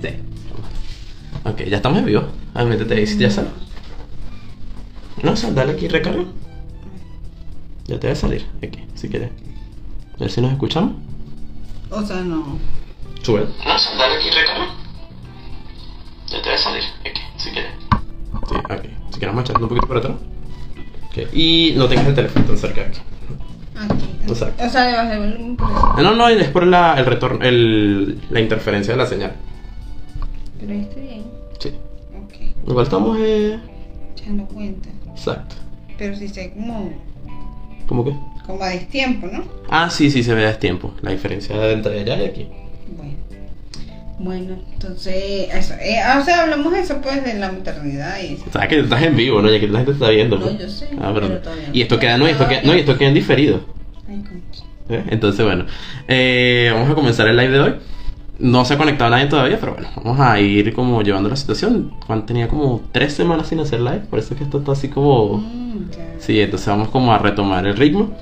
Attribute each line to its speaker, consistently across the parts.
Speaker 1: T. Ok, ya estamos en vivo. Ah, métete ahí, ya sal. No, sal, dale aquí, recarga. Ya te debe salir, aquí, si quieres. A ver si nos escuchamos.
Speaker 2: O sea, no.
Speaker 1: Sube. No, sal, dale aquí, recarga. Ya te debe salir, aquí, si quieres. Sí, aquí. Si quieres marchando un poquito para atrás. Ok, Y no tengas el teléfono tan cerca de aquí.
Speaker 2: Aquí.
Speaker 1: Exacto.
Speaker 2: O sea, le bajé el volumen por eso.
Speaker 1: Ah, No, no, es por la, el retorno, el, la interferencia de la señal.
Speaker 2: Pero está bien.
Speaker 1: Sí.
Speaker 2: Ok.
Speaker 1: Igual estamos, eh...
Speaker 2: Echando cuenta.
Speaker 1: Exacto.
Speaker 2: Pero si está como,
Speaker 1: ¿Cómo que?
Speaker 2: como a destiempo, ¿no?
Speaker 1: Ah, sí, sí, se ve a tiempo. La diferencia de entre allá y aquí.
Speaker 2: Bueno. Bueno, entonces, eso. Eh, ah, o sea, hablamos eso pues de la maternidad y eso.
Speaker 1: Sabes que estás en vivo, ¿no? Y aquí la gente te está viendo.
Speaker 2: No, yo sé,
Speaker 1: Ah,
Speaker 2: pero
Speaker 1: perdón.
Speaker 2: todavía no.
Speaker 1: Y esto queda, no, y esto queda, no, y esto queda en diferido.
Speaker 2: Ay, concha.
Speaker 1: ¿eh? Entonces, bueno. eh, vamos a comenzar el live de hoy. No se ha conectado nadie todavía, pero bueno, vamos a ir como llevando la situación. Juan tenía como tres semanas sin hacer live, por eso es que esto está así como...
Speaker 2: Mm, ya.
Speaker 1: Oh. Sí, entonces vamos como a retomar el ritmo.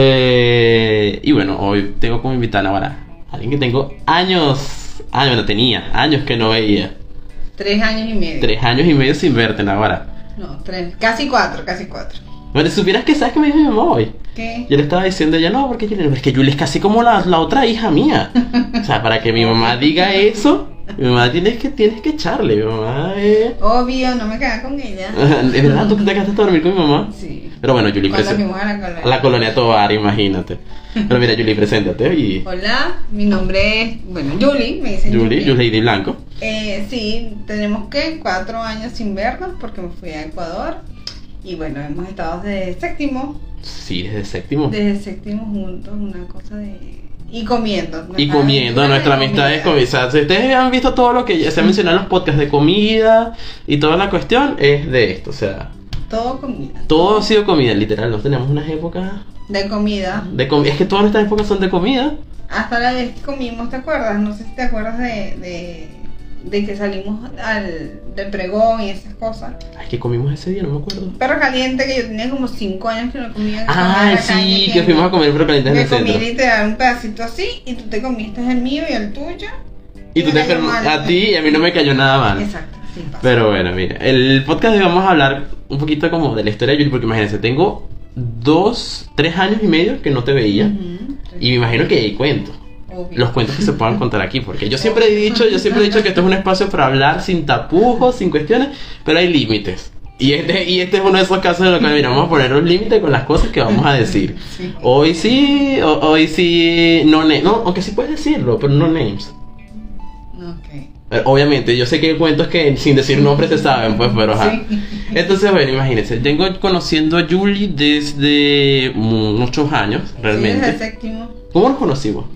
Speaker 1: Eh, y bueno, hoy tengo como invitada ahora a alguien que tengo años, años, no tenía, años que no veía.
Speaker 2: Tres años y medio.
Speaker 1: Tres años y medio sin verte, Navarra.
Speaker 2: No, tres. Casi cuatro, casi cuatro.
Speaker 1: Bueno, supieras que sabes que me dijo mi mamá hoy.
Speaker 2: ¿Qué?
Speaker 1: Yo le estaba diciendo a ella, no, porque Julia, es que Julia es casi como la, la otra hija mía. O sea, para que mi mamá diga eso, mi mamá tienes que, tienes que echarle, mi mamá es...
Speaker 2: Obvio, no me quedaba con ella.
Speaker 1: De verdad, tú te quedaste a dormir con mi mamá.
Speaker 2: Sí.
Speaker 1: Pero bueno, Julie,
Speaker 2: Cuando
Speaker 1: presen-
Speaker 2: fuimos a la
Speaker 1: A la colonia Tobar, imagínate. Pero mira, Julie, preséntate. Y
Speaker 2: Pues, Hola, mi nombre es, bueno, Julie, me dicen
Speaker 1: Julie, Julie Lady Blanco.
Speaker 2: Eh, sí, tenemos que cuatro años sin vernos porque me fui a Ecuador y bueno, hemos estado desde séptimo,
Speaker 1: Sí, desde séptimo.
Speaker 2: desde séptimo juntos, una cosa de... Y comiendo.
Speaker 1: Y comiendo, nuestra amistad es
Speaker 2: comiendo.
Speaker 1: comida. O sea, si ustedes han visto todo lo que ya se ha mencionado en los podcasts de comida y toda la cuestión, es de esto. O sea,
Speaker 2: Todo comida.
Speaker 1: todo ha sido comida, literal. Nos tenemos unas épocas
Speaker 2: De comida.
Speaker 1: de comida. Es que todas nuestras épocas son de comida.
Speaker 2: Hasta la vez que comimos, ¿te acuerdas? No sé si te acuerdas de, de, de que salimos al, del pregón y esas cosas.
Speaker 1: Ay, que comimos ese día, no me acuerdo.
Speaker 2: Perro caliente que yo tenía como cinco años que no comía. que comía
Speaker 1: Ay, Ah,
Speaker 2: la caña
Speaker 1: sí,
Speaker 2: aquí
Speaker 1: que
Speaker 2: en-
Speaker 1: fuimos a comer pero calientes en
Speaker 2: Me
Speaker 1: el
Speaker 2: comí
Speaker 1: centro.
Speaker 2: literal un pedacito así y tú te comiste el mío y el tuyo.
Speaker 1: Y tú
Speaker 2: me
Speaker 1: te
Speaker 2: cayó
Speaker 1: enfermas
Speaker 2: mal.
Speaker 1: a ti y a mí no me cayó nada mal.
Speaker 2: Exacto, sí pasa.
Speaker 1: Pero bueno, mira, el podcast de hoy vamos a hablar un poquito como de la historia de Julie, porque imagínense, tengo dos, tres años y medio que no te veía.
Speaker 2: Ujú,
Speaker 1: Y me imagino que hay cuentos.
Speaker 2: obvio.
Speaker 1: Los cuentos que se puedan contar aquí, porque yo siempre he dicho, yo siempre he dicho que esto es un espacio para hablar sin tapujos, sin cuestiones, pero hay límites. Y este, y este es uno de esos casos en los que mira, vamos a poner un límite con las cosas que vamos a decir.
Speaker 2: Sí.
Speaker 1: Hoy sí, o- hoy sí, no names. No, aunque sí puedes decirlo, pero no names.
Speaker 2: Ok.
Speaker 1: Eh, Obviamente, yo sé que hay cuentos que sin decir nombres se saben, pues, pero ajá.
Speaker 2: Sí.
Speaker 1: Entonces, bueno, imagínense, tengo conociendo a Julie desde mu- muchos años,
Speaker 2: Sí, desde el
Speaker 1: realmente.
Speaker 2: séptimo.
Speaker 1: ¿Cómo nos conocimos?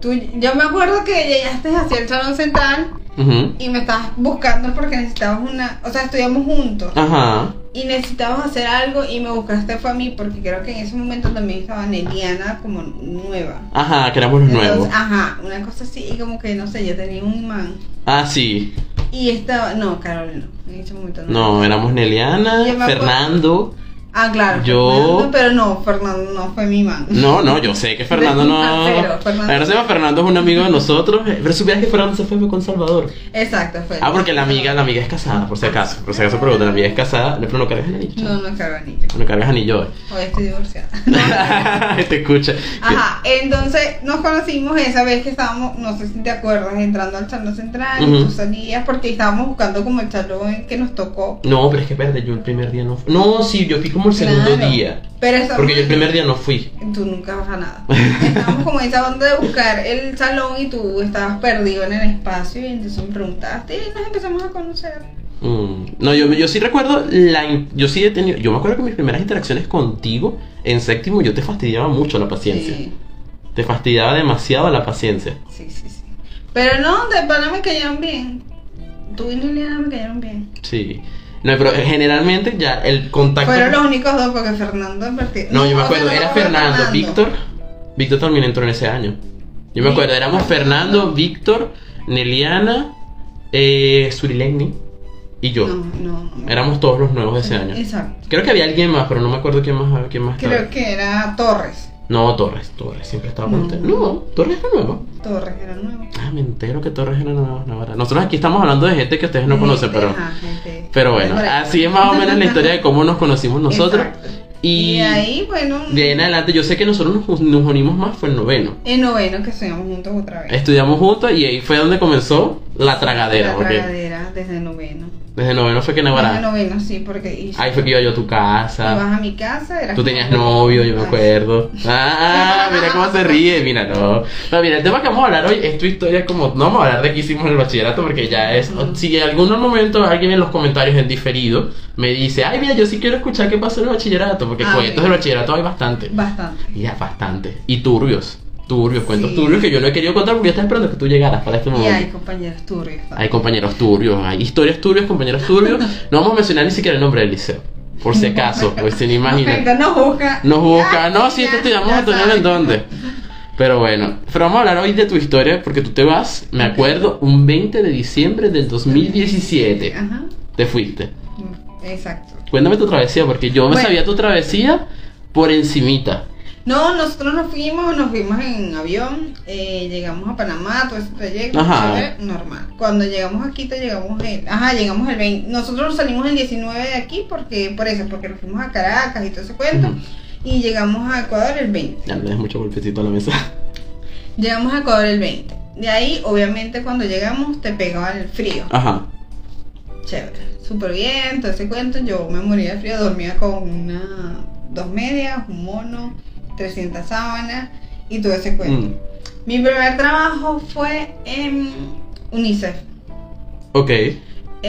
Speaker 2: Tú- yo me acuerdo que llegaste hacia el salón central
Speaker 1: Ujú.
Speaker 2: y me estabas buscando porque necesitabas una. O sea, estudiamos juntos
Speaker 1: Ah. Ajá.
Speaker 2: y necesitabas hacer algo y me buscaste fue a mí porque creo que en ese momento también estaba Neliana como nueva.
Speaker 1: Ajá, que éramos los nuevos.
Speaker 2: Entonces, ajá, una cosa así y como que no sé, yo tenía un imán.
Speaker 1: Ah, sí.
Speaker 2: Y estaba. No, Carol, no. En ese momento
Speaker 1: No, éramos Neliana,
Speaker 2: Yo me acuerdo.
Speaker 1: Fernando.
Speaker 2: Ah, claro.
Speaker 1: Yo-
Speaker 2: Fernando, pero no, Fernando no fue mi man.
Speaker 1: No, no, yo sé que Fernando no.
Speaker 2: Ah, pero Fernando-
Speaker 1: Ahora se llama Fernando es un amigo de nosotros. eh, Pero supieras que Fernando se fue con Salvador.
Speaker 2: Exacto, fue.
Speaker 1: Ah, porque la amiga, la amiga es casada, por si acaso. Por si acaso preguntan, la amiga es casada. Pero no cargas anillo.
Speaker 2: No, no es Carvanillo.
Speaker 1: No cargas anillo.
Speaker 2: Hoy estoy divorciada.
Speaker 1: eh. Te escucha.
Speaker 2: Ajá, entonces nos conocimos esa vez que estábamos, no sé si te acuerdas, entrando al salón central, y
Speaker 1: Ujú.
Speaker 2: tú salías porque estábamos buscando como el salón que nos tocó.
Speaker 1: No, pero es que espérate, yo el primer día no fui. No, sí, yo fui como el segundo
Speaker 2: Claro.
Speaker 1: día.
Speaker 2: Pero esa-
Speaker 1: Porque yo el primer día no fui.
Speaker 2: Tú nunca vas a nada. Estábamos como en esa onda de buscar el salón y tú estabas perdido en el espacio y entonces me preguntaste y nos empezamos a conocer.
Speaker 1: Mm, No, yo, yo sí recuerdo la. in- Yo sí he tenido. Yo me acuerdo que mis primeras interacciones contigo en séptimo yo te fastidiaba mucho la paciencia.
Speaker 2: Sí.
Speaker 1: Te fastidiaba demasiado la paciencia.
Speaker 2: Sí, sí, sí. Pero no, de pana me cayeron bien. Tú y Liliana me cayeron bien.
Speaker 1: Sí. No, pero generalmente ya el contacto.
Speaker 2: Fueron los únicos dos porque Fernando en parti-
Speaker 1: No, yo me
Speaker 2: o
Speaker 1: acuerdo,
Speaker 2: sea, no
Speaker 1: era
Speaker 2: me acuerdo
Speaker 1: Fernando, Víctor. Víctor también entró en ese año. Yo me acuerdo, éramos Fernando, Víctor, Neliana, eh, Surileni y yo.
Speaker 2: No, no, no.
Speaker 1: Éramos todos los nuevos de ese año.
Speaker 2: Exacto.
Speaker 1: Creo que había alguien más, pero no me acuerdo quién más, quién más estaba.
Speaker 2: Creo que era Torres.
Speaker 1: No, Torres, Torres siempre estaba
Speaker 2: No.
Speaker 1: contento. No, Torres era nueva.
Speaker 2: Torres era nuevo.
Speaker 1: Ah, me entero que Torres era nueva. no, ahora. Nosotros aquí estamos hablando de gente que ustedes no conocen, pero.
Speaker 2: Ajá, gente.
Speaker 1: Pero bueno,
Speaker 2: Correcto.
Speaker 1: así es más o menos la historia de cómo nos conocimos nosotros.
Speaker 2: Exacto.
Speaker 1: Y,
Speaker 2: Y, ahí, bueno,
Speaker 1: de ahí en adelante, yo sé que nosotros nos, nos unimos más, fue el noveno.
Speaker 2: en noveno que estudiamos juntos otra vez.
Speaker 1: Estudiamos juntos y ahí fue donde comenzó la tragadera.
Speaker 2: La
Speaker 1: porque
Speaker 2: tragadera desde noveno.
Speaker 1: desde noveno fue que
Speaker 2: Desde
Speaker 1: Navarra.
Speaker 2: noveno, sí, porque y-
Speaker 1: Ahí fue que iba yo a tu casa.
Speaker 2: ibas a mi casa, eras
Speaker 1: Tú tenías novio, yo me acuerdo. Ah, mira cómo se ríe. Mira, no. No, mira, el tema que vamos a hablar hoy es tu historia como... No vamos a hablar de que hicimos en el bachillerato porque ya es...
Speaker 2: Ujú.
Speaker 1: Si en algún momento alguien en los comentarios en diferido me dice... Ay, mira, yo sí quiero escuchar qué pasó en el bachillerato porque
Speaker 2: Ah,
Speaker 1: cuentos
Speaker 2: ok.
Speaker 1: del bachillerato hay bastante.
Speaker 2: Bastante.
Speaker 1: Ya, bastante. Y turbios. Turbios, cuentos
Speaker 2: Sí.
Speaker 1: turbios que yo no he querido contar porque yo estaba esperando que tú llegaras para este
Speaker 2: Y
Speaker 1: momento.
Speaker 2: hay compañeros turbios.
Speaker 1: Hay compañeros turbios, hay historias turbias, compañeros turbios. No vamos a mencionar ni siquiera el nombre del liceo. Por si acaso, pues si ni imaginas.
Speaker 2: Perfecto, no juzga.
Speaker 1: Nos busca,
Speaker 2: Ya,
Speaker 1: no, si
Speaker 2: ya,
Speaker 1: te estudiamos
Speaker 2: ya
Speaker 1: a tener
Speaker 2: saben.
Speaker 1: en dónde. Pero bueno, pero vamos a hablar hoy de tu historia porque tú te vas, me acuerdo, un 20 de diciembre del 2017.
Speaker 2: Ajá.
Speaker 1: Te fuiste.
Speaker 2: Exacto.
Speaker 1: Cuéntame tu travesía porque yo me
Speaker 2: Bueno.
Speaker 1: sabía tu travesía por encimita.
Speaker 2: No, nosotros nos fuimos, nos fuimos en avión, eh, llegamos a Panamá, todo ese trayecto,
Speaker 1: Ajá.
Speaker 2: chévere, normal. Cuando llegamos aquí, te llegamos el, ajá, llegamos el 20, nosotros salimos el 19 de aquí porque, por eso, porque nos fuimos a Caracas y todo ese cuento,
Speaker 1: Ujú.
Speaker 2: y llegamos a Ecuador el 20.
Speaker 1: Ya le des mucho golpecito a la mesa.
Speaker 2: Llegamos a Ecuador el 20. De ahí, obviamente, cuando llegamos, te pegaba el frío.
Speaker 1: Ajá.
Speaker 2: Chévere. Súper bien, todo ese cuento. Yo me moría de frío, dormía con una, dos medias, un mono, 300 sábanas y todo ese cuento.
Speaker 1: Mm.
Speaker 2: Mi primer trabajo fue en UNICEF. Eh,
Speaker 1: Ok. ¿Qué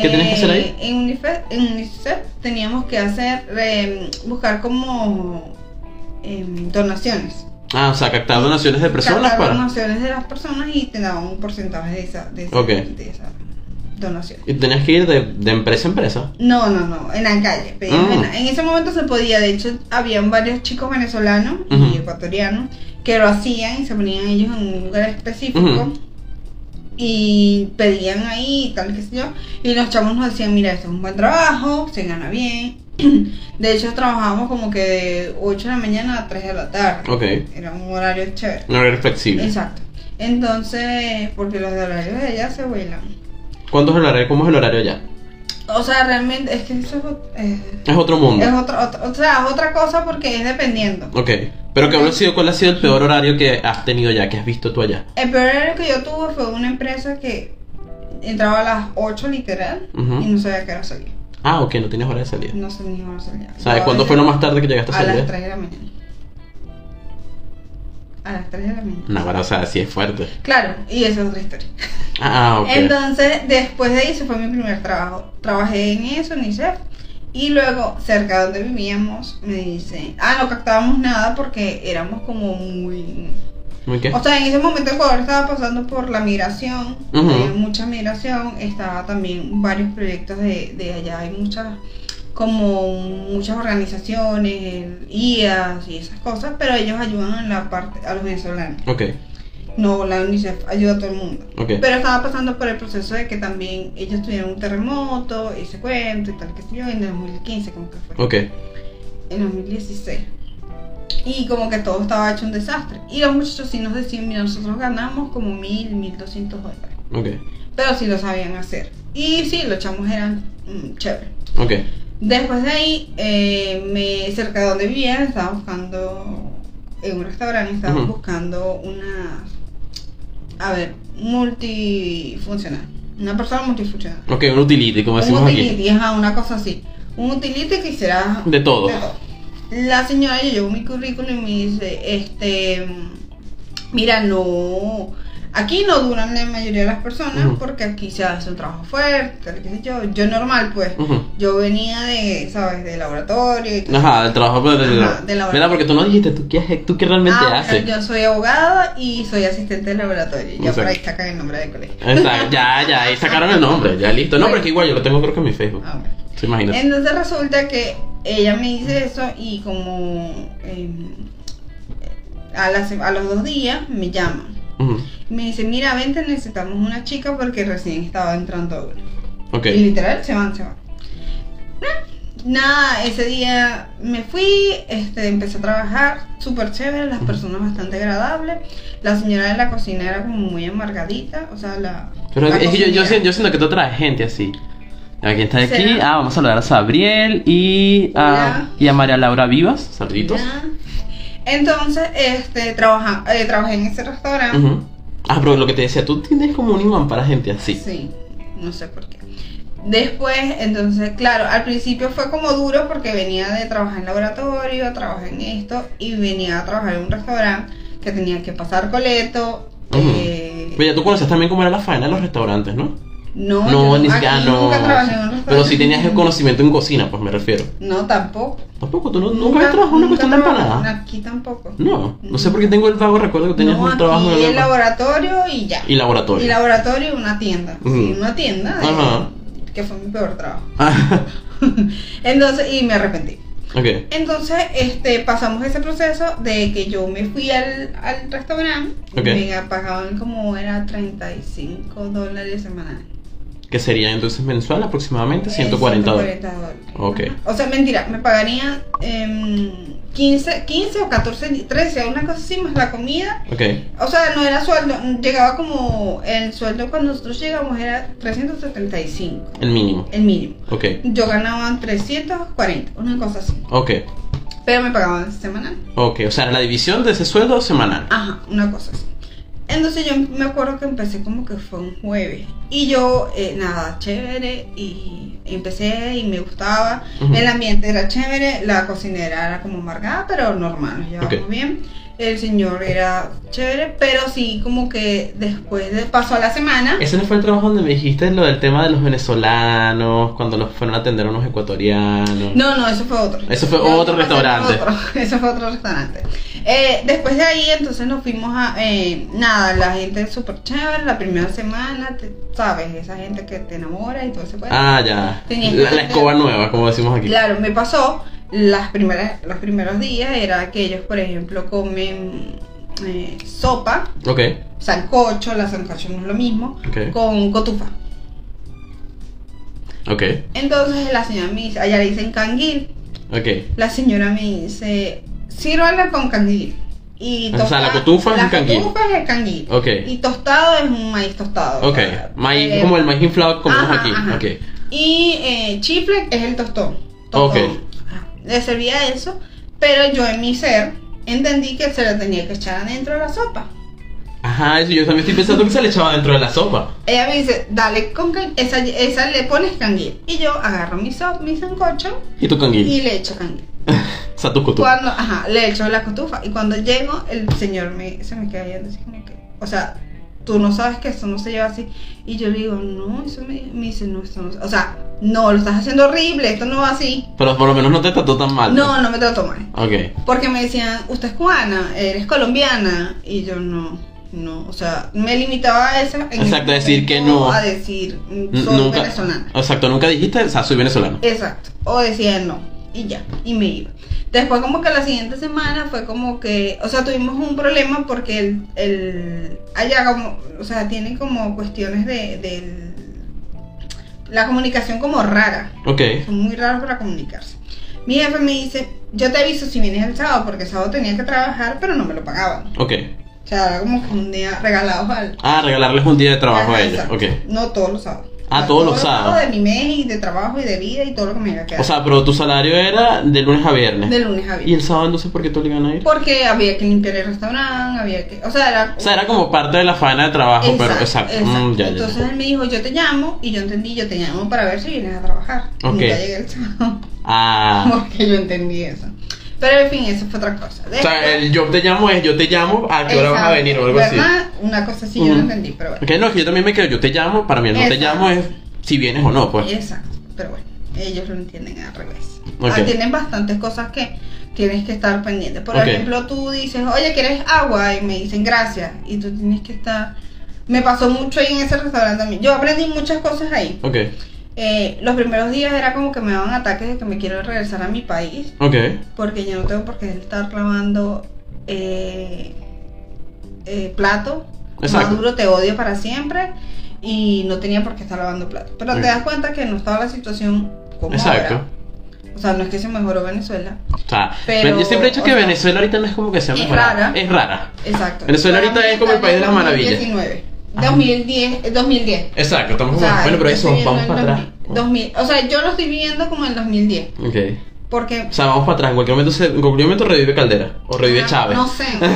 Speaker 1: tenías que hacer ahí?
Speaker 2: En UNICEF, en UNICEF teníamos que hacer, em, buscar como em, donaciones.
Speaker 1: Ah, o sea, captar donaciones de personas
Speaker 2: Captar
Speaker 1: para.
Speaker 2: donaciones de las personas y te daban un porcentaje de esa, de esa,
Speaker 1: Ok.
Speaker 2: de esa donación.
Speaker 1: Y tenías que ir de, de empresa a empresa.
Speaker 2: No, no, no, en la calle. pedíamos
Speaker 1: Ah.
Speaker 2: en, la- en ese momento se podía, de hecho, habían varios chicos venezolanos
Speaker 1: Ujú.
Speaker 2: y ecuatorianos que lo hacían y se ponían ellos en un lugar específico
Speaker 1: Ujú.
Speaker 2: y pedían ahí y tal, qué sé yo. Y los chavos nos decían, mira, esto es un buen trabajo, se gana bien. De hecho, trabajábamos como que de 8 de la mañana a 3 de la tarde.
Speaker 1: Ok.
Speaker 2: Era un horario chévere.
Speaker 1: No era flexible.
Speaker 2: Exacto. Entonces, porque los horarios de allá se vuelan.
Speaker 1: ¿Cuánto es el horario? ¿Cómo es el horario allá?
Speaker 2: O sea, realmente, es que eso es ot- eh,
Speaker 1: Es otro mundo.
Speaker 2: Es otra, otra- o sea, es otra cosa porque es dependiendo.
Speaker 1: Ok, pero ¿cuál ha, sido, ¿cuál ha sido el peor horario que has tenido ya, que has visto tú allá?
Speaker 2: El peor horario que yo tuve fue una empresa que entraba a las 8 literal
Speaker 1: Ujú.
Speaker 2: y no sabía qué hora salía.
Speaker 1: Ah, ok, no tienes hora de salida.
Speaker 2: No sé ni qué hora salía.
Speaker 1: ¿Sabes
Speaker 2: Yo
Speaker 1: cuándo
Speaker 2: a
Speaker 1: fue lo
Speaker 2: veces-
Speaker 1: más tarde que llegaste a
Speaker 2: A las
Speaker 1: salir?
Speaker 2: 3 de la mañana. A las 3 de la mañana.
Speaker 1: No, pero, o sea, sí es fuerte.
Speaker 2: Claro, y esa es otra historia.
Speaker 1: Ah, ah, ok.
Speaker 2: Entonces, después de ahí, ese fue mi primer trabajo. Trabajé en eso, en ISEF. Y luego, cerca de donde vivíamos, me dicen, ah, no captábamos nada porque éramos como muy
Speaker 1: ¿Muy qué?
Speaker 2: O sea, en ese momento Ecuador estaba pasando por la migración,
Speaker 1: Ujú.
Speaker 2: había mucha migración, estaba también varios proyectos de, de allá, hay muchas, como muchas organizaciones, el IAS y esas cosas, pero ellos ayudan en la parte, a los venezolanos,
Speaker 1: Ok,
Speaker 2: no la UNICEF ayuda a todo el mundo.
Speaker 1: ok.
Speaker 2: Pero estaba pasando por el proceso de que también ellos tuvieron un terremoto, ese cuento y tal, que sé yo, en el 2015 como que fue
Speaker 1: Ok,
Speaker 2: en 2016. Y como que todo estaba hecho un desastre. Y los muchachos sí nos decían, mira, nosotros ganamos como mil, mil doscientos dólares.
Speaker 1: ok,
Speaker 2: Pero sí lo sabían hacer. Y sí, los chamos eran mm, chévere.
Speaker 1: ok.
Speaker 2: Después de ahí, eh, me, cerca de donde vivía, estaba buscando, en un restaurante, estaba
Speaker 1: Ujú.
Speaker 2: buscando una, a ver, multifuncional. Una persona multifuncional.
Speaker 1: Ok, un utility, como
Speaker 2: Un
Speaker 1: decimos aquí.
Speaker 2: utility, ajá, una cosa así. Un utility que hiciera
Speaker 1: De todo.
Speaker 2: La señora yo llevo mi currículum y me dice, este, mira, no, aquí no duran la mayoría de las personas
Speaker 1: Ujú.
Speaker 2: porque aquí se hace un trabajo fuerte, tal, qué sé yo, yo normal pues.
Speaker 1: Ujú.
Speaker 2: Yo venía de, ¿sabes? De laboratorio y todo.
Speaker 1: Ajá, el trabajo por el...
Speaker 2: Ajá, de la-
Speaker 1: Mira, porque tú no dijiste, ¿tú qué, haces? ¿Tú qué realmente
Speaker 2: Ah, bueno,
Speaker 1: haces?
Speaker 2: yo soy abogada y soy asistente de laboratorio. Ya por
Speaker 1: Exacto.
Speaker 2: ahí sacan el nombre del colegio.
Speaker 1: Exacto, ya, ya, ahí sacaron el nombre, ya listo. No, pero es que igual yo lo tengo creo que en mi Facebook.
Speaker 2: Ah, bueno.
Speaker 1: Sí, imagínate.
Speaker 2: Entonces resulta que ella me dice eso y como eh, a, las- a los dos días me llama.
Speaker 1: Ujú.
Speaker 2: Me dice, mira, vente, necesitamos una chica porque recién estaba entrando una.
Speaker 1: Ok,
Speaker 2: Y literal, se van, se van. Ah, Nada, ese día me fui, este, empecé a trabajar, súper chévere, las personas bastante agradables. La señora de la cocina era como muy amargadita, o sea, la.
Speaker 1: Pero es
Speaker 2: la
Speaker 1: que yo, yo,
Speaker 2: cocinera.
Speaker 1: siento, yo siento que tú traes gente así. Aquí está de aquí.
Speaker 2: ¿Será?
Speaker 3: Ah, vamos a saludar a Sabriel y a,
Speaker 2: Hola.
Speaker 3: y a María Laura Vivas.
Speaker 1: Saluditos.
Speaker 2: Ya. Entonces, este, trabaja, eh, trabajé en ese restaurante.
Speaker 1: Ujú. Ah, pero lo que te decía, tú tienes como un imán para gente así.
Speaker 2: Sí, no sé por qué. Después, entonces, claro, al principio fue como duro porque venía de trabajar en laboratorio, trabajé en esto y venía a trabajar en un restaurante que tenía que pasar coleto.
Speaker 1: Ujú.
Speaker 2: eh,
Speaker 1: Mira, tú conoces también cómo era la faena de los restaurantes, ¿no?
Speaker 2: no, yo
Speaker 1: no,
Speaker 2: no-
Speaker 1: ni
Speaker 2: aquí
Speaker 1: siquiera no.
Speaker 2: nunca trabajé en un restaurante.
Speaker 1: Pero si tenías el conocimiento en cocina, pues me refiero.
Speaker 2: No, tampoco.
Speaker 1: Tampoco, tú no- nunca, has trabajado en una
Speaker 2: nunca
Speaker 1: cuestión de
Speaker 2: trabajé-
Speaker 1: empanada.
Speaker 2: Aquí tampoco.
Speaker 1: No, no sé por qué tengo el vago recuerdo que tenías
Speaker 2: No,
Speaker 1: un trabajo
Speaker 2: aquí
Speaker 1: en
Speaker 2: en laboratorio y ya.
Speaker 1: y laboratorio.
Speaker 2: Y laboratorio y una tienda. Sí,
Speaker 1: Ujú.
Speaker 2: una tienda. eh,
Speaker 1: Ajá.
Speaker 2: que fue mi peor trabajo.
Speaker 1: Ah,
Speaker 2: Entonces, y me arrepentí.
Speaker 1: ok.
Speaker 2: Entonces, este, pasamos ese proceso de que yo me fui al, al restaurante.
Speaker 1: Ok.
Speaker 2: Me pagaban como era 35 dólares semanales.
Speaker 1: Que sería entonces mensual aproximadamente
Speaker 2: Eh,
Speaker 1: 140 dólares.
Speaker 2: 140 dólares.
Speaker 1: Ok.
Speaker 2: Ajá. O sea, mentira, me pagarían em, 15, 15 o 14, 13, una cosa así, más la comida.
Speaker 1: Ok.
Speaker 2: O sea, no era sueldo, llegaba como el sueldo cuando nosotros llegamos era 375,
Speaker 1: El mínimo.
Speaker 2: el mínimo.
Speaker 1: Ok.
Speaker 2: Yo ganaba 340, una cosa así.
Speaker 1: Ok.
Speaker 2: Pero me pagaban semanal.
Speaker 1: Ok. O sea, la división de ese sueldo semanal.
Speaker 2: Ajá, una cosa así. Entonces yo me acuerdo que empecé como que fue un jueves. Y yo, eh, nada, chévere. Y empecé y me gustaba.
Speaker 1: Ujú.
Speaker 2: El ambiente era chévere. La cocinera era como amargada, pero normal, nos llevábamos
Speaker 1: Ok.
Speaker 2: bien. El señor era chévere, pero sí como que después de pasó la semana.
Speaker 1: Ese no fue el trabajo donde me dijiste lo del tema de los venezolanos, cuando los fueron a atender a unos ecuatorianos.
Speaker 2: No, no, eso fue otro.
Speaker 1: Eso fue
Speaker 2: No,
Speaker 1: otro
Speaker 2: no, eso fue
Speaker 1: restaurante.
Speaker 2: otro. Eso fue otro restaurante. Eh, después de ahí, entonces nos fuimos a. eh, nada, la gente es súper chévere. La primera semana, te- ¿sabes? Esa gente que te enamora y todo ese cuento.
Speaker 1: Ah, ya.
Speaker 2: Tenías que
Speaker 1: La, la
Speaker 2: hacer-
Speaker 1: escoba nueva, como decimos aquí.
Speaker 2: Claro, me pasó. Las primeras, los primeros días era que ellos, por ejemplo, comen eh, sopa,
Speaker 1: Ok.
Speaker 2: sancocho. La sancocho no es lo mismo.
Speaker 1: Ok.
Speaker 2: Con cotufa.
Speaker 1: Ok.
Speaker 2: Entonces la señora me dice, allá le dicen canguil.
Speaker 1: Ok.
Speaker 2: La señora me dice, sírvala con canguil. Y
Speaker 1: Ah, O sea, la cotufa es
Speaker 2: la
Speaker 1: un canguil.
Speaker 2: cotufa es el canguil.
Speaker 1: Ok.
Speaker 2: Y tostado es un maíz tostado.
Speaker 1: Ok.
Speaker 2: Eh,
Speaker 1: Maíz,
Speaker 2: eh,
Speaker 1: como el maíz inflado que comemos
Speaker 2: ajá,
Speaker 1: aquí.
Speaker 2: ajá.
Speaker 1: Ok.
Speaker 2: Y eh, chifle es el tostón. tostón.
Speaker 1: Ok.
Speaker 2: Ajá. Le servía eso, pero yo en mi ser entendí que se lo tenía que echar adentro de la sopa.
Speaker 1: Ajá, eso yo también estoy pensando que se le echaba dentro de la sopa.
Speaker 2: Ella me dice, dale con canguil, esa, esa le pones canguil. Y yo agarro mi, sopa, mi sancocho
Speaker 1: Y tu canguil.
Speaker 2: y le echo canguil.
Speaker 1: O sea, tu cutú.
Speaker 2: Cuando, ajá, le echo la cotufa. Y cuando llego, el señor me, se me queda viendo así como que, o sea, tú no sabes que eso no se lleva así. Y yo le digo, no, eso me, me dice, no, esto no, se- o sea, no, lo estás haciendo horrible, esto no va así.
Speaker 1: Pero por lo menos Ah, no te trató tan mal. pues.
Speaker 2: No, no me trato mal.
Speaker 1: Ok.
Speaker 2: Porque me decían, usted es cubana, eres colombiana. Y yo no, no, o sea, me limitaba a eso. en ese
Speaker 1: Exacto, a decir que
Speaker 2: momento
Speaker 1: no.
Speaker 2: A decir, mm,
Speaker 1: N-
Speaker 2: soy
Speaker 1: nunca.
Speaker 2: venezolana. Eh.
Speaker 1: Exacto, nunca dijiste, o sea, soy venezolano.
Speaker 2: Exacto. O decía no. Y ya. Y me iba. Después como que la siguiente semana fue como que, o sea, tuvimos un problema porque el, el- allá como, o sea, tienen como cuestiones de, del- la comunicación como rara.
Speaker 1: Ok.
Speaker 2: Son muy raros para comunicarse. Mi jefe me dice, yo te aviso si vienes el sábado, porque el sábado tenía que trabajar, pero no me lo pagaban.
Speaker 1: Ok.
Speaker 2: O sea, era como que un día regalados al...
Speaker 1: Ah, regalarles un día de trabajo
Speaker 2: Ajá,
Speaker 1: a ellos.
Speaker 2: Ah, exacto.
Speaker 1: Ok.
Speaker 2: No todos los sábados.
Speaker 1: Ah,
Speaker 2: No,
Speaker 1: todos los sábados.
Speaker 2: De mi mes y de trabajo y de vida y todo lo que me había quedado.
Speaker 1: O sea, pero tu salario era de lunes a viernes.
Speaker 2: De lunes a
Speaker 1: ¿Y el
Speaker 2: viernes.
Speaker 1: sábado entonces por qué tú le iban a ir?
Speaker 2: Porque había que limpiar el restaurante, había que. O sea, era.
Speaker 1: O sea, era como parte de la faena de trabajo,
Speaker 2: Exacto,
Speaker 1: pero exacto.
Speaker 2: exacto.
Speaker 1: Mm, ya, ya, ya.
Speaker 2: Entonces él me dijo, yo te llamo, y yo entendí, yo te llamo para ver si vienes a trabajar.
Speaker 1: Ok.
Speaker 2: Nunca llegué el sábado,
Speaker 1: Ah.
Speaker 2: porque yo entendí eso. Pero en fin, eso fue otra cosa.
Speaker 1: O sea, el yo te llamo es yo te llamo, ¿a qué hora vas a
Speaker 2: Exacto,
Speaker 1: venir o algo así?
Speaker 2: ¿verdad? Una cosa así, yo
Speaker 1: Ujú.
Speaker 2: no entendí, pero bueno.
Speaker 1: Ok, no, es que yo también me quedo, yo te llamo, para mí el no te
Speaker 2: Exacto.
Speaker 1: llamo es si vienes o no, pues.
Speaker 2: Exacto, pero bueno, ellos lo entienden al revés.
Speaker 1: Ok.
Speaker 2: Ah, tienen bastantes cosas que tienes que estar pendiente. Por
Speaker 1: Ok.
Speaker 2: ejemplo, tú dices, oye, ¿quieres agua? Y me dicen gracias. Y tú tienes que estar... Me pasó mucho ahí en ese restaurante a mí. Yo aprendí muchas cosas ahí.
Speaker 1: Ok,
Speaker 2: Eh, los primeros días era como que me daban ataques de que me quiero regresar a mi país
Speaker 1: ok,
Speaker 2: porque yo no tengo por qué estar lavando eh, eh, plato.
Speaker 1: Exacto.
Speaker 2: Maduro te odio para siempre y no tenía por qué estar lavando plato. Pero
Speaker 1: Sí.
Speaker 2: te das cuenta que no estaba la situación como
Speaker 1: exacto.
Speaker 2: ahora. O sea, no es que se mejoró Venezuela.
Speaker 1: O sea,
Speaker 2: Pero,
Speaker 1: yo siempre he dicho que
Speaker 2: o sea,
Speaker 1: Venezuela ahorita no es como que sea
Speaker 2: es
Speaker 1: mejorada.
Speaker 2: rara.
Speaker 1: Es rara.
Speaker 2: Exacto.
Speaker 1: Venezuela ahorita
Speaker 2: Solamente
Speaker 1: es como el
Speaker 2: está
Speaker 1: país de las maravillas.
Speaker 2: 2019. 2010, eh, 2010.
Speaker 1: Exacto, estamos
Speaker 2: O
Speaker 1: como.
Speaker 2: sea,
Speaker 1: bueno, pero
Speaker 2: yo
Speaker 1: eso,
Speaker 2: estoy
Speaker 1: vamos
Speaker 2: viendo
Speaker 1: para
Speaker 2: el
Speaker 1: atrás.
Speaker 2: 2000, o sea, yo lo estoy viviendo como en 2010.
Speaker 1: Ok.
Speaker 2: Porque
Speaker 1: O sea, vamos para atrás. En cualquier momento, se- en cualquier momento revive Caldera. O revive
Speaker 2: Ah,
Speaker 1: Chávez.
Speaker 2: No sé. no.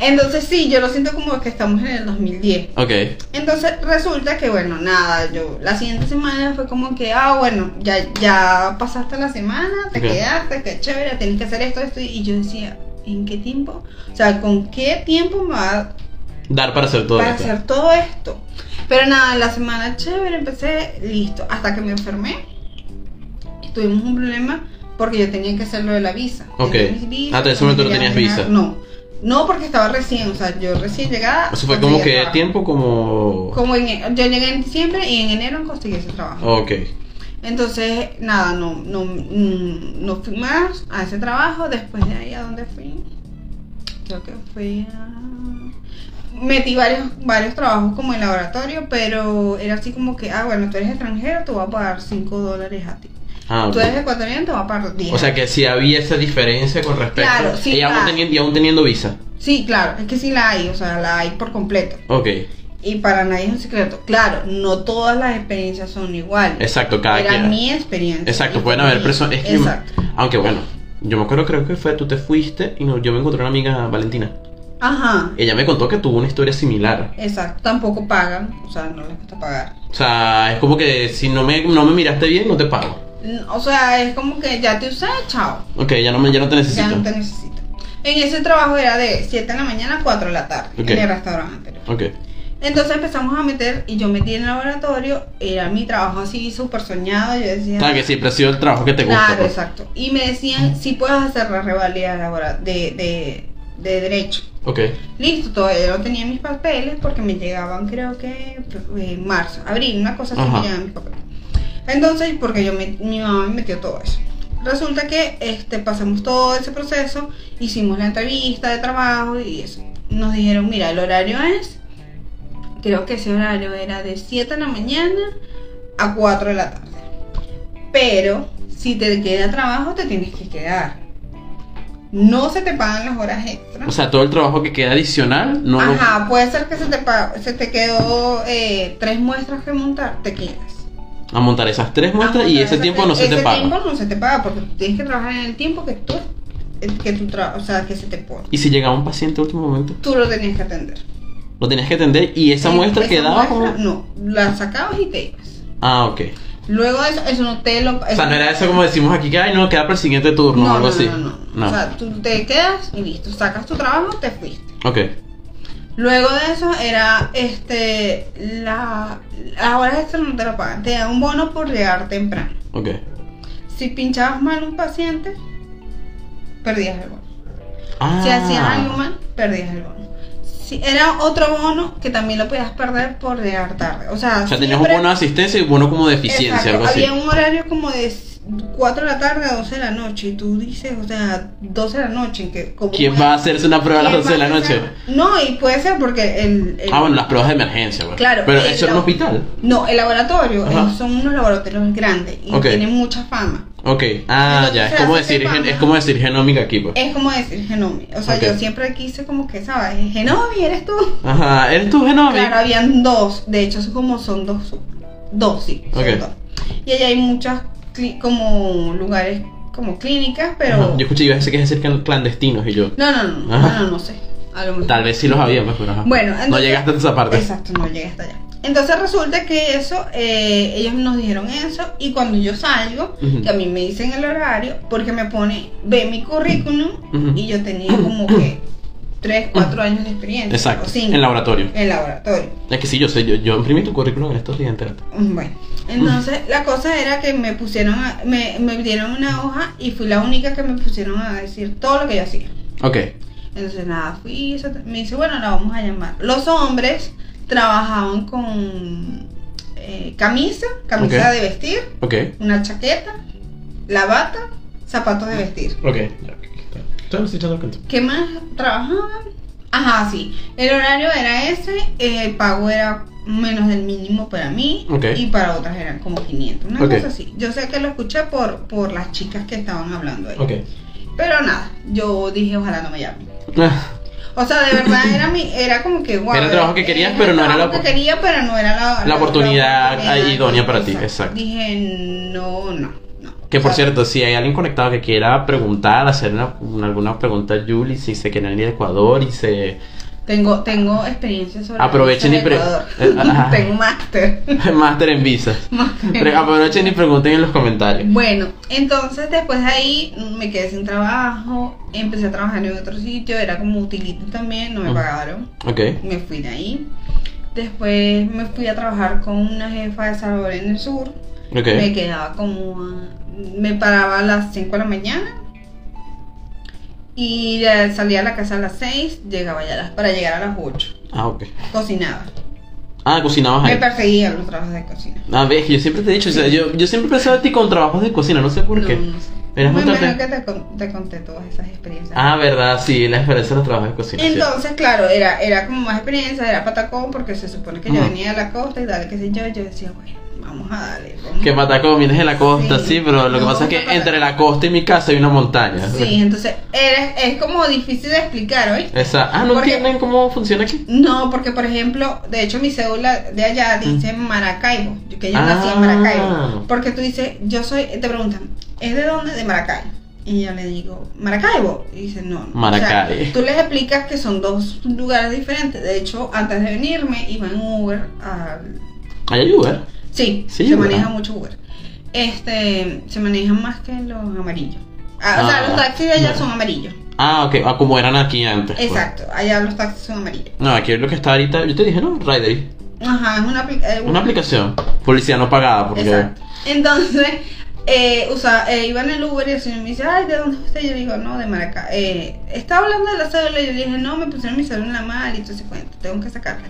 Speaker 2: Entonces sí, yo lo siento como que estamos en el 2010.
Speaker 1: Ok.
Speaker 2: Entonces resulta que bueno, nada, yo la siguiente semana fue como que, ah, bueno, ya, ya pasaste la semana, te
Speaker 1: Ok.
Speaker 2: quedaste, que chévere, tenés que hacer esto, esto, y yo decía, ¿en qué tiempo? O sea, ¿con qué tiempo me va a
Speaker 1: Dar para hacer todo
Speaker 2: para
Speaker 1: esto.
Speaker 2: hacer todo esto. Pero nada, la semana chévere, empecé, listo. Hasta que me enfermé. Y tuvimos un problema porque yo tenía que hacer lo de la visa.
Speaker 1: Ok.
Speaker 2: Tenía mis visas,
Speaker 1: Ah, hasta ese momento no
Speaker 2: quería
Speaker 1: tenías
Speaker 2: viajar.
Speaker 1: visa.
Speaker 2: No. No, porque estaba recién, o sea, yo recién llegada.
Speaker 1: Eso fue como
Speaker 2: conseguí
Speaker 1: que
Speaker 2: trabajo.
Speaker 1: tiempo como.
Speaker 2: Como en- yo llegué en diciembre y en enero conseguí ese trabajo.
Speaker 1: Ok. Oh.
Speaker 2: Entonces, nada, no, no, mm, no fui más a ese trabajo. Después de ahí, ¿a dónde fui? Creo que fui a... Metí varios, varios trabajos como en laboratorio, pero era así como que, ah, bueno, tú eres extranjero, te voy a pagar 5 dólares a ti.
Speaker 1: Ah,
Speaker 2: Tú
Speaker 1: ok.
Speaker 2: eres ecuatoriano, te voy a pagar 10.
Speaker 1: O sea que si había esa diferencia con respecto.
Speaker 2: Claro, sí,
Speaker 1: y, aún
Speaker 2: claro.
Speaker 1: teniendo, y aún teniendo visa.
Speaker 2: Sí, claro, es que sí la hay, o sea, la hay por completo.
Speaker 1: Ok.
Speaker 2: Y para nadie es un secreto. Claro, no todas las experiencias son iguales.
Speaker 1: Exacto, cada
Speaker 2: era
Speaker 1: quien.
Speaker 2: mi experiencia.
Speaker 1: Exacto,
Speaker 2: mi
Speaker 1: pueden haber
Speaker 2: experiencia.
Speaker 1: personas. es que-
Speaker 2: Exacto.
Speaker 1: Aunque bueno, yo me acuerdo, creo que fue, tú te fuiste y no- yo me encontré una amiga, Valentina.
Speaker 2: Ajá.
Speaker 1: Ella me contó que tuvo una historia similar.
Speaker 2: Exacto, tampoco pagan, o sea, no les gusta pagar.
Speaker 1: O sea, es como que si no me, no me miraste bien, no te pago.
Speaker 2: N- O sea, es como que ya te usé, chao,
Speaker 1: Ok, ya no, me, ya no te necesito.
Speaker 2: ya no te necesito. En ese trabajo era de 7 de la mañana a 4 de la tarde,
Speaker 1: Ok.
Speaker 2: en el restaurante anterior.
Speaker 1: Ok,
Speaker 2: Entonces empezamos a meter, y yo metí en el laboratorio, era mi trabajo así súper soñado, yo decía...
Speaker 1: o sea que siempre ha sido el trabajo que te gusta.
Speaker 2: Claro,
Speaker 1: pues.
Speaker 2: exacto. Y me decían, si puedes hacer la revalida labora- de, de, de derecho.
Speaker 1: Ok,
Speaker 2: Listo, todavía no tenía mis papeles porque me llegaban creo que en marzo, abril, una cosa así
Speaker 1: Ajá.
Speaker 2: me llegaban mis papeles. Entonces, porque yo me- mi mamá me metió todo eso. Resulta que este, pasamos todo ese proceso, hicimos la entrevista de trabajo y eso. Nos dijeron, mira, el horario es, creo que ese horario era de 7 de la mañana a 4 de la tarde. Pero si te queda trabajo, te tienes que quedar. No se te pagan las horas extras.
Speaker 1: o sea, todo el trabajo que queda adicional no lo-
Speaker 2: Ajá, puede ser que se te, pa- se te quedó eh, tres muestras que montar, te quedas.
Speaker 1: a montar esas tres muestras
Speaker 2: Ah,
Speaker 1: y
Speaker 2: montar
Speaker 1: ese
Speaker 2: esas
Speaker 1: tiempo
Speaker 2: tres-
Speaker 1: no se te
Speaker 2: ese
Speaker 1: paga.
Speaker 2: tiempo no se te paga porque tú tienes que trabajar en el tiempo que tú, eh, que tú tra- o sea, que se te pone.
Speaker 1: Y si llegaba un paciente a último momento,
Speaker 2: Tú lo tenías que atender.
Speaker 1: lo tenías que atender y esa
Speaker 2: Eh,
Speaker 1: muestra quedaba
Speaker 2: muestra,
Speaker 1: como.
Speaker 2: No, la sacabas y te ibas.
Speaker 1: Ah, ok.
Speaker 2: Luego de eso, eso no te lo...
Speaker 1: O sea, no era eso como decimos aquí que ay, no, queda para el siguiente turno o
Speaker 2: no,
Speaker 1: algo
Speaker 2: no,
Speaker 1: así.
Speaker 2: no, no, no. O sea, tú te quedas y listo, sacas tu trabajo, te fuiste.
Speaker 1: ok.
Speaker 2: Luego de eso era este la las horas extra no te lo pagan, te dan un bono por llegar temprano.
Speaker 1: Ok.
Speaker 2: Si pinchabas mal un paciente, perdías el bono.
Speaker 1: Ah,
Speaker 2: Si hacías algo mal, perdías el bono. Si era otro bono que también lo podías perder por llegar tarde. O sea,
Speaker 1: O sea, tenías un
Speaker 2: siempre-
Speaker 1: bono de asistencia y un bono como de eficiencia,
Speaker 2: Exacto,
Speaker 1: algo así.
Speaker 2: Había un horario como de s- 4 de la tarde a 12 de la noche. Y tú dices, o sea, 12 de la noche. ¿en qué- cómo
Speaker 1: ¿Quién
Speaker 2: voy
Speaker 1: va a hacerse una prueba a las
Speaker 2: ¿Quién
Speaker 1: 12 de
Speaker 2: va
Speaker 1: la
Speaker 2: a
Speaker 1: noche?
Speaker 2: hacer? No, y puede ser porque el. el-
Speaker 1: Ah, bueno, las pruebas de emergencia, güey.
Speaker 2: Claro,
Speaker 1: Pero
Speaker 2: el-
Speaker 1: eso era un
Speaker 2: la-
Speaker 1: hospital.
Speaker 2: No, el laboratorio.
Speaker 1: Ajá.
Speaker 2: eh, son unos laboratorios grandes y
Speaker 1: Ok.
Speaker 2: tienen mucha fama.
Speaker 1: Ok. Ah,
Speaker 2: Entonces
Speaker 1: ya. Es
Speaker 2: se
Speaker 1: como,
Speaker 2: hace
Speaker 1: decir, gen-
Speaker 2: fama.
Speaker 1: es como decir genómica aquí, pues.
Speaker 2: Es como decir Genomi. O sea,
Speaker 1: Ok.
Speaker 2: yo siempre quise como que, ¿sabes? Genomi, ¿eres tú?
Speaker 1: Ajá. ¿Eres tú genómica?
Speaker 2: Claro, habían dos. De hecho, son como son dos. Dos, sí. son
Speaker 1: Ok.
Speaker 2: dos. Y allá hay muchas cli- como lugares, como clínicas, pero...
Speaker 1: Ajá, Yo escuché, yo sé que es decir clan- clandestinos y yo.
Speaker 2: No, no, no, no,
Speaker 1: Ajá.
Speaker 2: no, no sé. A lo mejor.
Speaker 1: Tal vez sí los había, pues, pero ajá.
Speaker 2: Bueno,
Speaker 1: no
Speaker 2: entonces-
Speaker 1: llegaste a esa parte.
Speaker 2: Exacto, no llegué hasta allá. Entonces resulta que eso, eh, ellos nos dijeron eso y cuando yo salgo,
Speaker 1: Ujú.
Speaker 2: que a mí me dicen el horario, porque me pone, ve mi currículum
Speaker 1: Ujú.
Speaker 2: y yo tenía como que 3, 4 años de experiencia.
Speaker 1: Exacto.
Speaker 2: o cinco,
Speaker 1: En laboratorio.
Speaker 2: en laboratorio.
Speaker 1: Es que sí, yo sé, yo, yo imprimí tu currículum en estos días, entérate.
Speaker 2: Bueno, entonces la cosa era que me pusieron, a- me, me dieron una hoja y fui la única que me pusieron a decir todo lo que yo hacía.
Speaker 1: Ok.
Speaker 2: Entonces nada, fui, eso- me dice, bueno, la vamos a llamar. Los hombres trabajaban con eh, camisa, camisa
Speaker 1: Ok.
Speaker 2: de vestir,
Speaker 1: Ok.
Speaker 2: una chaqueta, la bata, zapatos de vestir.
Speaker 1: Ok. Entonces, estoy echando cuenta.
Speaker 2: ¿Qué más trabajaban? Ajá, sí. El horario era ese, eh, el pago era menos del mínimo para mí
Speaker 1: Ok.
Speaker 2: y para otras eran como 500, una
Speaker 1: Ok.
Speaker 2: cosa así. Yo sé que lo escuché por, por las chicas que estaban hablando ahí.
Speaker 1: Ok.
Speaker 2: Pero nada, yo dije ojalá no me llamen.
Speaker 1: Ah.
Speaker 2: O sea, de verdad era mi, era como que guau.
Speaker 1: Era el trabajo que querías, pero no era la
Speaker 2: trabajo que
Speaker 1: opor-
Speaker 2: quería, pero no era la,
Speaker 1: la oportunidad idónea para ti, exacto.
Speaker 2: Dije no, no, no.
Speaker 1: Que por
Speaker 2: O sea,
Speaker 1: cierto, si hay alguien conectado que quiera preguntar, hacer una- una- alguna pregunta a Julie, si se quieren ir a Ecuador y se...
Speaker 2: tengo, tengo experiencia sobre
Speaker 1: Aprovechen
Speaker 2: visas
Speaker 1: y pre- Eh,
Speaker 2: de Ecuador.
Speaker 1: Ajá.
Speaker 2: tengo un máster.
Speaker 1: Máster en visas. Pre- Aprovechen y pregunten en los comentarios.
Speaker 2: Bueno, entonces después de ahí mm, me quedé sin trabajo, empecé a trabajar en otro sitio, era como utility también, no me
Speaker 1: Ujú.
Speaker 2: pagaron,
Speaker 1: Ok.
Speaker 2: me fui de ahí. Después me fui a trabajar con una jefa de Salvador en el sur,
Speaker 1: Ok.
Speaker 2: me quedaba como, a- me paraba a las 5 de la mañana y eh, salía a la casa a las 6, llegaba ya a las- para llegar a las 8,
Speaker 1: Ah, ok.
Speaker 2: cocinaba,
Speaker 1: Ah, cocinabas
Speaker 2: me
Speaker 1: ahí.
Speaker 2: perseguían los trabajos de cocina.
Speaker 1: Ah, ves, yo siempre te he dicho, o sea, yo, yo siempre pensaba a ti con trabajos de cocina, no sé por
Speaker 2: No,
Speaker 1: qué.
Speaker 2: no sé.
Speaker 1: Eras
Speaker 2: Muy
Speaker 1: muy
Speaker 2: bueno
Speaker 1: tarde-
Speaker 2: que te, con- te conté todas esas experiencias.
Speaker 1: Ah, verdad, sí, la experiencia de los trabajos de cocina. sí.
Speaker 2: Entonces, claro, era, era como más experiencia, era patacón, porque se supone que yo
Speaker 1: Ajá.
Speaker 2: venía de la costa y dale, qué sé yo, yo decía, bueno, vamos a darle. vamos".
Speaker 1: Que Patacón vienes de la costa,
Speaker 2: Sí.
Speaker 1: sí, pero lo que
Speaker 2: No,
Speaker 1: pasa es
Speaker 2: no,
Speaker 1: que
Speaker 2: no, no.
Speaker 1: entre la costa y mi casa hay una montaña.
Speaker 2: Sí, entonces era, es como difícil de explicar hoy.
Speaker 1: Esa, ah, ¿no
Speaker 2: Porque-
Speaker 1: entienden cómo funciona aquí?
Speaker 2: No, porque por ejemplo, de hecho mi cédula de allá dice Maracaibo, yo- que yo nací
Speaker 1: Mm. Ah.
Speaker 2: en Maracaibo. Porque tú dices, yo soy, te preguntan, ¿es de dónde? De Maracaibo. Y yo le digo, Maracaibo. Y dice, no, no.
Speaker 1: Maracay.
Speaker 2: O sea, tú les explicas que son dos lugares diferentes. De hecho, antes de venirme, iba en Uber al
Speaker 1: Hay ayuda.
Speaker 2: Sí,
Speaker 1: Sí,
Speaker 2: se
Speaker 1: ¿verdad?
Speaker 2: maneja mucho Uber. Este, se manejan más que los amarillos. Ah, o sea,
Speaker 1: Ah,
Speaker 2: los taxis de allá
Speaker 1: no.
Speaker 2: son amarillos.
Speaker 1: Ah, ok, ah, como eran aquí antes. pues.
Speaker 2: Exacto, allá los taxis son amarillos.
Speaker 1: No, aquí es lo que está ahorita, yo te dije, ¿no? Ridery.
Speaker 2: Ajá, es una, apli- eh,
Speaker 1: Una aplicación. Policía no pagada, porque...
Speaker 2: Exacto. Entonces, eh, usa, eh, iba en el Uber y el señor me dice, ay, ¿de dónde es usted? Yo le digo, no, de Maracá. Eh, estaba hablando de la cédula y yo le dije, no, me pusieron mi cédula en la mal y todo ese cuento, tengo que sacarla.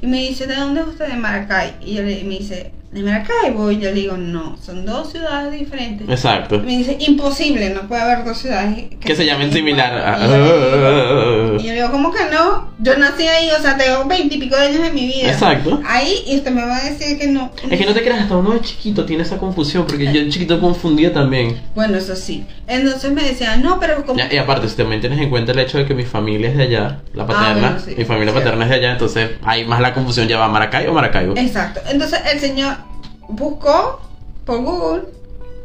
Speaker 2: Y me dice, ¿de dónde es usted? De Maracay. Y yo le, me dice, ¿de Maracaibo? Y yo le digo, no, son dos ciudades diferentes.
Speaker 1: Exacto.
Speaker 2: Me dice, imposible, no puede haber dos ciudades
Speaker 1: Que se llamen similar.
Speaker 2: igual". Y yo le digo- Y yo digo, ¿cómo que no? Yo nací ahí, o sea, tengo veintipico de años de mi vida.
Speaker 1: Exacto.
Speaker 2: Ahí, y usted me va a decir que no.
Speaker 1: Es que no te creas, hasta uno de chiquito tiene esa confusión, porque yo de chiquito confundía también.
Speaker 2: Bueno, eso sí. Entonces me decían, no, pero como...
Speaker 1: Ya, Y aparte, si también tienes en cuenta el hecho de que mi familia es de allá, la paterna,
Speaker 2: Ah, bueno, sí,
Speaker 1: mi familia
Speaker 2: sí.
Speaker 1: paterna es de allá, entonces hay más la confusión, ya va Maracay o Maracaibo.
Speaker 2: Exacto. Entonces el señor buscó por Google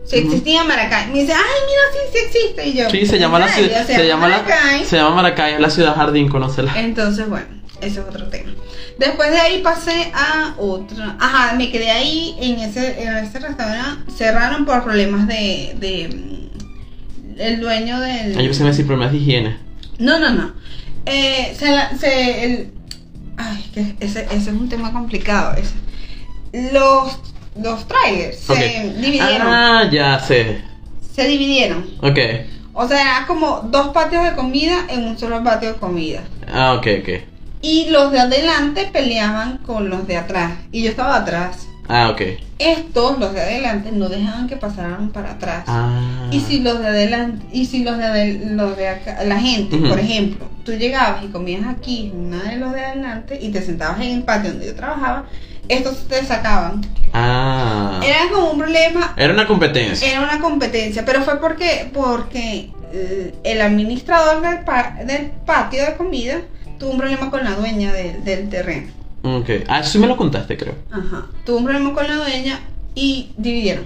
Speaker 2: si
Speaker 1: Ujú.
Speaker 2: existía Maracay. Me dice, ay, mira, sí, sí existe. Y yo...
Speaker 1: Sí, se llama la
Speaker 2: "Ay,
Speaker 1: ciudad,
Speaker 2: o sea,
Speaker 1: se llama
Speaker 2: Maracay".
Speaker 1: la, se llama Maracay, es la ciudad jardín, conócela.
Speaker 2: Entonces, bueno, ese es otro tema. Después de ahí pasé a otra. Ajá, me quedé ahí en ese, en ese restaurante. Cerraron por problemas de. de mm, el dueño del.
Speaker 1: Ay, Yo pensé que me decía problemas de higiene.
Speaker 2: No, no, no. Eh, se, la- se- el- ay, que ese, ese es un tema complicado. ese. Los, los trailers
Speaker 1: Ok.
Speaker 2: se dividieron.
Speaker 1: Ah, ya sé.
Speaker 2: Se dividieron.
Speaker 1: Ok.
Speaker 2: O sea, era como dos patios de comida en un solo patio de comida.
Speaker 1: Ah, ok, ok.
Speaker 2: Y los de adelante peleaban con los de atrás. Y yo estaba atrás.
Speaker 1: Ah, ok.
Speaker 2: Estos, los de adelante, no dejaban que pasaran para atrás.
Speaker 1: Ah.
Speaker 2: Y si los de adelante, y si los de, adel- los de acá- la gente,
Speaker 1: Ujú.
Speaker 2: por ejemplo, tú llegabas y comías aquí, en una de los de adelante, y te sentabas en el patio donde yo trabajaba, estos te sacaban.
Speaker 1: Ah.
Speaker 2: Era como un problema,
Speaker 1: Era una competencia.
Speaker 2: era una competencia, pero fue porque, porque eh, el administrador del, pa- del patio de comida tuvo un problema con la dueña del- del terreno.
Speaker 1: Ok. Ah, eso sí me lo contaste, creo.
Speaker 2: Ajá. Tuvo un problema con la dueña y dividieron.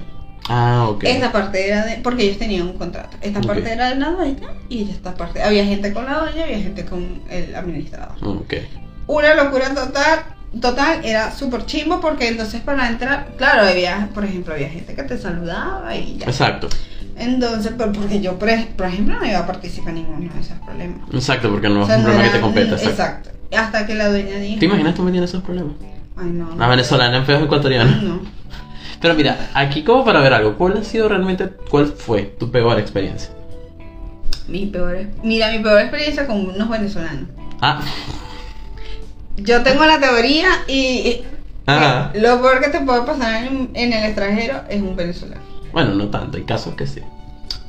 Speaker 1: Ah, ok.
Speaker 2: Esta parte era de. Porque ellos tenían un contrato. Esta
Speaker 1: Ok.
Speaker 2: parte era de la dueña y esta parte. Había gente con la dueña y había gente con el administrador.
Speaker 1: Ok.
Speaker 2: Una locura total. Total, era súper chimbo porque entonces para entrar, claro, había, por ejemplo, había gente que te saludaba y ya.
Speaker 1: Exacto.
Speaker 2: Entonces, pero porque yo, por ej- por ejemplo, no iba a participar en ninguno de esos problemas.
Speaker 1: Exacto, porque no
Speaker 2: O
Speaker 1: es
Speaker 2: sea,
Speaker 1: un
Speaker 2: no
Speaker 1: problema que
Speaker 2: era-
Speaker 1: te compete. Exacto.
Speaker 2: Exacto. Hasta que la dueña dijo.
Speaker 1: ¿Te imaginas tú metiendo esos problemas?
Speaker 2: Ay, no.
Speaker 1: La venezolana en feos ecuatorianos.
Speaker 2: No.
Speaker 1: Pero mira, aquí como para ver algo, ¿cuál ha sido realmente, cuál fue tu peor experiencia?
Speaker 2: Mi peor, mira, mi peor experiencia con unos venezolanos.
Speaker 1: Ah,
Speaker 2: Yo tengo la teoría y
Speaker 1: Ajá.
Speaker 2: y lo peor que te puede pasar en, en el extranjero es un venezolano.
Speaker 1: bueno, no tanto, hay casos que sí.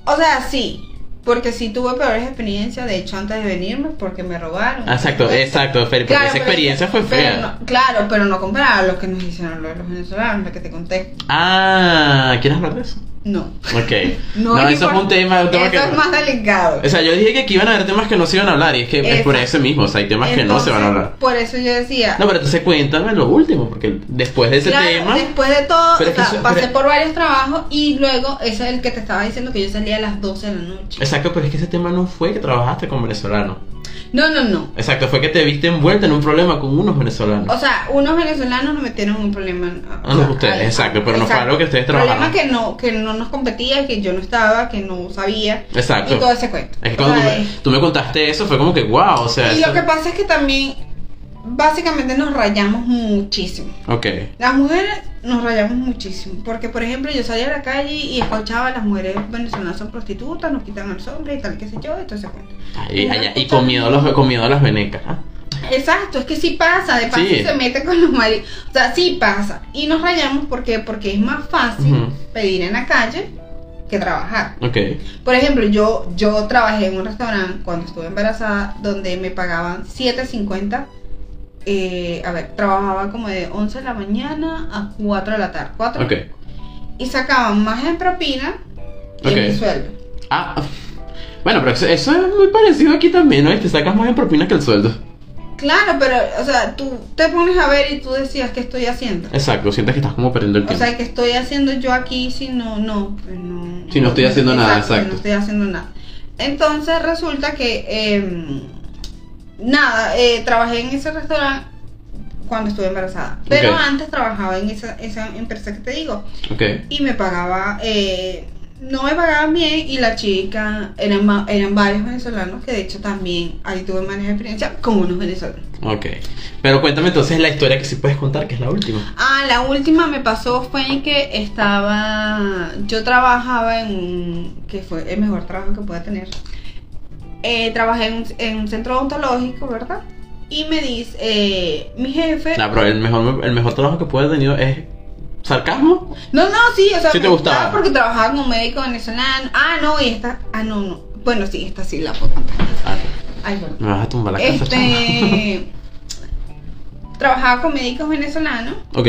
Speaker 2: O sea, sí, Porque sí tuve peores experiencias, de hecho, antes de venirme, porque me robaron.
Speaker 1: Ah,
Speaker 2: Pues,
Speaker 1: Exacto, exacto, Fer, porque
Speaker 2: Claro,
Speaker 1: esa
Speaker 2: pero-
Speaker 1: experiencia fue
Speaker 2: pero
Speaker 1: fea.
Speaker 2: no- claro, pero no comparado a lo que nos hicieron los, los venezolanos, lo que te conté.
Speaker 1: Ah, ¿quieres hablar de eso?
Speaker 2: No.
Speaker 1: Ok.
Speaker 2: No, es
Speaker 1: eso
Speaker 2: import-
Speaker 1: fue un tema, un tema
Speaker 2: eso
Speaker 1: que...
Speaker 2: es más delicado.
Speaker 1: O sea, yo dije que aquí iban a haber temas que no se iban a hablar y es que es por
Speaker 2: Exacto.
Speaker 1: eso mismo, o sea, hay temas que no se van a
Speaker 2: Entonces,
Speaker 1: hablar.
Speaker 2: Por eso yo decía.
Speaker 1: No, pero entonces cuéntame lo último, porque después de ese
Speaker 2: claro,
Speaker 1: tema...
Speaker 2: después de todo,
Speaker 1: Pero
Speaker 2: o
Speaker 1: es que
Speaker 2: sea,
Speaker 1: eso-
Speaker 2: pasé
Speaker 1: pero-
Speaker 2: por varios trabajos y luego, ese es el que te estaba diciendo que yo salía a las 12 de la noche.
Speaker 1: Exacto, pero es que ese tema no fue que trabajaste con venezolanos.
Speaker 2: No, no, no.
Speaker 1: Exacto, fue que te viste envuelta en un problema con unos venezolanos.
Speaker 2: O sea, unos venezolanos nos metieron en un problema. o
Speaker 1: Ah, no,
Speaker 2: sea,
Speaker 1: ustedes, exacto, pero no fue algo que ustedes
Speaker 2: Problema
Speaker 1: trabajaron.
Speaker 2: que no, que no nos competía, que yo no estaba, que no sabía.
Speaker 1: Exacto.
Speaker 2: Y todo ese cuento.
Speaker 1: Es que
Speaker 2: O
Speaker 1: cuando tú
Speaker 2: sea,
Speaker 1: me, tú me contaste eso fue como que wow, o sea...
Speaker 2: y
Speaker 1: eso-
Speaker 2: lo que pasa es que también, básicamente nos rayamos muchísimo.
Speaker 1: Ok,
Speaker 2: Las mujeres nos rayamos muchísimo, porque por ejemplo yo salía a la calle y escuchaba a las mujeres venezolanas son prostitutas, nos quitan al hombre y tal, qué sé yo, y todo ese cuento.
Speaker 1: Ahí, allá, y con miedo a los, con miedo a las venecas. ¿ah?
Speaker 2: Exacto, es que sí pasa, de paso
Speaker 1: Sí.
Speaker 2: se mete con los maridos, o sea, sí pasa. Y nos rayamos porque, porque es más fácil
Speaker 1: Ujú.
Speaker 2: pedir en la calle que trabajar.
Speaker 1: Ok,
Speaker 2: Por ejemplo, yo, yo trabajé en un restaurante cuando estuve embarazada donde me pagaban 7.50. eh, a ver, trabajaba como de 11 de la mañana a 4 de la tarde. 4
Speaker 1: ok.
Speaker 2: y sacaban más en propina que en
Speaker 1: Ok.
Speaker 2: mi sueldo.
Speaker 1: Ah, bueno, pero eso, eso es muy parecido aquí también, ¿no? Y te sacas más en propinas que el sueldo.
Speaker 2: Claro, pero, o sea, tú te pones a ver y tú decías que estoy haciendo.
Speaker 1: Exacto, sientes que estás como perdiendo el
Speaker 2: O
Speaker 1: tiempo.
Speaker 2: sea, que estoy haciendo yo aquí si no, no, pues no.
Speaker 1: Si no estoy haciendo nada,
Speaker 2: si
Speaker 1: exacto.
Speaker 2: No estoy haciendo nada. Entonces resulta que, eh, nada, eh, trabajé en ese restaurante cuando estuve embarazada. Pero
Speaker 1: Ok.
Speaker 2: antes trabajaba en esa, esa empresa que te digo.
Speaker 1: ok,
Speaker 2: y me pagaba, eh, no me pagaban bien y la chica, eran, ma- eran varios venezolanos que de hecho también ahí tuve manejo de experiencia con unos venezolanos.
Speaker 1: ok. Pero cuéntame entonces la historia que sí puedes contar, que es la última.
Speaker 2: Ah, la última me pasó fue en que estaba, yo trabajaba en un, que fue el mejor trabajo que pude tener, Eh, trabajé en un, en un centro odontológico, ¿verdad? Y me dice, eh, mi jefe...
Speaker 1: No, Ah, pero el mejor, el mejor trabajo que puedes haber tenido es sarcasmo.
Speaker 2: No, no, sí, o sea,
Speaker 1: Sí te
Speaker 2: me
Speaker 1: gustaba.
Speaker 2: porque trabajaba con un médico venezolano. Ah, no, y esta, ah, no, no. Bueno, sí, esta sí la puedo contar.
Speaker 1: Ah,
Speaker 2: Ay, bueno.
Speaker 1: me vas a tumbar la casa. chama.
Speaker 2: Este. trabajaba con médicos venezolanos
Speaker 1: ok,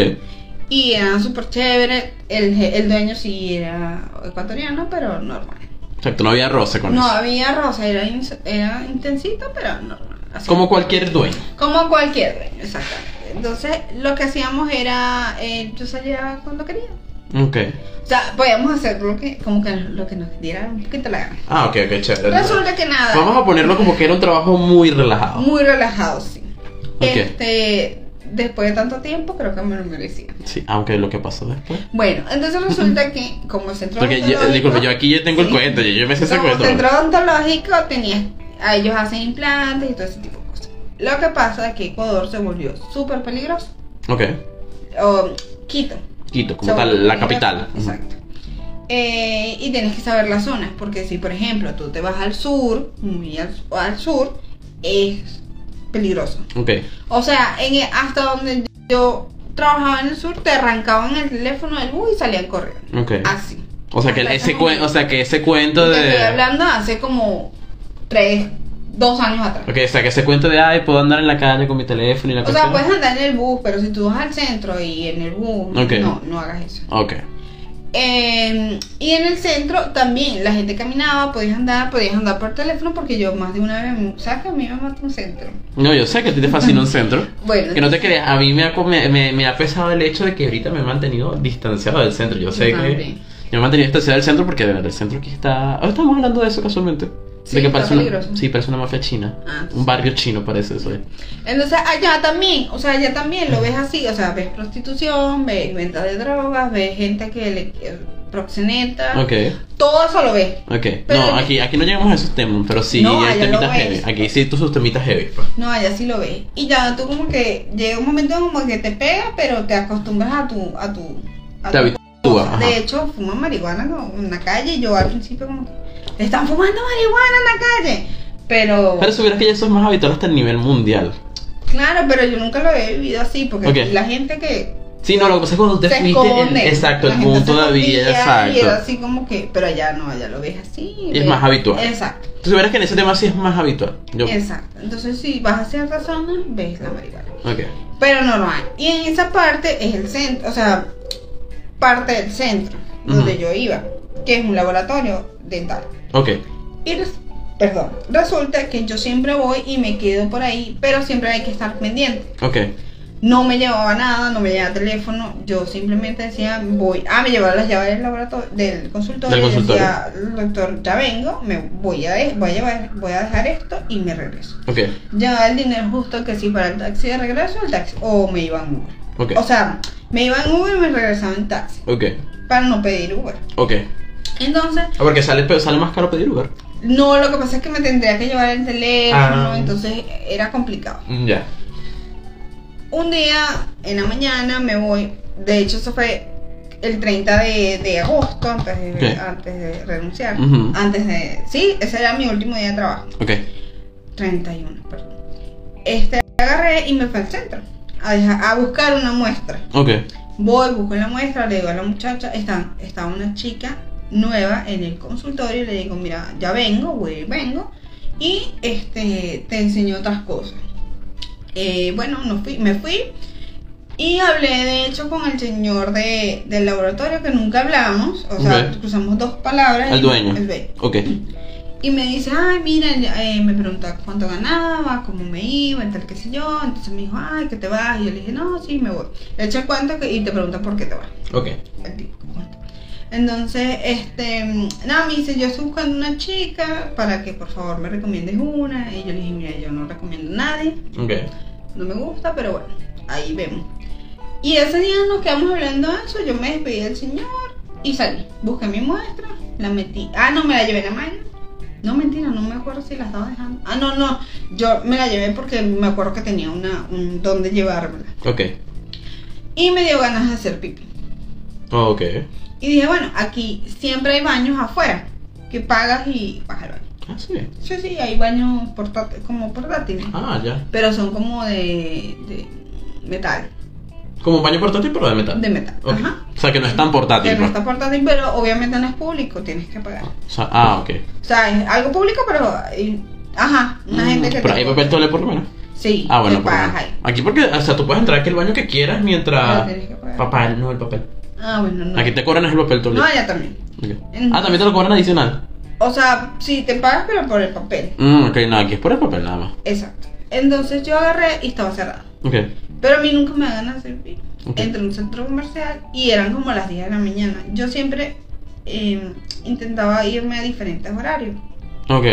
Speaker 2: y eran súper chéveres. El, je- el dueño sí era ecuatoriano, pero normal.
Speaker 1: exacto, no había roce con
Speaker 2: No
Speaker 1: eso.
Speaker 2: había rosa, era, ins- era intensito, pero normal. Así-
Speaker 1: Como cualquier dueño.
Speaker 2: como cualquier dueño, exactamente. Entonces, lo que hacíamos era. eh, yo salía cuando quería.
Speaker 1: Ok.
Speaker 2: O sea, podíamos hacer lo que, como que lo que nos diera un poquito la gana.
Speaker 1: Ah, ok, ok, chévere.
Speaker 2: Resulta que nada.
Speaker 1: Vamos a ponerlo como que era un trabajo muy relajado.
Speaker 2: Muy relajado, sí.
Speaker 1: Ok.
Speaker 2: Este, después de tanto tiempo, creo que me lo merecía.
Speaker 1: Sí, aunque lo que pasó después.
Speaker 2: Bueno, entonces resulta que como centro
Speaker 1: Porque yo,
Speaker 2: odontológico-
Speaker 1: disculpe, yo aquí ya tengo el
Speaker 2: Sí.
Speaker 1: cuento, yo, yo me sé ese
Speaker 2: Como
Speaker 1: cuento.
Speaker 2: centro odontológico tenías, a ellos hacen implantes y todo ese tipo de cosas. Lo que pasa es que Ecuador se volvió súper peligroso.
Speaker 1: Ok,
Speaker 2: O Quito.
Speaker 1: Quito, como
Speaker 2: se volvió
Speaker 1: tal, la
Speaker 2: peligroso,
Speaker 1: capital.
Speaker 2: Exacto. Eh, y tienes que saber las zonas, porque si por ejemplo tú te vas al sur, muy al, al sur, es peligroso.
Speaker 1: Ok,
Speaker 2: O sea, en el- hasta donde yo trabajaba en el sur, te arrancaban el teléfono del bus y salían corriendo.
Speaker 1: ok.
Speaker 2: Así.
Speaker 1: O sea, que
Speaker 2: Hasta
Speaker 1: ese,
Speaker 2: ese
Speaker 1: cuen-
Speaker 2: momento.
Speaker 1: o sea, que ese cuento
Speaker 2: Te estoy
Speaker 1: de...
Speaker 2: hablando hace como tres, dos años atrás.
Speaker 1: Ok, o sea, que ese cuento de, ay, puedo andar en la calle con mi teléfono y la
Speaker 2: O sea,
Speaker 1: cuestión.
Speaker 2: puedes andar en el bus, pero si tú vas al centro y en el bus,
Speaker 1: Ok.
Speaker 2: no, no hagas eso.
Speaker 1: Ok,
Speaker 2: Eh, y en el centro también la gente caminaba, podías andar, podías andar por teléfono, porque yo más de una vez, me- ¿sabes que a mí me mató un centro?
Speaker 1: no, yo sé que a ti te fascina un centro.
Speaker 2: Bueno,
Speaker 1: Que no te creas, a mí me ha, co- me, me- me ha pesado el hecho de que ahorita me he mantenido distanciado del centro. Yo sé
Speaker 2: Yo
Speaker 1: que...
Speaker 2: también.
Speaker 1: Yo me he mantenido distanciado del centro porque de verdad, el centro aquí está... Hoy estamos hablando de eso casualmente.
Speaker 2: Sí,
Speaker 1: de que
Speaker 2: está
Speaker 1: parece una,
Speaker 2: peligroso.
Speaker 1: sí, parece una mafia china.
Speaker 2: Ah,
Speaker 1: Un barrio chino parece eso. eh.
Speaker 2: Entonces allá también, o sea, allá también lo ves así, o sea, ves prostitución, ves venta de drogas, ves gente que le que proxeneta,
Speaker 1: Ok,
Speaker 2: todo eso lo ves.
Speaker 1: ok.
Speaker 2: Pero-
Speaker 1: no, aquí, aquí no llegamos a esos temas, pero sí
Speaker 2: No,
Speaker 1: hay
Speaker 2: allá lo
Speaker 1: temitas heavy.
Speaker 2: ves.
Speaker 1: Aquí sí tus temitas heavy. pues.
Speaker 2: No, allá sí lo ves. Y ya tú como que llega un momento como que te pegas, pero te acostumbras a tu a tu a
Speaker 1: Te
Speaker 2: tu
Speaker 1: habitúas,
Speaker 2: cosa.
Speaker 1: ajá.
Speaker 2: De hecho, fuman marihuana como en la calle y yo al principio como que "Le están fumando marihuana en la calle. Pero
Speaker 1: Pero supieras que ya eso es más habitual hasta el nivel mundial.
Speaker 2: claro, pero yo nunca lo he vivido así porque
Speaker 1: Ok.
Speaker 2: la gente que
Speaker 1: Sí, no, lo que pasa es cuando usted
Speaker 2: se
Speaker 1: fuiste, el-
Speaker 2: esconde.
Speaker 1: exacto,
Speaker 2: La
Speaker 1: el
Speaker 2: gente
Speaker 1: boom
Speaker 2: se
Speaker 1: todavía,
Speaker 2: escondía Y era
Speaker 1: exacto.
Speaker 2: así como que, pero allá no, allá lo ves así.
Speaker 1: Y es
Speaker 2: ves-
Speaker 1: más habitual.
Speaker 2: Exacto,
Speaker 1: Entonces verás que en ese tema sí es más habitual. Yo,
Speaker 2: exacto. Entonces, si vas a ciertas zonas, ves la marihuana.
Speaker 1: ok.
Speaker 2: Pero no lo hay. Y en esa parte es el centro, o sea, parte del centro donde
Speaker 1: Ujú.
Speaker 2: yo iba, que es un laboratorio dental.
Speaker 1: Ok.
Speaker 2: Y res- perdón, resulta que yo siempre voy y me quedo por ahí, pero siempre hay que estar pendiente.
Speaker 1: Ok.
Speaker 2: No me llevaba nada, no me llevaba teléfono, yo simplemente decía, voy, ah, me llevaba las llaves del laboratorio, del consultorio,
Speaker 1: Del
Speaker 2: y
Speaker 1: consultorio.
Speaker 2: decía, doctor, ya vengo, me voy a, de- voy a llevar, voy a dejar esto y me regreso.
Speaker 1: Ok.
Speaker 2: Llevaba el dinero justo que sí para el taxi de regreso, el taxi, o me iba en Uber.
Speaker 1: Ok.
Speaker 2: O sea, me iba en Uber y me regresaba en taxi,
Speaker 1: Ok.
Speaker 2: para no pedir Uber.
Speaker 1: Ok.
Speaker 2: Entonces,
Speaker 1: Ah, porque sale, pero sale más caro pedir Uber.
Speaker 2: No, lo que pasa es que me tendría que llevar el teléfono,
Speaker 1: Ah.
Speaker 2: entonces era complicado.
Speaker 1: Mm, Ya.
Speaker 2: Un día en la mañana me voy, de hecho eso fue el 30 de, de agosto, antes de,
Speaker 1: Ok.
Speaker 2: antes de renunciar,
Speaker 1: Ujú.
Speaker 2: antes de... Sí, ese era mi último día de trabajo,
Speaker 1: Ok.
Speaker 2: 31, perdón. Este, agarré y me fui al centro a, dejar- a buscar una muestra.
Speaker 1: Ok.
Speaker 2: Voy, busco la muestra, le digo a la muchacha, está, está una chica nueva en el consultorio, y le digo, mira, ya vengo, voy, vengo, y este, te enseño otras cosas. Eh, bueno, no fui, me fui y hablé de hecho con el señor de, del laboratorio que nunca hablamos, o sea,
Speaker 1: Ok.
Speaker 2: cruzamos dos palabras.
Speaker 1: El
Speaker 2: y-
Speaker 1: dueño.
Speaker 2: El dueño.
Speaker 1: Ok.
Speaker 2: Y me dice, ay, mira, eh, me pregunta cuánto ganaba, cómo me iba, y tal, qué sé yo. Entonces me dijo, ay, que te vas. Y yo le dije, no, sí, me voy. Le eché el cuento que- y te pregunta por qué te vas.
Speaker 1: Ok.
Speaker 2: El típico cuento. Entonces, este, mm, nada, me dice, yo estoy buscando una chica para que por favor me recomiendes una. Y yo le dije, mira, yo no recomiendo a nadie,
Speaker 1: Ok.
Speaker 2: no me gusta, pero bueno, ahí vemos. Y ese día nos quedamos hablando de eso, yo me despedí del señor y salí. Busqué mi muestra, la metí. Ah, no, me la llevé en la mano. No, mentira, no me acuerdo si la estaba dejando. Ah, no, no, yo me la llevé porque me acuerdo que tenía una, un donde llevármela.
Speaker 1: Ok.
Speaker 2: Y me dio ganas de hacer pipi.
Speaker 1: Ok.
Speaker 2: Y dije, bueno, aquí siempre hay baños afuera, que pagas y vas al baño.
Speaker 1: Ah, sí.
Speaker 2: Sí, sí, hay baños portátil- como portátiles,
Speaker 1: Ah, ya.
Speaker 2: pero son como de, de metal,
Speaker 1: Como un baño portátil, pero de metal.
Speaker 2: de metal.
Speaker 1: Ok.
Speaker 2: Ajá.
Speaker 1: O sea, que no es tan portátil.
Speaker 2: Que no
Speaker 1: pues.
Speaker 2: está portátil, pero obviamente no es público, tienes que pagar.
Speaker 1: O sea, ah, ok.
Speaker 2: O sea, es algo público, pero... hay- ajá, una
Speaker 1: Mm,
Speaker 2: gente que...
Speaker 1: Pero
Speaker 2: te-
Speaker 1: hay papel toalé por lo menos.
Speaker 2: Sí,
Speaker 1: Ah, bueno,
Speaker 2: te
Speaker 1: por lo
Speaker 2: pagas
Speaker 1: menos.
Speaker 2: ahí.
Speaker 1: Aquí porque, o sea, tú puedes entrar aquí el baño que quieras
Speaker 2: Pero
Speaker 1: mientras...
Speaker 2: tienes que pagar.
Speaker 1: Papel, no el papel.
Speaker 2: Ah, bueno, no.
Speaker 1: Aquí te cobran es el papel toalé.
Speaker 2: No, allá también.
Speaker 1: Ok. Ah, también te lo cobran adicional.
Speaker 2: O sea, sí, te pagas, pero por el papel.
Speaker 1: Mm, ok, no, aquí es por el papel nada más.
Speaker 2: Exacto. Entonces yo agarré y estaba cerrada.
Speaker 1: Ok.
Speaker 2: Pero a mí nunca me da ganas de servir.
Speaker 1: Ok.
Speaker 2: Entré a un centro comercial y eran como las 10 de la mañana. Yo siempre eh, intentaba irme a diferentes horarios
Speaker 1: Ok.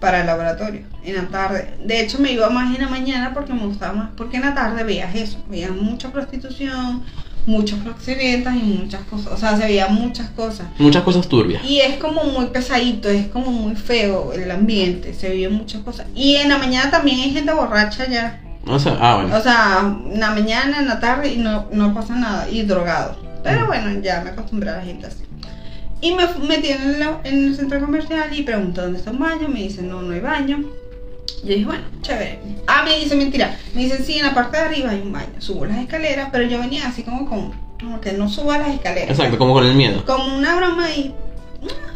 Speaker 2: para el laboratorio, en la tarde. De hecho, me iba más en la mañana porque me gustaba más, porque en la tarde veías eso. Veías mucha prostitución, muchos proxenetas y muchas cosas. O sea, se veían muchas cosas.
Speaker 1: Muchas cosas turbias.
Speaker 2: Y es como muy pesadito, es como muy feo el ambiente, se veían muchas cosas. Y en la mañana también hay gente borracha ya.
Speaker 1: O sea, ah, bueno.
Speaker 2: O sea, en la mañana, en la tarde y no, no pasa nada. Y drogado.
Speaker 1: Mm.
Speaker 2: Pero bueno, ya me acostumbré a la gente así. Y me fu- metí en el, en el centro comercial y pregunté dónde está un baño. Me dicen, no, no hay baño. Yo dije, bueno, chévere. Ah, me dice mentira. Me dicen, sí, en la parte de arriba hay un baño. Subo las escaleras, pero yo venía así como con, como que no suba las escaleras.
Speaker 1: Exacto, como con el miedo.
Speaker 2: Como una broma y...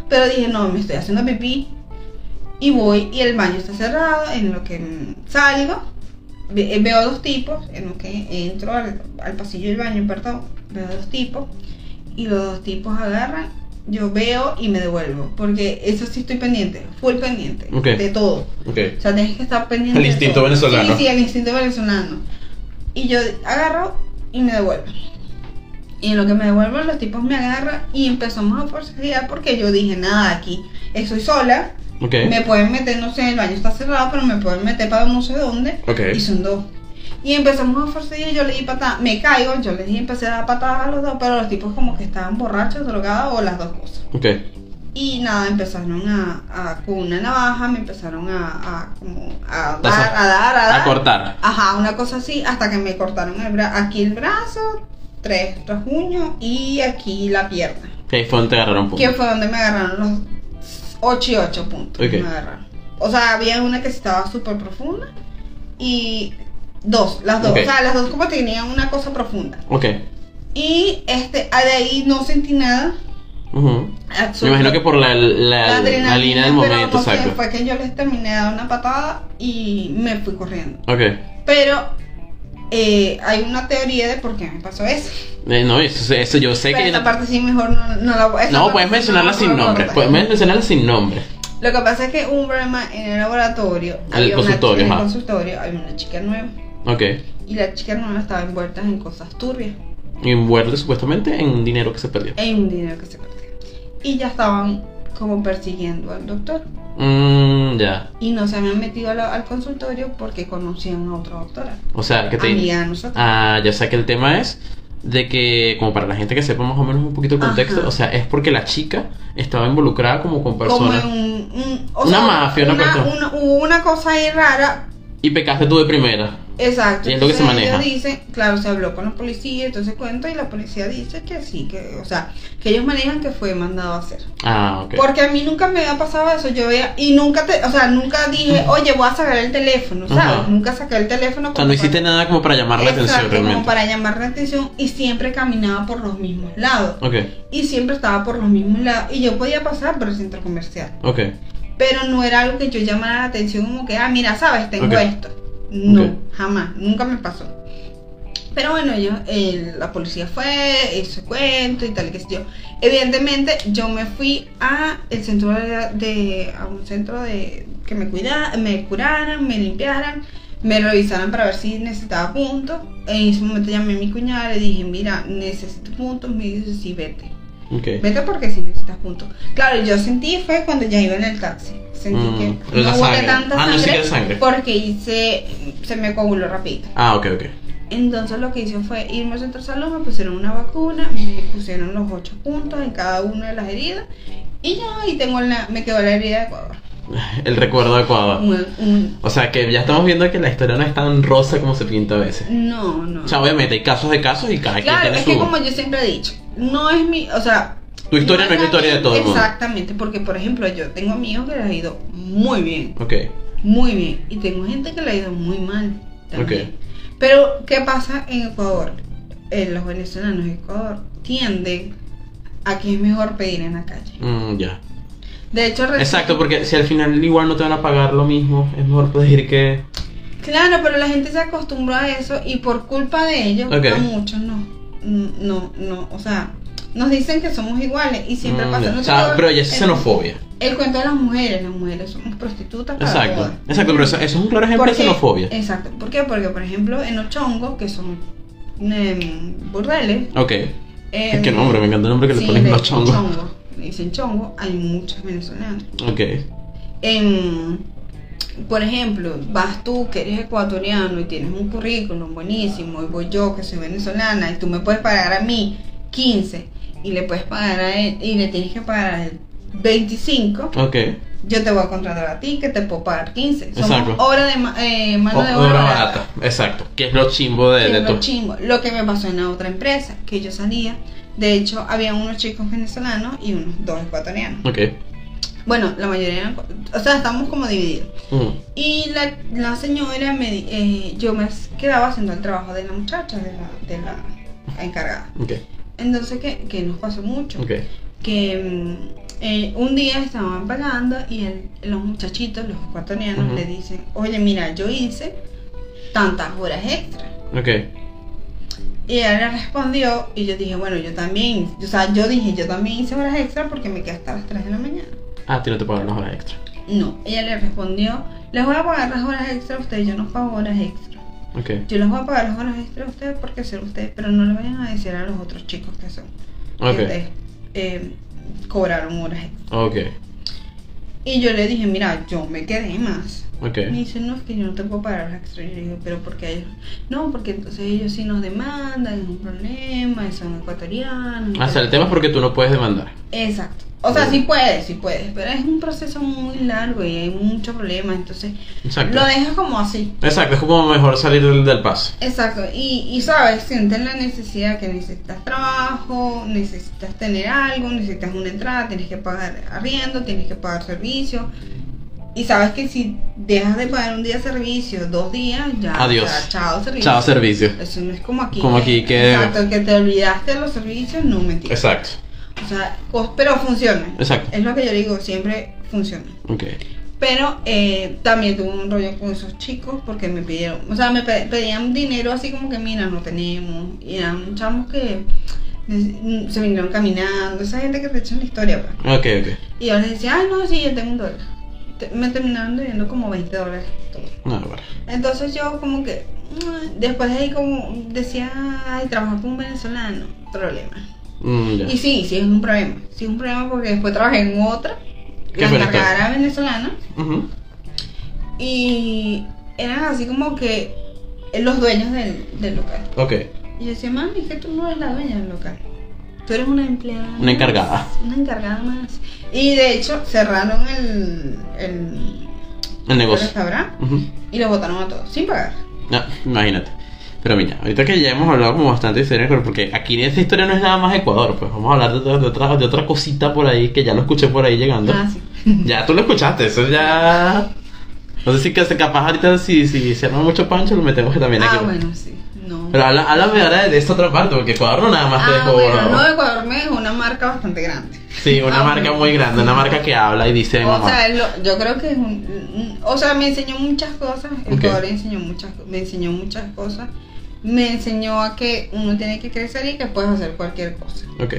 Speaker 2: Pero dije, no, me estoy haciendo pipí. Y voy y el baño está cerrado. En lo que mm, salgo, ve- eh, veo dos tipos. En lo que entro al, al pasillo del baño, perdón. Veo dos tipos. Y los dos tipos agarran. Yo veo y me devuelvo. Porque eso sí estoy pendiente. Full pendiente.
Speaker 1: Ok.
Speaker 2: De todo.
Speaker 1: Ok.
Speaker 2: O sea, tienes que estar pendiente.
Speaker 1: El
Speaker 2: de
Speaker 1: instinto
Speaker 2: todo.
Speaker 1: venezolano.
Speaker 2: Sí, sí, el instinto venezolano. Y yo agarro y me devuelvo. Y en lo que me devuelvo, los tipos me agarran y empezamos a forcejear porque yo dije, nada, aquí estoy sola.
Speaker 1: Ok.
Speaker 2: Me pueden meter, no sé, el baño está cerrado, pero me pueden meter para no sé dónde.
Speaker 1: Ok.
Speaker 2: Y son dos. Y empezamos a forcejear, yo le di patadas, me caigo, yo les di, empecé a dar patadas a los dos, pero los tipos como que estaban borrachos, drogados o las dos cosas.
Speaker 1: Ok.
Speaker 2: Y nada, empezaron a, a- con una navaja, me empezaron a, a como a
Speaker 1: O
Speaker 2: dar,
Speaker 1: sea,
Speaker 2: a dar, a dar.
Speaker 1: A cortar.
Speaker 2: Ajá, una cosa así, hasta que me cortaron el bra aquí el brazo, tres rasguños y aquí la pierna.
Speaker 1: Que ahí fue donde te agarraron punto.
Speaker 2: Que fue donde me agarraron los 8 y 8 puntos.
Speaker 1: Ok.
Speaker 2: Me agarraron. O sea, había una que estaba súper profunda y dos, las dos.
Speaker 1: Ok.
Speaker 2: O sea, las dos como tenían una cosa profunda.
Speaker 1: Ok.
Speaker 2: Y este, a de ahí no sentí nada.
Speaker 1: Ujú.
Speaker 2: absoluto.
Speaker 1: Me imagino que por la, la,
Speaker 2: La
Speaker 1: adrenalina, del
Speaker 2: pero
Speaker 1: momento,
Speaker 2: no sé,
Speaker 1: exacto.
Speaker 2: Fue que yo les terminé de dar una patada y me fui corriendo.
Speaker 1: Ok.
Speaker 2: Pero eh, hay una teoría de por qué me pasó eso.
Speaker 1: Eh, no, eso, eso yo sé
Speaker 2: Pero
Speaker 1: que.
Speaker 2: esta parte sí mejor no, no la voy
Speaker 1: no, puedes mencionarla sin nombre. Puedes mencionarla sin nombre.
Speaker 2: Lo que pasa es que hubo un problema en el laboratorio.
Speaker 1: En el
Speaker 2: había una
Speaker 1: consultorio,
Speaker 2: chica- en el
Speaker 1: ajá.
Speaker 2: consultorio había una chica nueva.
Speaker 1: Ok.
Speaker 2: Y la chica nueva estaba envuelta en cosas turbias.
Speaker 1: Y vuelve supuestamente en dinero que se perdió.
Speaker 2: En un dinero que se perdió. Y ya estaban como persiguiendo al doctor.
Speaker 1: Mmm, ya.
Speaker 2: Y no se habían metido a la- al consultorio porque conocían a otra doctora.
Speaker 1: O sea, que te.
Speaker 2: Amiga de nosotros.
Speaker 1: Ah, ya sé que el tema es de que, como para la gente que sepa más o menos un poquito el contexto,
Speaker 2: Ajá.
Speaker 1: o sea, es porque la chica estaba involucrada como con
Speaker 2: como
Speaker 1: personas.
Speaker 2: en un, un- o
Speaker 1: Una
Speaker 2: sea,
Speaker 1: mafia, una cuestión.
Speaker 2: una- Hubo una cosa ahí rara.
Speaker 1: Y pecaste tú de primera.
Speaker 2: Exacto.
Speaker 1: Y es lo que se
Speaker 2: entonces
Speaker 1: maneja.
Speaker 2: Ellos dicen, claro, se habló con la policía, entonces cuenta y la policía dice que sí, que, o sea, que ellos manejan que fue mandado a hacer.
Speaker 1: Ah, ok.
Speaker 2: Porque a mí nunca me ha pasado eso, yo veía, y nunca te, o sea, nunca dije, oye, voy a sacar el teléfono, ¿sabes?
Speaker 1: Ajá.
Speaker 2: Nunca saqué el teléfono.
Speaker 1: O sea, no hiciste nada como para llamar la atención
Speaker 2: como
Speaker 1: realmente.
Speaker 2: para llamar la atención y siempre caminaba por los mismos lados.
Speaker 1: Ok,
Speaker 2: Y siempre estaba por los mismos lados. Y yo podía pasar por el centro comercial.
Speaker 1: ok.
Speaker 2: Pero no era algo que yo llamara la atención como que, ah, mira, sabes, tengo
Speaker 1: Ok.
Speaker 2: esto. No,
Speaker 1: Ok.
Speaker 2: jamás, nunca me pasó. Pero bueno, yo, el- la policía fue, ese cuento y tal, qué sé yo. Evidentemente, yo me fui a el centro de, de- a un centro de que me cuida, me curaran, me limpiaran, me revisaran para ver si necesitaba puntos. En ese momento llamé a mi cuñada, le dije, mira, necesito puntos, me dice, sí, vete.
Speaker 1: Ok.
Speaker 2: Vete porque si necesitas puntos. Claro, yo sentí fue cuando ya iba en el taxi. Sentí
Speaker 1: Mm,
Speaker 2: que
Speaker 1: pero la
Speaker 2: no huele
Speaker 1: sangre.
Speaker 2: tanta
Speaker 1: Ah, no, sí
Speaker 2: sangre,
Speaker 1: que es sangre.
Speaker 2: porque hice, se me coaguló rapidito.
Speaker 1: Ah, ok, ok.
Speaker 2: Entonces lo que hice fue irme al centro salón, me pusieron una vacuna, me pusieron los ocho puntos en cada una de las heridas y ya ahí tengo la, me quedó la herida de Ecuador.
Speaker 1: El recuerdo de Ecuador.
Speaker 2: Un- un-
Speaker 1: O sea, que ya estamos viendo que la historia no es tan rosa como se pinta a veces.
Speaker 2: no, no.
Speaker 1: O sea, obviamente hay casos de casos y cada
Speaker 2: Claro,
Speaker 1: quien
Speaker 2: es
Speaker 1: tiene
Speaker 2: que
Speaker 1: su...
Speaker 2: como yo siempre he dicho, no es mi, o sea,
Speaker 1: Tu historia no es la
Speaker 2: la
Speaker 1: historia de
Speaker 2: mía-
Speaker 1: todo el mundo.
Speaker 2: Exactamente, porque por ejemplo yo tengo amigos que les ha ido muy bien.
Speaker 1: Ok,
Speaker 2: muy bien y tengo gente que le ha ido muy mal también.
Speaker 1: Ok.
Speaker 2: Pero ¿qué pasa en Ecuador? Eh, los venezolanos de Ecuador tienden a que es mejor pedir en la calle.
Speaker 1: Mm, ya.
Speaker 2: De hecho, reci-
Speaker 1: Exacto, porque si al final igual no te van a pagar lo mismo, es mejor pedir que...
Speaker 2: Claro, pero la gente se acostumbró a eso y por culpa de ellos
Speaker 1: Ok.
Speaker 2: a muchos no, no, no, o sea, nos dicen que somos iguales y siempre
Speaker 1: Mm,
Speaker 2: pasa.
Speaker 1: ya.
Speaker 2: No
Speaker 1: O
Speaker 2: te
Speaker 1: sea,
Speaker 2: digo
Speaker 1: pero ya es
Speaker 2: el-
Speaker 1: xenofobia.
Speaker 2: El cuento de las mujeres, las mujeres somos prostitutas. para
Speaker 1: Exacto,
Speaker 2: todas.
Speaker 1: exacto, pero eso, eso es un claro ejemplo
Speaker 2: ¿Por
Speaker 1: de
Speaker 2: qué?
Speaker 1: xenofobia.
Speaker 2: Exacto. ¿Por qué? Porque, por ejemplo, en los chongos, que son em, burdeles.
Speaker 1: Ok,
Speaker 2: em,
Speaker 1: qué nombre, me encanta el nombre que
Speaker 2: sí,
Speaker 1: le ponen
Speaker 2: le
Speaker 1: los
Speaker 2: dicen
Speaker 1: chongos.
Speaker 2: chongo, le dicen chongo, hay muchos venezolanos.
Speaker 1: Ok,
Speaker 2: Em, por ejemplo, vas tú que eres ecuatoriano y tienes un currículum buenísimo, y voy yo que soy venezolana, y tú me puedes pagar a mí 15 y le puedes pagar a él, y le tienes que pagar a él 25
Speaker 1: ok.
Speaker 2: yo te voy a contratar a ti que te puedo pagar 15. Somos
Speaker 1: Exacto.
Speaker 2: hora de ma- eh, mano de
Speaker 1: O-
Speaker 2: obra
Speaker 1: obra
Speaker 2: barata.
Speaker 1: barata, exacto, que es lo chimbo de,
Speaker 2: Que
Speaker 1: de
Speaker 2: es lo
Speaker 1: todo.
Speaker 2: chimbo. Lo que me pasó en la otra empresa, que yo salía, de hecho, había unos chicos venezolanos y unos dos ecuatorianos.
Speaker 1: Ok.
Speaker 2: Bueno, la mayoría eran, o sea, estamos como divididos.
Speaker 1: Mm.
Speaker 2: Y la, la señora me di- eh, yo me quedaba haciendo el trabajo de la muchacha, de la, de la encargada.
Speaker 1: Ok,
Speaker 2: Entonces, que, que nos pasó mucho.
Speaker 1: ok.
Speaker 2: que mm, eh, un día estaban pagando y el- los muchachitos, los ecuatorianos,
Speaker 1: Ujú.
Speaker 2: le dicen, oye, mira, yo hice tantas horas extra.
Speaker 1: Ok,
Speaker 2: Y él le respondió y yo dije, bueno, yo también, o sea, yo dije, yo también hice horas extra porque me quedé hasta las 3 de la mañana.
Speaker 1: ah, a ti no te pagan las horas extra.
Speaker 2: No, ella le respondió, les voy a pagar las horas extra a ustedes, yo no pago horas extra.
Speaker 1: Ok,
Speaker 2: Yo les voy a pagar las horas extra a ustedes porque son ustedes, pero no le vayan a decir a los otros chicos que son. que
Speaker 1: ok,
Speaker 2: ustedes, eh, cobraron horas extra.
Speaker 1: ok,
Speaker 2: Y yo le dije, mira, yo me quedé más.
Speaker 1: ok.
Speaker 2: Me dice, no, es que yo no te puedo pagar las extra. Yo le digo, pero porque ellos. No, porque entonces ellos sí nos demandan, es un problema, y son ecuatorianos.
Speaker 1: Ah, o sea, el tema es porque tú no puedes demandar.
Speaker 2: Exacto. O sea, sí puedes, sí puedes, pero es un proceso muy largo y hay mucho problema, entonces
Speaker 1: Exacto.
Speaker 2: lo dejas como así.
Speaker 1: Exacto, es como mejor salir del, del paso.
Speaker 2: Exacto, y, y sabes, sienten la necesidad que necesitas trabajo, necesitas tener algo, necesitas una entrada, tienes que pagar arriendo, tienes que pagar servicio, Y sabes que si dejas de pagar un día de servicio, dos días, ya.
Speaker 1: Adiós.
Speaker 2: ya, chao, servicio.
Speaker 1: Chao, servicio.
Speaker 2: Eso no es como aquí.
Speaker 1: Como aquí, que-
Speaker 2: Exacto, que te olvidaste de los servicios, no mentira.
Speaker 1: Exacto.
Speaker 2: O sea, cos- pero funciona.
Speaker 1: Exacto.
Speaker 2: Es lo que yo digo, siempre funciona.
Speaker 1: Ok.
Speaker 2: Pero eh, también tuve un rollo con esos chicos porque me pidieron, o sea, me pe- pedían dinero así como que, mira, no tenemos. Y eran chamos que des- se vinieron caminando, esa gente que te echan la historia. pues.
Speaker 1: Ok, ok.
Speaker 2: Y yo les decía, ay, no, sí, yo tengo un dólar. Te- me terminaron debiendo como 20 dólares.
Speaker 1: No, bueno.
Speaker 2: Entonces yo como que, mm, después de ahí como decía, ay, trabajar con un venezolano, problema.
Speaker 1: Mm, ya.
Speaker 2: Y sí, sí es un problema. Sí es un problema porque después trabajé en otra,
Speaker 1: ¿Qué
Speaker 2: la
Speaker 1: fue la
Speaker 2: cargada era venezolana,
Speaker 1: Ujú.
Speaker 2: y eran así como que eh, los dueños del, del local.
Speaker 1: Ok.
Speaker 2: Y yo decía, mami, es que tú no eres la dueña del local. Tú eres una empleada.
Speaker 1: Una encargada.
Speaker 2: más, Una encargada más. Y de hecho cerraron el, el,
Speaker 1: El
Speaker 2: el
Speaker 1: negocio.
Speaker 2: restaurante
Speaker 1: Ujú.
Speaker 2: y los botaron a todos, sin pagar.
Speaker 1: No, imagínate. Pero mira, ahorita que ya hemos hablado como bastante de historia, pero porque aquí esta historia no es nada más Ecuador, pues vamos a hablar de otra, de otra, de otra cosita por ahí que ya lo escuché por ahí llegando.
Speaker 2: Ah, sí.
Speaker 1: Ya tú lo escuchaste, eso ya. No sé si que capaz ahorita si, si se arma mucho pancho lo metemos también aquí.
Speaker 2: ah, bueno, sí. No.
Speaker 1: Pero habla- háblame ahora de esta otra parte, porque Ecuador no nada más te
Speaker 2: ah,
Speaker 1: dejó.
Speaker 2: bueno, no, Ecuador me dejó una marca bastante grande.
Speaker 1: Sí, una
Speaker 2: Ah,
Speaker 1: marca
Speaker 2: bueno.
Speaker 1: muy grande, una marca que habla y dice
Speaker 2: O
Speaker 1: mamá.
Speaker 2: sea, lo- yo creo que es un, un- O sea, me enseñó muchas cosas.
Speaker 1: Ok.
Speaker 2: Ecuador enseñó muchas, me enseñó muchas cosas. Me enseñó a que uno tiene que crecer y que puedes hacer cualquier cosa.
Speaker 1: Ok,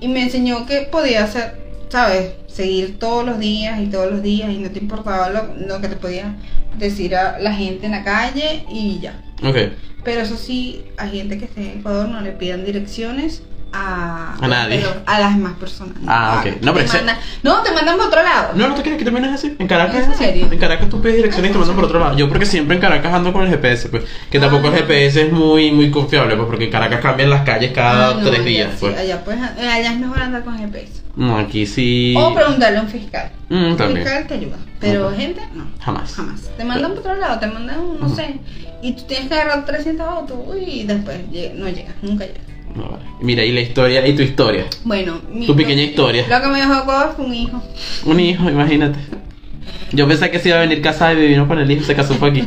Speaker 2: Y me enseñó que podía hacer, ¿sabes? Seguir todos los días y todos los días y no te importaba lo, lo que te podía decir a la gente en la calle y ya.
Speaker 1: ok.
Speaker 2: Pero eso sí, a gente que esté en Ecuador no le pidan direcciones a,
Speaker 1: A nadie.
Speaker 2: pero a las demás personas.
Speaker 1: Ah, ok. No,
Speaker 2: No,
Speaker 1: pero
Speaker 2: te
Speaker 1: ese-
Speaker 2: mandan, no, te mandan para otro lado.
Speaker 1: No, no te crees que también es así. En Caracas
Speaker 2: ¿Es
Speaker 1: es
Speaker 2: en
Speaker 1: así.
Speaker 2: serio?
Speaker 1: En Caracas tú pides direcciones y te mandan por otro lado. Yo porque siempre en Caracas ando con el GPS, pues. Que tampoco el
Speaker 2: Ah.
Speaker 1: GPS es muy, muy confiable, pues, porque en Caracas cambian las calles cada
Speaker 2: Ah, no,
Speaker 1: tres
Speaker 2: allá
Speaker 1: días,
Speaker 2: sí,
Speaker 1: pues.
Speaker 2: allá, pues, eh, allá es mejor andar con GPS.
Speaker 1: No, aquí sí.
Speaker 2: O preguntarle a un fiscal.
Speaker 1: Mm,
Speaker 2: Un
Speaker 1: también.
Speaker 2: fiscal te ayuda. Pero
Speaker 1: Ujú.
Speaker 2: gente, no.
Speaker 1: Jamás.
Speaker 2: Jamás. Te mandan por otro lado, te mandan, no
Speaker 1: Ujú.
Speaker 2: sé. Y tú tienes que agarrar 300 autos. Uy, y después lleg- no llegas, nunca llegas.
Speaker 1: No, vale. Mira, y la historia, y tu historia.
Speaker 2: Bueno, mi.
Speaker 1: Tu pequeña historia.
Speaker 2: Lo que me dejó Ecuador fue un hijo.
Speaker 1: Un hijo, imagínate. Yo pensé que se iba a venir casada y vino con el hijo, se casó fue aquí.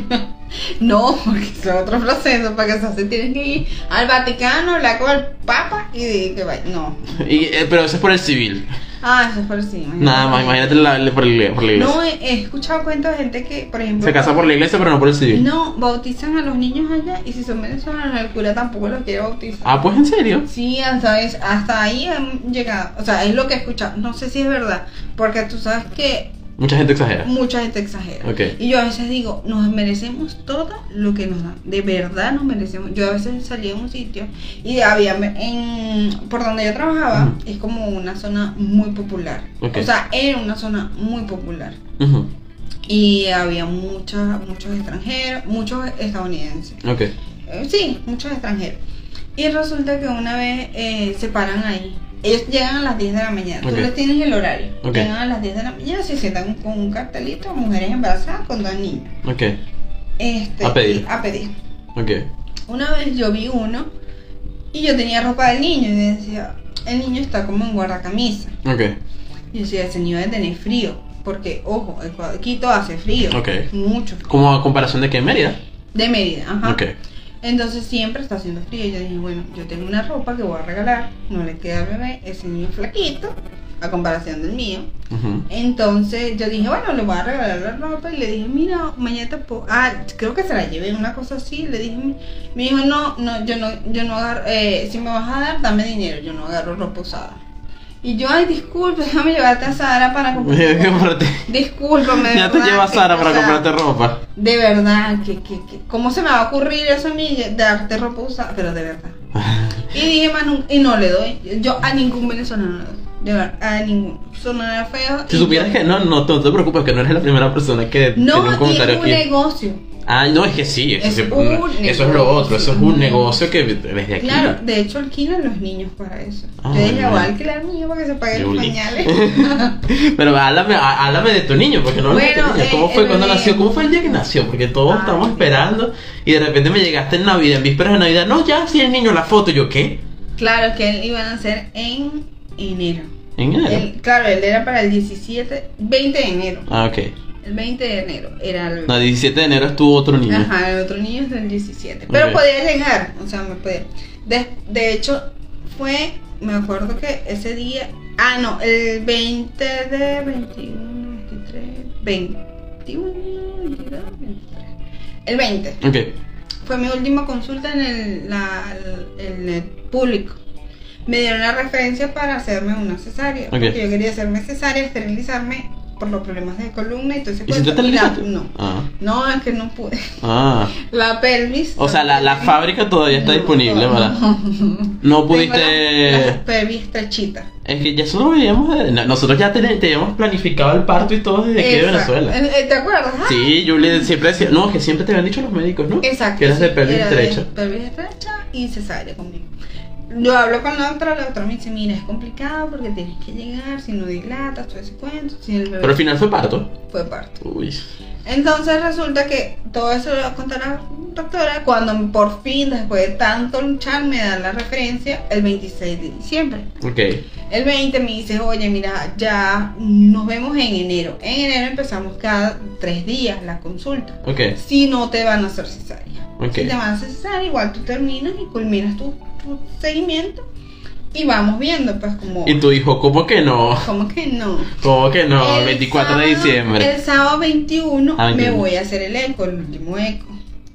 Speaker 2: No, porque es otro proceso. Para que se hace, tienes que ir al Vaticano, hablar con el Papa y de- que vaya. No.
Speaker 1: Y, eh, pero eso es por el civil.
Speaker 2: Ah, eso es por sí.
Speaker 1: Nada más, imagínate la, la- por, la, por la iglesia.
Speaker 2: No, he, he escuchado cuentos de gente que, por ejemplo.
Speaker 1: se casa por la iglesia, pero no por el civil.
Speaker 2: No, bautizan a los niños allá y si son venezolanos, el cura tampoco los quiere bautizar.
Speaker 1: Ah, pues en serio.
Speaker 2: Sí, hasta, es- hasta ahí han llegado. O sea, es lo que he escuchado. No sé si es verdad, porque tú sabes que
Speaker 1: Mucha gente exagera.
Speaker 2: mucha gente exagera.
Speaker 1: Ok.
Speaker 2: Y yo a veces digo, nos merecemos todo lo que nos dan. De verdad nos merecemos. Yo a veces salía a un sitio y había, en, por donde yo trabajaba,
Speaker 1: Ujú.
Speaker 2: es como una zona muy popular.
Speaker 1: Ok.
Speaker 2: O sea, era una zona muy popular.
Speaker 1: Ujú.
Speaker 2: Y había muchas, muchos extranjeros, muchos estadounidenses.
Speaker 1: Ok.
Speaker 2: Eh, sí, muchos extranjeros. Y resulta que una vez eh, se paran ahí. Ellos llegan a las 10 de la mañana.
Speaker 1: Ok.
Speaker 2: Tú les tienes el horario.
Speaker 1: Ok.
Speaker 2: Llegan a las 10 de la mañana, se sientan con un cartelito, mujeres embarazadas con dos niños.
Speaker 1: Ok.
Speaker 2: Este,
Speaker 1: A pedir.
Speaker 2: y- A pedir.
Speaker 1: Ok.
Speaker 2: Una vez yo vi uno y yo tenía ropa del niño y decía, el niño está como en guardacamisa.
Speaker 1: Ok.
Speaker 2: Y yo decía, el señor debe tener frío. Porque, ojo, el Quito hace frío.
Speaker 1: Ok.
Speaker 2: Mucho. frío.
Speaker 1: Como a comparación de que en Mérida.
Speaker 2: De Mérida, ajá.
Speaker 1: Ok.
Speaker 2: Entonces siempre está haciendo frío. Yo dije, bueno, yo tengo una ropa que voy a regalar, no le queda al bebé, ese niño es flaquito, a comparación del mío.
Speaker 1: Ujú.
Speaker 2: Entonces yo dije, bueno, le voy a regalar la ropa y le dije, mira, mañana te puedo... Ah, creo que se la llevé, una cosa así. Le dije, mi- mi hijo, no, no, yo no, yo no agarro, eh, si me vas a dar, dame dinero, yo no agarro ropa usada. Y yo, ay, disculpe, déjame llevarte a Sara para comprar. ropa".
Speaker 1: Comprate.
Speaker 2: Discúlpame. de
Speaker 1: Ya te
Speaker 2: verdad
Speaker 1: lleva
Speaker 2: que,
Speaker 1: Sara
Speaker 2: o
Speaker 1: para
Speaker 2: sea,
Speaker 1: comprarte ropa.
Speaker 2: de verdad, que, que, que- ¿cómo se me va a ocurrir eso a mí? de Darte ropa usada, pero de verdad. Y dije, más nun- y no le doy. Yo a ningún venezolano le doy. De verdad, a ninguno. Sonará feo.
Speaker 1: Si
Speaker 2: y
Speaker 1: supieras
Speaker 2: yo-
Speaker 1: que no, no, no te preocupes, que no eres la primera persona que
Speaker 2: No,
Speaker 1: tiene un
Speaker 2: y es
Speaker 1: comentario
Speaker 2: un
Speaker 1: aquí.
Speaker 2: negocio.
Speaker 1: Ah, no, es que sí, eso,
Speaker 2: Es
Speaker 1: se-
Speaker 2: un
Speaker 1: eso es lo otro, eso es un
Speaker 2: negocio.
Speaker 1: negocio que desde aquí.
Speaker 2: Claro, de hecho alquilan los niños para eso.
Speaker 1: Ah,
Speaker 2: Yo dije,
Speaker 1: bueno.
Speaker 2: voy a alquilar niños para que se paguen los
Speaker 1: Yuli.
Speaker 2: pañales.
Speaker 1: Pero háblame, há- háblame de tu niño, porque no hablamos de
Speaker 2: Bueno,
Speaker 1: tu niño. ¿Cómo
Speaker 2: eh,
Speaker 1: fue
Speaker 2: el
Speaker 1: cuando
Speaker 2: bebé.
Speaker 1: nació? ¿Cómo fue el día que nació? Porque todos
Speaker 2: Ah,
Speaker 1: estábamos
Speaker 2: sí.
Speaker 1: esperando y de repente me llegaste en Navidad, en vísperas de Navidad. No, ya, sí, el niño, la foto. ¿Yo qué?
Speaker 2: claro, que él iba a nacer en enero.
Speaker 1: En enero.
Speaker 2: Él- claro, él era para el 17, 20 de enero.
Speaker 1: Ah, ok.
Speaker 2: El 20 de enero era el...
Speaker 1: No, 17 de enero estuvo otro niño.
Speaker 2: Ajá, el otro niño es del 17. Pero
Speaker 1: Ok.
Speaker 2: podía llegar, o sea, me podía. De, de hecho, fue, me acuerdo que ese día. Ah, no, el 20 de 21, 23, 21, 22, 23. El 20.
Speaker 1: Ok.
Speaker 2: Fue mi última consulta en el, la, en el público. Me dieron la referencia para hacerme una cesárea.
Speaker 1: Ok.
Speaker 2: Porque yo quería hacerme cesárea, esterilizarme por los problemas de columna y todo ese
Speaker 1: ¿Y si
Speaker 2: cuento.
Speaker 1: te
Speaker 2: Y la-
Speaker 1: televisaste?
Speaker 2: No.
Speaker 1: Ah.
Speaker 2: No, es que no pude.
Speaker 1: Ah.
Speaker 2: La pelvis.
Speaker 1: O sea, la, la fábrica todavía está disponible, ¿verdad? No
Speaker 2: Tengo la,
Speaker 1: pudiste.
Speaker 2: la pelvis estrechita.
Speaker 1: Es que ya eso lo veíamos. de- no, Nosotros ya ten- teníamos planificado el parto y todo desde aquí de
Speaker 2: Exacto.
Speaker 1: Venezuela.
Speaker 2: Eh, eh, ¿Te acuerdas? Ah,
Speaker 1: Sí, yo le siempre decía. No, que siempre te habían dicho los médicos, ¿no?
Speaker 2: Exacto.
Speaker 1: Que eras de
Speaker 2: sí,
Speaker 1: pelvis
Speaker 2: era
Speaker 1: estrecha.
Speaker 2: De pelvis estrecha y cesárea conmigo. Yo hablo con la doctora, la doctora me dice, mira, es complicado porque tienes que llegar, si no dilatas, todo ese cuento, si el bebé
Speaker 1: Pero al final fue parto.
Speaker 2: fue parto.
Speaker 1: Uy.
Speaker 2: Entonces resulta que todo eso lo contar la doctora cuando por fin, después de tanto luchar, me dan la referencia el 26 de diciembre.
Speaker 1: Ok.
Speaker 2: El 20 me dice, oye, mira, ya nos vemos en enero. En enero empezamos cada tres días la consulta.
Speaker 1: Ok.
Speaker 2: Si no te van a hacer cesárea.
Speaker 1: Ok.
Speaker 2: Si te van a hacer cesárea, igual tú terminas y culminas tu, tu seguimiento y vamos viendo, pues como...
Speaker 1: Y tu hijo, ¿cómo que no?
Speaker 2: ¿Cómo que no?
Speaker 1: ¿Cómo que no?
Speaker 2: El
Speaker 1: 24 de
Speaker 2: sábado-
Speaker 1: diciembre.
Speaker 2: El sábado 21
Speaker 1: Ah,
Speaker 2: me
Speaker 1: 21.
Speaker 2: voy a hacer el eco, el último eco.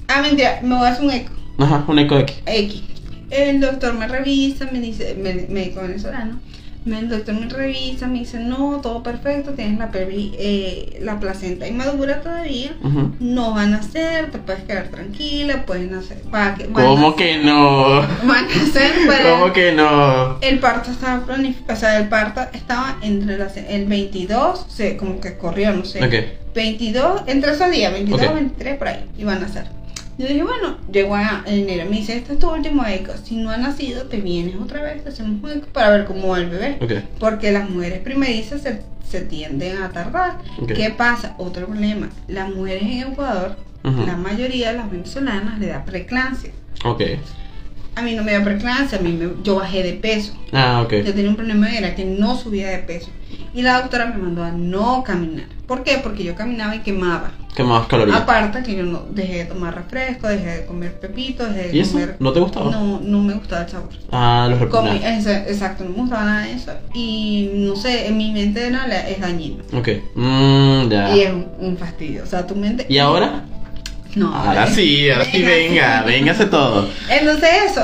Speaker 2: Ah, mentira, me voy a hacer un eco.
Speaker 1: Ajá, un eco de aquí.
Speaker 2: X. El doctor me revisa, me dice, me- médico venezolano, me- el doctor me revisa, me dice, no, todo perfecto, tienes la pelvis, eh, la placenta inmadura todavía,
Speaker 1: Ujú.
Speaker 2: no van a hacer, te puedes quedar tranquila, puedes nacer, va, que- van a-
Speaker 1: ¿Cómo que no?
Speaker 2: Van a hacer para...
Speaker 1: ¿Cómo que no?
Speaker 2: El parto estaba planificado, o sea, el parto estaba entre las, el 22, se, como que corrió, no sé.
Speaker 1: Ok.
Speaker 2: 22, entre esos días, 22,
Speaker 1: Ok.
Speaker 2: 23, por ahí, iban a ser. Yo dije, bueno, llegó a enero, me dice, este es tu último eco, si no ha nacido, te vienes otra vez, te hacemos un eco para ver cómo va el bebé.
Speaker 1: Ok.
Speaker 2: Porque las mujeres primerizas se, se tienden a tardar.
Speaker 1: Ok.
Speaker 2: ¿Qué pasa? Otro problema, las mujeres en Ecuador,
Speaker 1: Ujú.
Speaker 2: la mayoría de las venezolanas le da preclancia.
Speaker 1: Ok.
Speaker 2: A mí no me da preclancia, a mí me- yo bajé de peso.
Speaker 1: Ah, ok.
Speaker 2: Yo tenía un problema era que no subía de peso. Y la doctora me mandó a no caminar. ¿Por qué? Porque yo caminaba y quemaba.
Speaker 1: ¿Qué más calorías?
Speaker 2: Aparte que yo no dejé de tomar refresco, dejé de comer pepito, dejé de
Speaker 1: ¿Y eso?
Speaker 2: comer.
Speaker 1: ¿No te gustaba?
Speaker 2: No, no me gustaba el sabor.
Speaker 1: Ah, los
Speaker 2: Comí,
Speaker 1: repugnados.
Speaker 2: esa- exacto, no me gustaba nada de eso. Y no sé, en mi mente era la- es dañino.
Speaker 1: Ok. Mmm, ya.
Speaker 2: Y es un, un fastidio. O sea, tu mente.
Speaker 1: ¿Y ahora?
Speaker 2: No.
Speaker 1: Ahora
Speaker 2: es-
Speaker 1: sí, ahora sí, venga, véngase todo.
Speaker 2: Entonces eso,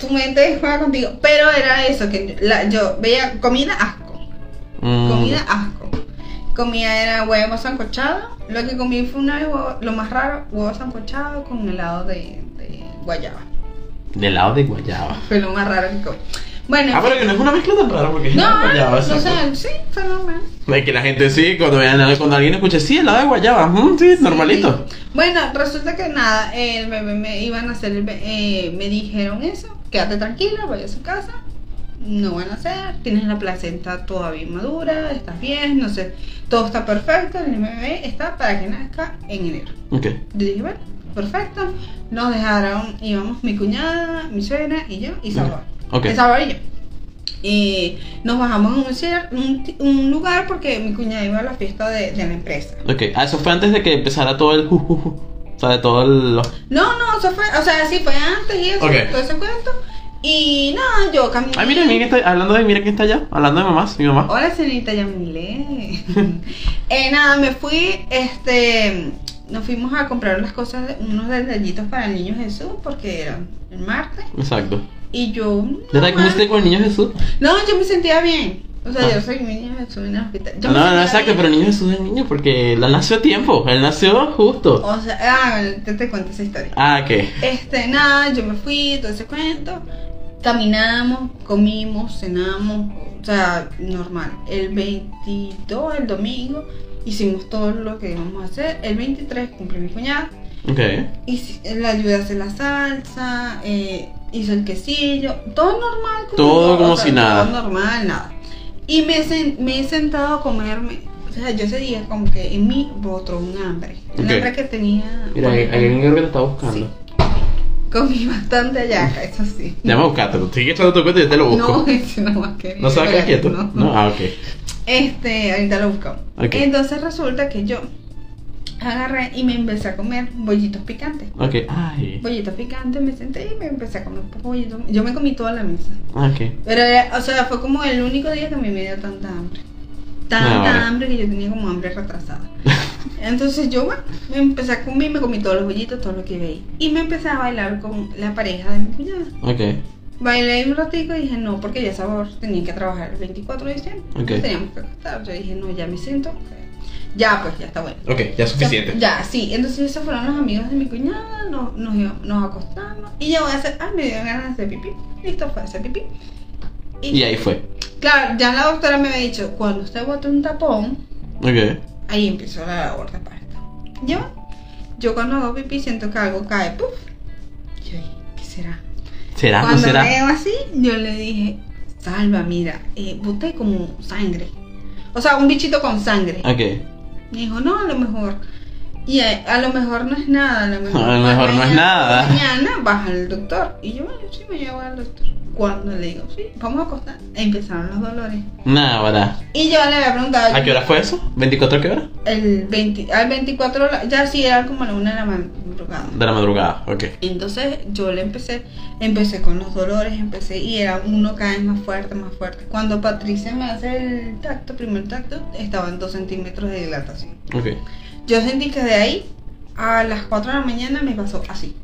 Speaker 2: tu mente juega contigo. Pero era eso, que la- yo veía comida asco.
Speaker 1: Mm,
Speaker 2: Comida asco. Comida era huevo sancochado. Lo que comí fue una vez huevo- lo más raro, huevo sancochado con helado de, de guayaba.
Speaker 1: De lado de guayaba.
Speaker 2: Fue lo más raro que comí. Bueno,
Speaker 1: Ah, pero que no es una mezcla tan rara porque es helado de
Speaker 2: no,
Speaker 1: guayaba.
Speaker 2: no
Speaker 1: exacto.
Speaker 2: sé, sí, fue normal.
Speaker 1: De que la gente sí, cuando vean algo- cuando alguien escuche, sí, helado de guayaba. mm, sí, normalito.
Speaker 2: Sí. Bueno, resulta que nada, el bebé me iban a hacer, el be- eh, me dijeron eso, quédate tranquila, vaya a su casa, no van a hacer, tienes la placenta todavía madura, estás bien, no sé, todo está perfecto, el bebé está para que nazca en enero.
Speaker 1: Ok.
Speaker 2: Yo dije, bueno, perfecto, nos dejaron, íbamos mi cuñada, mi suegra y yo, y Salvador.
Speaker 1: Mm, Ok.
Speaker 2: El Salvador y yo. Y nos bajamos en un, cier- un ti- un lugar porque mi cuñada iba a la fiesta de- de la empresa.
Speaker 1: Ok. Ah, eso fue antes de que empezara todo el ju, ju, ju. O sea, de todo el. los-
Speaker 2: No, no, eso fue, o sea, sí fue antes y eso,
Speaker 1: Ok.
Speaker 2: todo ese cuento. Y nada, yo caminé.
Speaker 1: Ay, mira, mira que está. Hablando de, mira quién está allá. Hablando de mamás, mi mamá.
Speaker 2: Hola, señorita Yamile. eh, nada, me fui, este, nos fuimos a comprar las cosas, de- unos detallitos para el niño Jesús, porque era el martes.
Speaker 1: Exacto.
Speaker 2: Y yo.
Speaker 1: ¿De
Speaker 2: no,
Speaker 1: verdad que comiste con el niño Jesús?
Speaker 2: no, yo me sentía bien. O sea,
Speaker 1: Ah.
Speaker 2: yo soy mi niño Jesús en el hospital. Yo
Speaker 1: No,
Speaker 2: me
Speaker 1: no,
Speaker 2: sentía
Speaker 1: exacto,
Speaker 2: bien.
Speaker 1: pero el niño Jesús es niño porque él nació a tiempo. Él nació justo.
Speaker 2: O sea, ah, te, te cuento esa historia.
Speaker 1: Ah, ¿qué?
Speaker 2: Este, nada, yo me fui, todo ese cuento. Caminamos, comimos, cenamos, o sea, normal. El 22, el domingo, hicimos todo lo que íbamos a hacer. El 23 cumplí mi cuñada.
Speaker 1: Ok.
Speaker 2: Hice- le ayudé a hacer la salsa, eh, hizo el quesillo, todo normal. como
Speaker 1: Todo
Speaker 2: yo,
Speaker 1: como
Speaker 2: o sea,
Speaker 1: si nada.
Speaker 2: Todo normal, nada. Y me, he sen- me he sentado a comerme, o sea, yo ese día como que en mí botó un hambre. Un
Speaker 1: Ok.
Speaker 2: hambre que tenía...
Speaker 1: Mira, hay hay alguien que lo está buscando.
Speaker 2: Sí. Comí bastante ayaca, eso sí.
Speaker 1: Ya me buscaste, tú sigue echando tu cuenta y yo te lo busco.
Speaker 2: No, ese no va a querer.
Speaker 1: No, se va a quedar quieto.
Speaker 2: No.
Speaker 1: No, ah, ok.
Speaker 2: Este, ahorita lo buscamos.
Speaker 1: Ok.
Speaker 2: Entonces resulta que yo agarré y me empecé a comer bollitos picantes.
Speaker 1: Ok, ay.
Speaker 2: Bollitos picantes, me senté y me empecé a comer un poco de bollitos. Yo me comí toda la mesa.
Speaker 1: Ok.
Speaker 2: Pero, era- o sea, fue como el único día que a mí me dio tanta hambre. Tanta
Speaker 1: Ah, vale.
Speaker 2: hambre que yo tenía como hambre retrasada. Entonces yo bueno, me empecé a comer, me comí todos los bollitos, todo lo que veía. Y me empecé a bailar con la pareja de mi cuñada.
Speaker 1: Ok.
Speaker 2: Bailé un ratico y dije no, porque ya a esa hora tenía que trabajar el 24 de diciembre.
Speaker 1: Ok.
Speaker 2: Nos teníamos que acostar. Yo dije no, ya me siento. Ya, pues ya está bueno.
Speaker 1: Ok, ya es suficiente.
Speaker 2: Ya, sí. Entonces esos fueron los amigos de mi cuñada, nos, nos, iba- nos acostamos. Y yo voy a hacer, ah, me dio ganas de hacer pipí. Listo, fue a hacer pipí.
Speaker 1: Y ahí fue.
Speaker 2: Claro, ya la doctora me había dicho, cuando usted bote un tapón,
Speaker 1: Ok.
Speaker 2: ahí empezó la labor de parto. Yo, yo cuando hago pipí siento que algo cae, puff. Yo dije, ¿qué será?
Speaker 1: ¿Será? ¿No
Speaker 2: cuando
Speaker 1: será?
Speaker 2: veo así, yo le dije, salva, mira, eh, boté como sangre. O sea, un bichito con sangre.
Speaker 1: Ok.
Speaker 2: Me dijo, no, a lo mejor. Y a, a lo mejor no es nada. A lo mejor,
Speaker 1: A lo mejor no es
Speaker 2: mañana-
Speaker 1: nada.
Speaker 2: Mañana vas al doctor. Y yo, bueno, sí, me llevo al doctor. Cuando le digo, sí, vamos a acostar, empezaron los dolores.
Speaker 1: Nada, ¿verdad?
Speaker 2: Y yo le había preguntado
Speaker 1: ¿A qué hora fue eso? ¿24 qué hora?
Speaker 2: el 20, al 24, la- ya sí, era como la una de la madrugada.
Speaker 1: De la madrugada. Ok.
Speaker 2: Entonces yo le empecé, empecé con los dolores, empecé y era uno cada vez más fuerte, más fuerte. Cuando Patricia me hace el tacto, primer tacto, estaba en 2 centímetros de dilatación.
Speaker 1: Ok.
Speaker 2: Yo sentí que de ahí a las 4 de la mañana me pasó así.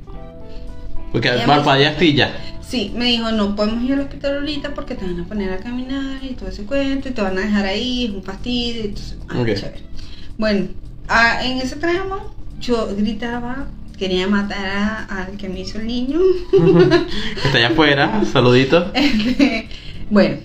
Speaker 1: Porque
Speaker 2: Ya me-
Speaker 1: parpadeaste y ya.
Speaker 2: Sí, me dijo, no podemos ir al hospital ahorita porque te van a poner a caminar y todo ese cuento y te van a dejar ahí, es un fastidio. Entonces, ah,
Speaker 1: Ok.
Speaker 2: chévere. Bueno, ah, en ese tramo yo gritaba, quería matar a- al que me hizo el niño.
Speaker 1: Está allá afuera. Saluditos.
Speaker 2: Este, bueno,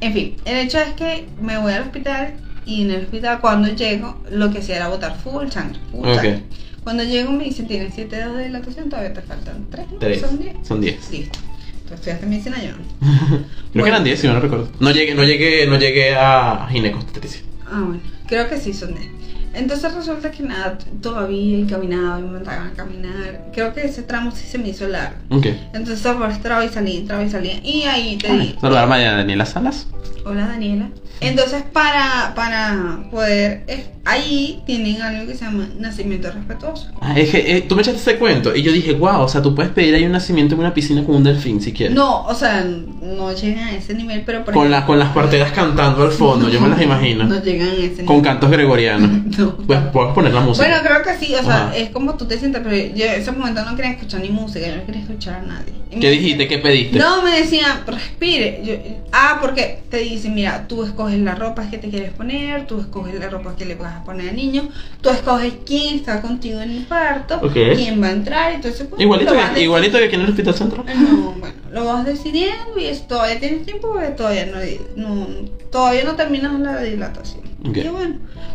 Speaker 2: en fin, el hecho es que me voy al hospital y en el hospital cuando llego lo que hacía era botar full sangre. full
Speaker 1: Ok.
Speaker 2: sangre. Cuando llego me dicen, tienes 7 dedos de dilatación, todavía te faltan 3, ¿no?
Speaker 1: Tres.
Speaker 2: Son 10.
Speaker 1: Son 10.
Speaker 2: Listo. Tú estudiaste medicina yo. no.
Speaker 1: Creo que
Speaker 2: Bueno.
Speaker 1: eran 10, si no lo recuerdo. No llegué, no llegué, no llegué a ginecobstetricia.
Speaker 2: Ah, bueno, creo que sí son 10. Entonces resulta que nada, t- todavía y caminaba y me mandaban a caminar. Creo que ese tramo sí se me hizo largo.
Speaker 1: Ok.
Speaker 2: Entonces pues, entraba y salía, entraba y salía. Y ahí
Speaker 1: Ah,
Speaker 2: te di.
Speaker 3: Saludar a María Daniela Salas.
Speaker 2: Hola Daniela. Entonces para, para poder, es- ahí tienen algo que se llama nacimiento respetuoso.
Speaker 1: Ah, es que eh, tú me echaste ese cuento y yo dije, wow, o sea, tú puedes pedir ahí un nacimiento en una piscina con un delfín si quieres.
Speaker 2: No, o sea, no llegan a ese nivel, pero por
Speaker 1: Con, la, con las parteras cantando al fondo, yo me las imagino.
Speaker 2: No llegan a ese nivel.
Speaker 1: Con cantos gregorianos.
Speaker 2: No.
Speaker 1: Pues puedes poner la música.
Speaker 2: Bueno, creo que sí, o sea,
Speaker 1: Ajá.
Speaker 2: es como tú te sientas, pero yo en ese momento no quería escuchar ni música, yo no quería escuchar a nadie. Y me
Speaker 1: ¿Qué dijiste? ¿Qué pediste?
Speaker 2: No, me decían, respire. Yo, ah, porque te dicen, mira, tú escoges la ropa que te quieres poner, tú escoges la ropa que le vas a poner al niño, tú escoges quién está contigo en el parto,
Speaker 1: Ok.
Speaker 2: quién va a entrar, entonces pues,
Speaker 1: Igualito,
Speaker 2: lo vas
Speaker 1: que, igualito que aquí en el hospital central.
Speaker 2: deci- No, bueno, lo vas decidiendo y es- todavía tienes tiempo porque todavía no, no- todavía no terminas la dilatación.
Speaker 1: Ok.
Speaker 2: Y bueno,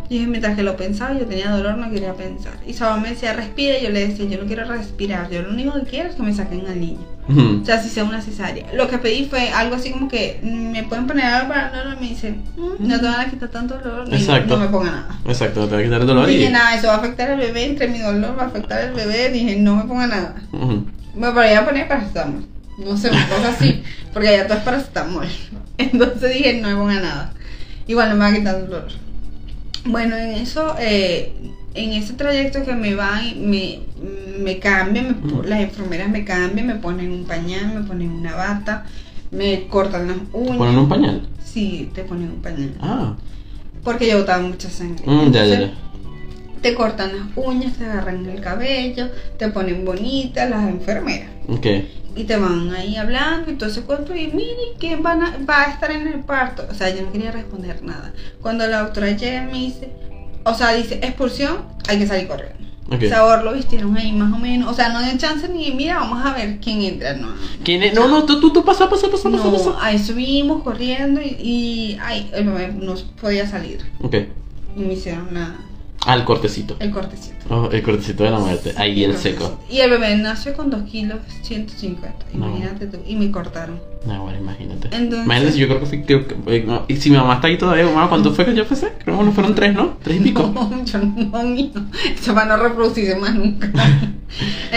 Speaker 2: dije, mientras que lo pensaba, yo tenía dolor, no quería pensar. Y Saba me decía, respira, y yo le decía, yo no quiero respirar, yo lo único que quiero es que me saquen al niño.
Speaker 1: Ujú.
Speaker 2: O sea, si sea una cesárea. Lo que pedí fue algo así como que mm, me pueden poner algo para el dolor. Me dicen, mm, no te van a quitar tanto dolor. y No,
Speaker 1: Exacto.
Speaker 2: no me pongan nada.
Speaker 1: Exacto, te va a quitar el dolor
Speaker 2: Dije,
Speaker 1: y.
Speaker 2: nada, eso va a afectar al bebé. Entre mi dolor va a afectar al bebé. Dije, no me pongan nada.
Speaker 1: Ujú.
Speaker 2: Me podría poner paracetamol. No sé, una cosa así. Porque ya todo es paracetamol. Entonces dije, no me pongan nada. Igual no me va a quitar el dolor. Bueno, en eso, eh, en ese trayecto que me van, me, me cambian, me po- las enfermeras me cambian, me ponen un pañal, me ponen una bata, me cortan las uñas.
Speaker 1: Ponen un pañal.
Speaker 2: Sí, te ponen un pañal.
Speaker 1: Ah,
Speaker 2: Porque yo botaba mucha sangre.
Speaker 1: mm, ya, ya,
Speaker 2: Entonces,
Speaker 1: ya.
Speaker 2: Te cortan las uñas, te agarran el cabello, te ponen bonita las enfermeras
Speaker 1: Ok.
Speaker 2: y te van ahí hablando y todo ese cuento y mire que van a- va a estar en el parto o sea yo no quería responder nada cuando la doctora llega me dice o sea dice expulsión hay que salir corriendo
Speaker 1: Ok.
Speaker 2: O sea, lo vistieron ahí más o menos. O sea, no dio chance ni mira, vamos a ver quién entra. No,
Speaker 1: ¿Quién es? No, no, tú, tú, tú, pasa, pasa, pasa, pasa,
Speaker 2: no
Speaker 1: pasa.
Speaker 2: ahí subimos corriendo y, y ay, el bebé no podía salir.
Speaker 1: Ok.
Speaker 2: Y me hicieron la-
Speaker 1: Ah, el cortecito.
Speaker 2: el cortecito.
Speaker 1: Oh, el cortecito de la muerte. Ahí el seco.
Speaker 2: cortecito. Y el bebé nació con 2 kilos 150.
Speaker 1: No.
Speaker 2: Imagínate tú. Y me cortaron.
Speaker 1: No, bueno, imagínate.
Speaker 2: Entonces-
Speaker 1: imagínate si yo creo que fui. creo que- eh, no, y si mi mamá está ahí todavía, mamá, ¿cuánto fue que yo empecé? Creo que bueno, fueron tres, ¿no? Tres y pico.
Speaker 2: No, yo no, mío. Eso para no reproducirse más nunca.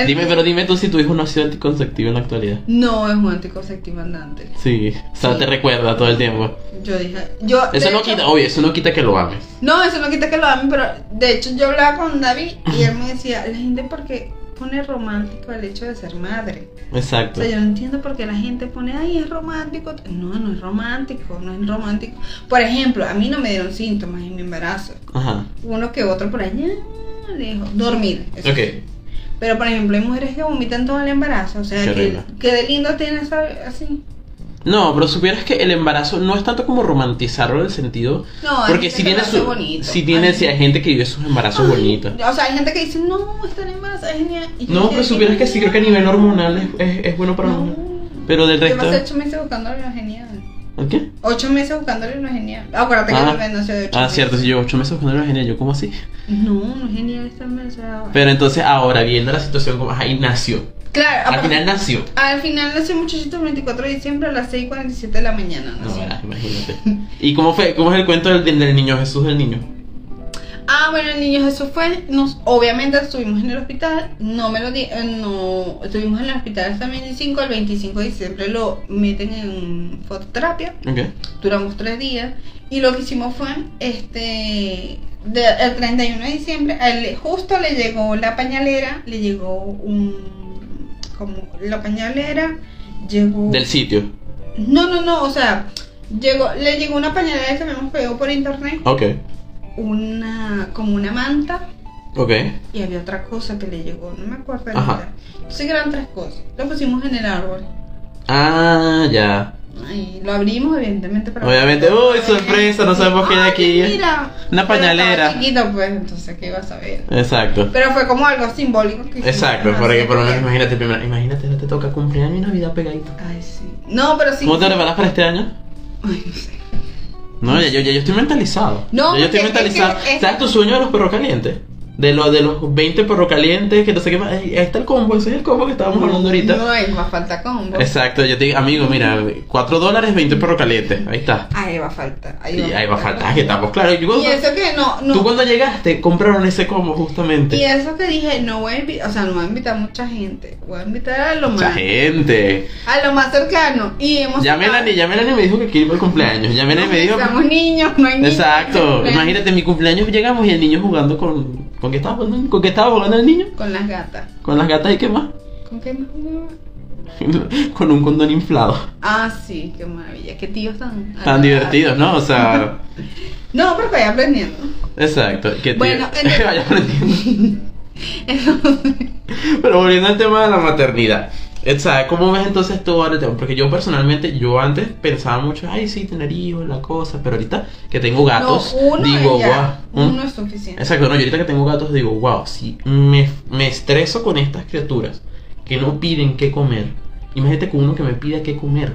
Speaker 1: Dime, pero dime tú si tu hijo no ha sido anticonceptivo en la actualidad.
Speaker 2: No es un anticonceptivo andante.
Speaker 1: Sí, o sea,
Speaker 2: Sí.
Speaker 1: te recuerda todo el tiempo.
Speaker 2: Yo dije, yo. de
Speaker 1: Eso no
Speaker 2: hecho-
Speaker 1: quita, oh. obvio, eso no quita que lo ames.
Speaker 2: No, eso no quita que lo ame, pero de hecho yo hablaba con David y él me decía, la gente porque pone romántico el hecho de ser madre. O
Speaker 1: Exacto.
Speaker 2: sea, yo no entiendo por qué la gente pone, ay, es romántico. No, no es romántico, no es romántico. Por ejemplo, a mí no me dieron síntomas en mi embarazo.
Speaker 1: Ajá.
Speaker 2: Uno que otro por allá, lejos. Dormir. eso
Speaker 1: Ok.
Speaker 2: Pero por ejemplo, hay mujeres que vomitan todo el embarazo. O sea,
Speaker 1: Qué
Speaker 2: que,
Speaker 1: horrible.
Speaker 2: que de lindo tiene esa- así.
Speaker 1: No, pero supieras que el embarazo no es tanto como romantizarlo en el sentido.
Speaker 2: No, hay
Speaker 1: porque
Speaker 2: gente
Speaker 1: si
Speaker 2: que
Speaker 1: tiene
Speaker 2: lo hace
Speaker 1: su.
Speaker 2: bonito.
Speaker 1: Si tiene,
Speaker 2: Hay
Speaker 1: si hay
Speaker 2: gente-
Speaker 1: gente que vive sus embarazos
Speaker 2: Ay,
Speaker 1: bonitos.
Speaker 2: O sea, hay gente que dice, no, estar embarazada es genial. Y yo
Speaker 1: No,
Speaker 2: dije,
Speaker 1: pero supieras que sí, creo que a nivel hormonal es, es- es bueno para la mujer. Pero del
Speaker 2: Yo
Speaker 1: resto.
Speaker 2: pasé ocho meses buscándole lo genial.
Speaker 1: ¿Qué?
Speaker 2: Ocho meses buscándole lo genial. Acuérdate
Speaker 1: Ah.
Speaker 2: que me nació de ocho
Speaker 1: Ah,
Speaker 2: meses.
Speaker 1: cierto, si yo ocho meses cuando era genial, yo como así.
Speaker 2: No, no es genial estar embarazada.
Speaker 1: Pero entonces ahora, viendo la situación como ajá, y nació.
Speaker 2: claro,
Speaker 1: Al
Speaker 2: aparte-
Speaker 1: final nació.
Speaker 2: al final nació muchachito el 24 de diciembre a las 6.47 de la mañana.
Speaker 1: No,
Speaker 2: nació.
Speaker 1: verás, imagínate. ¿Y cómo fue? ¿Cómo es el cuento del, del niño Jesús del niño?
Speaker 2: Ah, bueno, niños, eso fue. Nos, obviamente estuvimos en el hospital. No me lo di, eh, no estuvimos en el hospital hasta el 25. El 25 de diciembre lo meten en fototerapia.
Speaker 1: Ok.
Speaker 2: Duramos tres días. Y lo que hicimos fue, este, de- el 31 de diciembre, a él justo le llegó la pañalera, le llegó un, como la pañalera, llegó...
Speaker 1: Del sitio.
Speaker 2: No, no, no, o sea, llegó, le llegó una pañalera que habíamos pedido por internet,
Speaker 1: Ok.
Speaker 2: una, como una manta,
Speaker 1: Ok.
Speaker 2: y había otra cosa que le llegó, no me acuerdo
Speaker 1: Ajá.
Speaker 2: ahorita. Entonces eran tres cosas. Lo pusimos en el árbol.
Speaker 1: Ah, ya.
Speaker 2: Y lo abrimos, evidentemente, para
Speaker 1: Obviamente, uy, sorpresa, no sabemos qué hay
Speaker 2: Ay,
Speaker 1: aquí.
Speaker 2: Mira.
Speaker 1: Una
Speaker 2: Pero
Speaker 1: pañalera.
Speaker 2: estaba chiquito, pues, entonces, ¿qué ibas a ver?
Speaker 1: Exacto.
Speaker 2: Pero fue como algo simbólico que hicimos,
Speaker 1: Exacto,
Speaker 2: ¿no?
Speaker 1: porque
Speaker 2: Así
Speaker 1: por lo menos
Speaker 2: que-
Speaker 1: imagínate, primero, imagínate, no te toca cumpleaños y Navidad pegadito.
Speaker 2: Ay, sí. No, pero sí.
Speaker 1: ¿Cómo te preparas para este año?
Speaker 2: Ay, no sé.
Speaker 1: No, ya, yo, ya yo estoy mentalizado.
Speaker 2: No,
Speaker 1: Ya yo estoy
Speaker 2: porque es
Speaker 1: mentalizado.
Speaker 2: que es-
Speaker 1: ¿Sabes tu sueño de los perros calientes? De, lo, de los 20 perros calientes, que no sé qué más. Ahí está el combo, ese es el combo que estábamos hablando ahorita.
Speaker 2: No, hay más falta combo.
Speaker 1: Exacto, yo te digo, amigo, mira, 4 dólares, 20 perros calientes. Ahí está.
Speaker 2: Ahí va a faltar.
Speaker 1: Y ahí va a faltar, que estamos claro. Yo
Speaker 2: Y
Speaker 1: cuando-
Speaker 2: eso que no, no.
Speaker 1: Tú cuando llegaste, compraron ese combo
Speaker 2: Y
Speaker 1: justamente.
Speaker 2: eso que dije, no voy a invitar, o sea, no voy a invitar a mucha gente, voy a invitar a lo
Speaker 1: Mucha
Speaker 2: más,
Speaker 1: gente.
Speaker 2: a lo más cercano. Y hemos
Speaker 1: Ya Melanie, ya Melanie me dijo que quiere ir por el cumpleaños. Ya Melanie me dijo.
Speaker 2: Estamos niños, no hay niños.
Speaker 1: Exacto.
Speaker 2: Ven.
Speaker 1: Imagínate, mi cumpleaños llegamos y el niño jugando con. ¿Con qué estaba jugando? ¿Con qué estaba jugando el niño?
Speaker 2: Con las gatas.
Speaker 1: Con las gatas y qué más.
Speaker 2: ¿Con qué más? jugaba?
Speaker 1: con un condón inflado.
Speaker 2: Ah, sí, qué maravilla. Qué tíos tan.
Speaker 1: Tan divertidos, ¿no? O sea,
Speaker 2: No, pero vaya aprendiendo.
Speaker 1: exacto. que te-
Speaker 2: Bueno, entonces-
Speaker 1: vaya aprendiendo.
Speaker 2: Entonces,
Speaker 1: Pero volviendo al tema de la maternidad. Exacto, ¿cómo ves entonces tú ahora el tema? Porque yo personalmente, yo antes pensaba mucho, ay, sí, tener hijos, la cosa, pero ahorita que tengo gatos,
Speaker 2: no, uno
Speaker 1: digo,
Speaker 2: es ya,
Speaker 1: guau. ¿Mm?
Speaker 2: Uno es suficiente.
Speaker 1: Exacto, no, yo ahorita que tengo gatos digo, wow, si me, me estreso con estas criaturas que no piden qué comer, imagínate con uno que me pida qué comer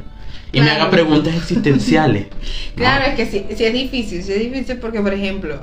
Speaker 1: y me
Speaker 2: Claro.
Speaker 1: haga preguntas existenciales.
Speaker 2: Claro, es que sí, sí es difícil, sí es difícil porque, por ejemplo,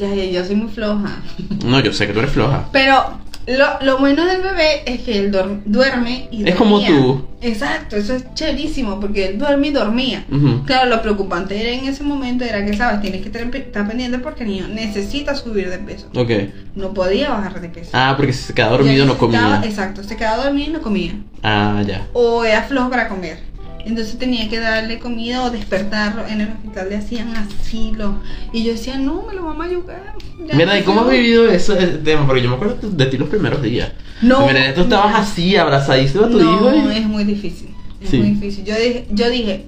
Speaker 2: ya, ya, yo soy muy floja.
Speaker 1: No, no, yo sé que tú eres floja.
Speaker 2: Pero lo, lo bueno del bebé es que él dor- duerme y dormía.
Speaker 1: Es como tú.
Speaker 2: Exacto, eso es chéverísimo porque él duerme y dormía.
Speaker 1: Ujú.
Speaker 2: Claro, lo preocupante era en ese momento era que, sabes, tienes que tener pe- estar pendiente porque el niño necesita subir de peso.
Speaker 1: Ok.
Speaker 2: No podía bajar de peso.
Speaker 1: Ah, porque si se queda dormido
Speaker 2: Ya
Speaker 1: no comía.
Speaker 2: necesitaba- Exacto, se quedaba dormido y no comía.
Speaker 1: Ah, ya.
Speaker 2: O era flojo para comer. Entonces tenía que darle comida o despertarlo. En el hospital le hacían asilo. Y yo decía, no, me lo vamos a ayudar. Ya
Speaker 1: Mira, ¿y
Speaker 2: no
Speaker 1: cómo has
Speaker 2: sé".
Speaker 1: vivido eso ese tema? Porque yo me acuerdo de ti los primeros días.
Speaker 2: No.
Speaker 1: Mira, tú estabas
Speaker 2: no.
Speaker 1: así, abrazadísimo a tu
Speaker 2: no,
Speaker 1: hijo. Y...
Speaker 2: es muy difícil. Es
Speaker 1: Sí.
Speaker 2: muy difícil. Yo dije, yo dije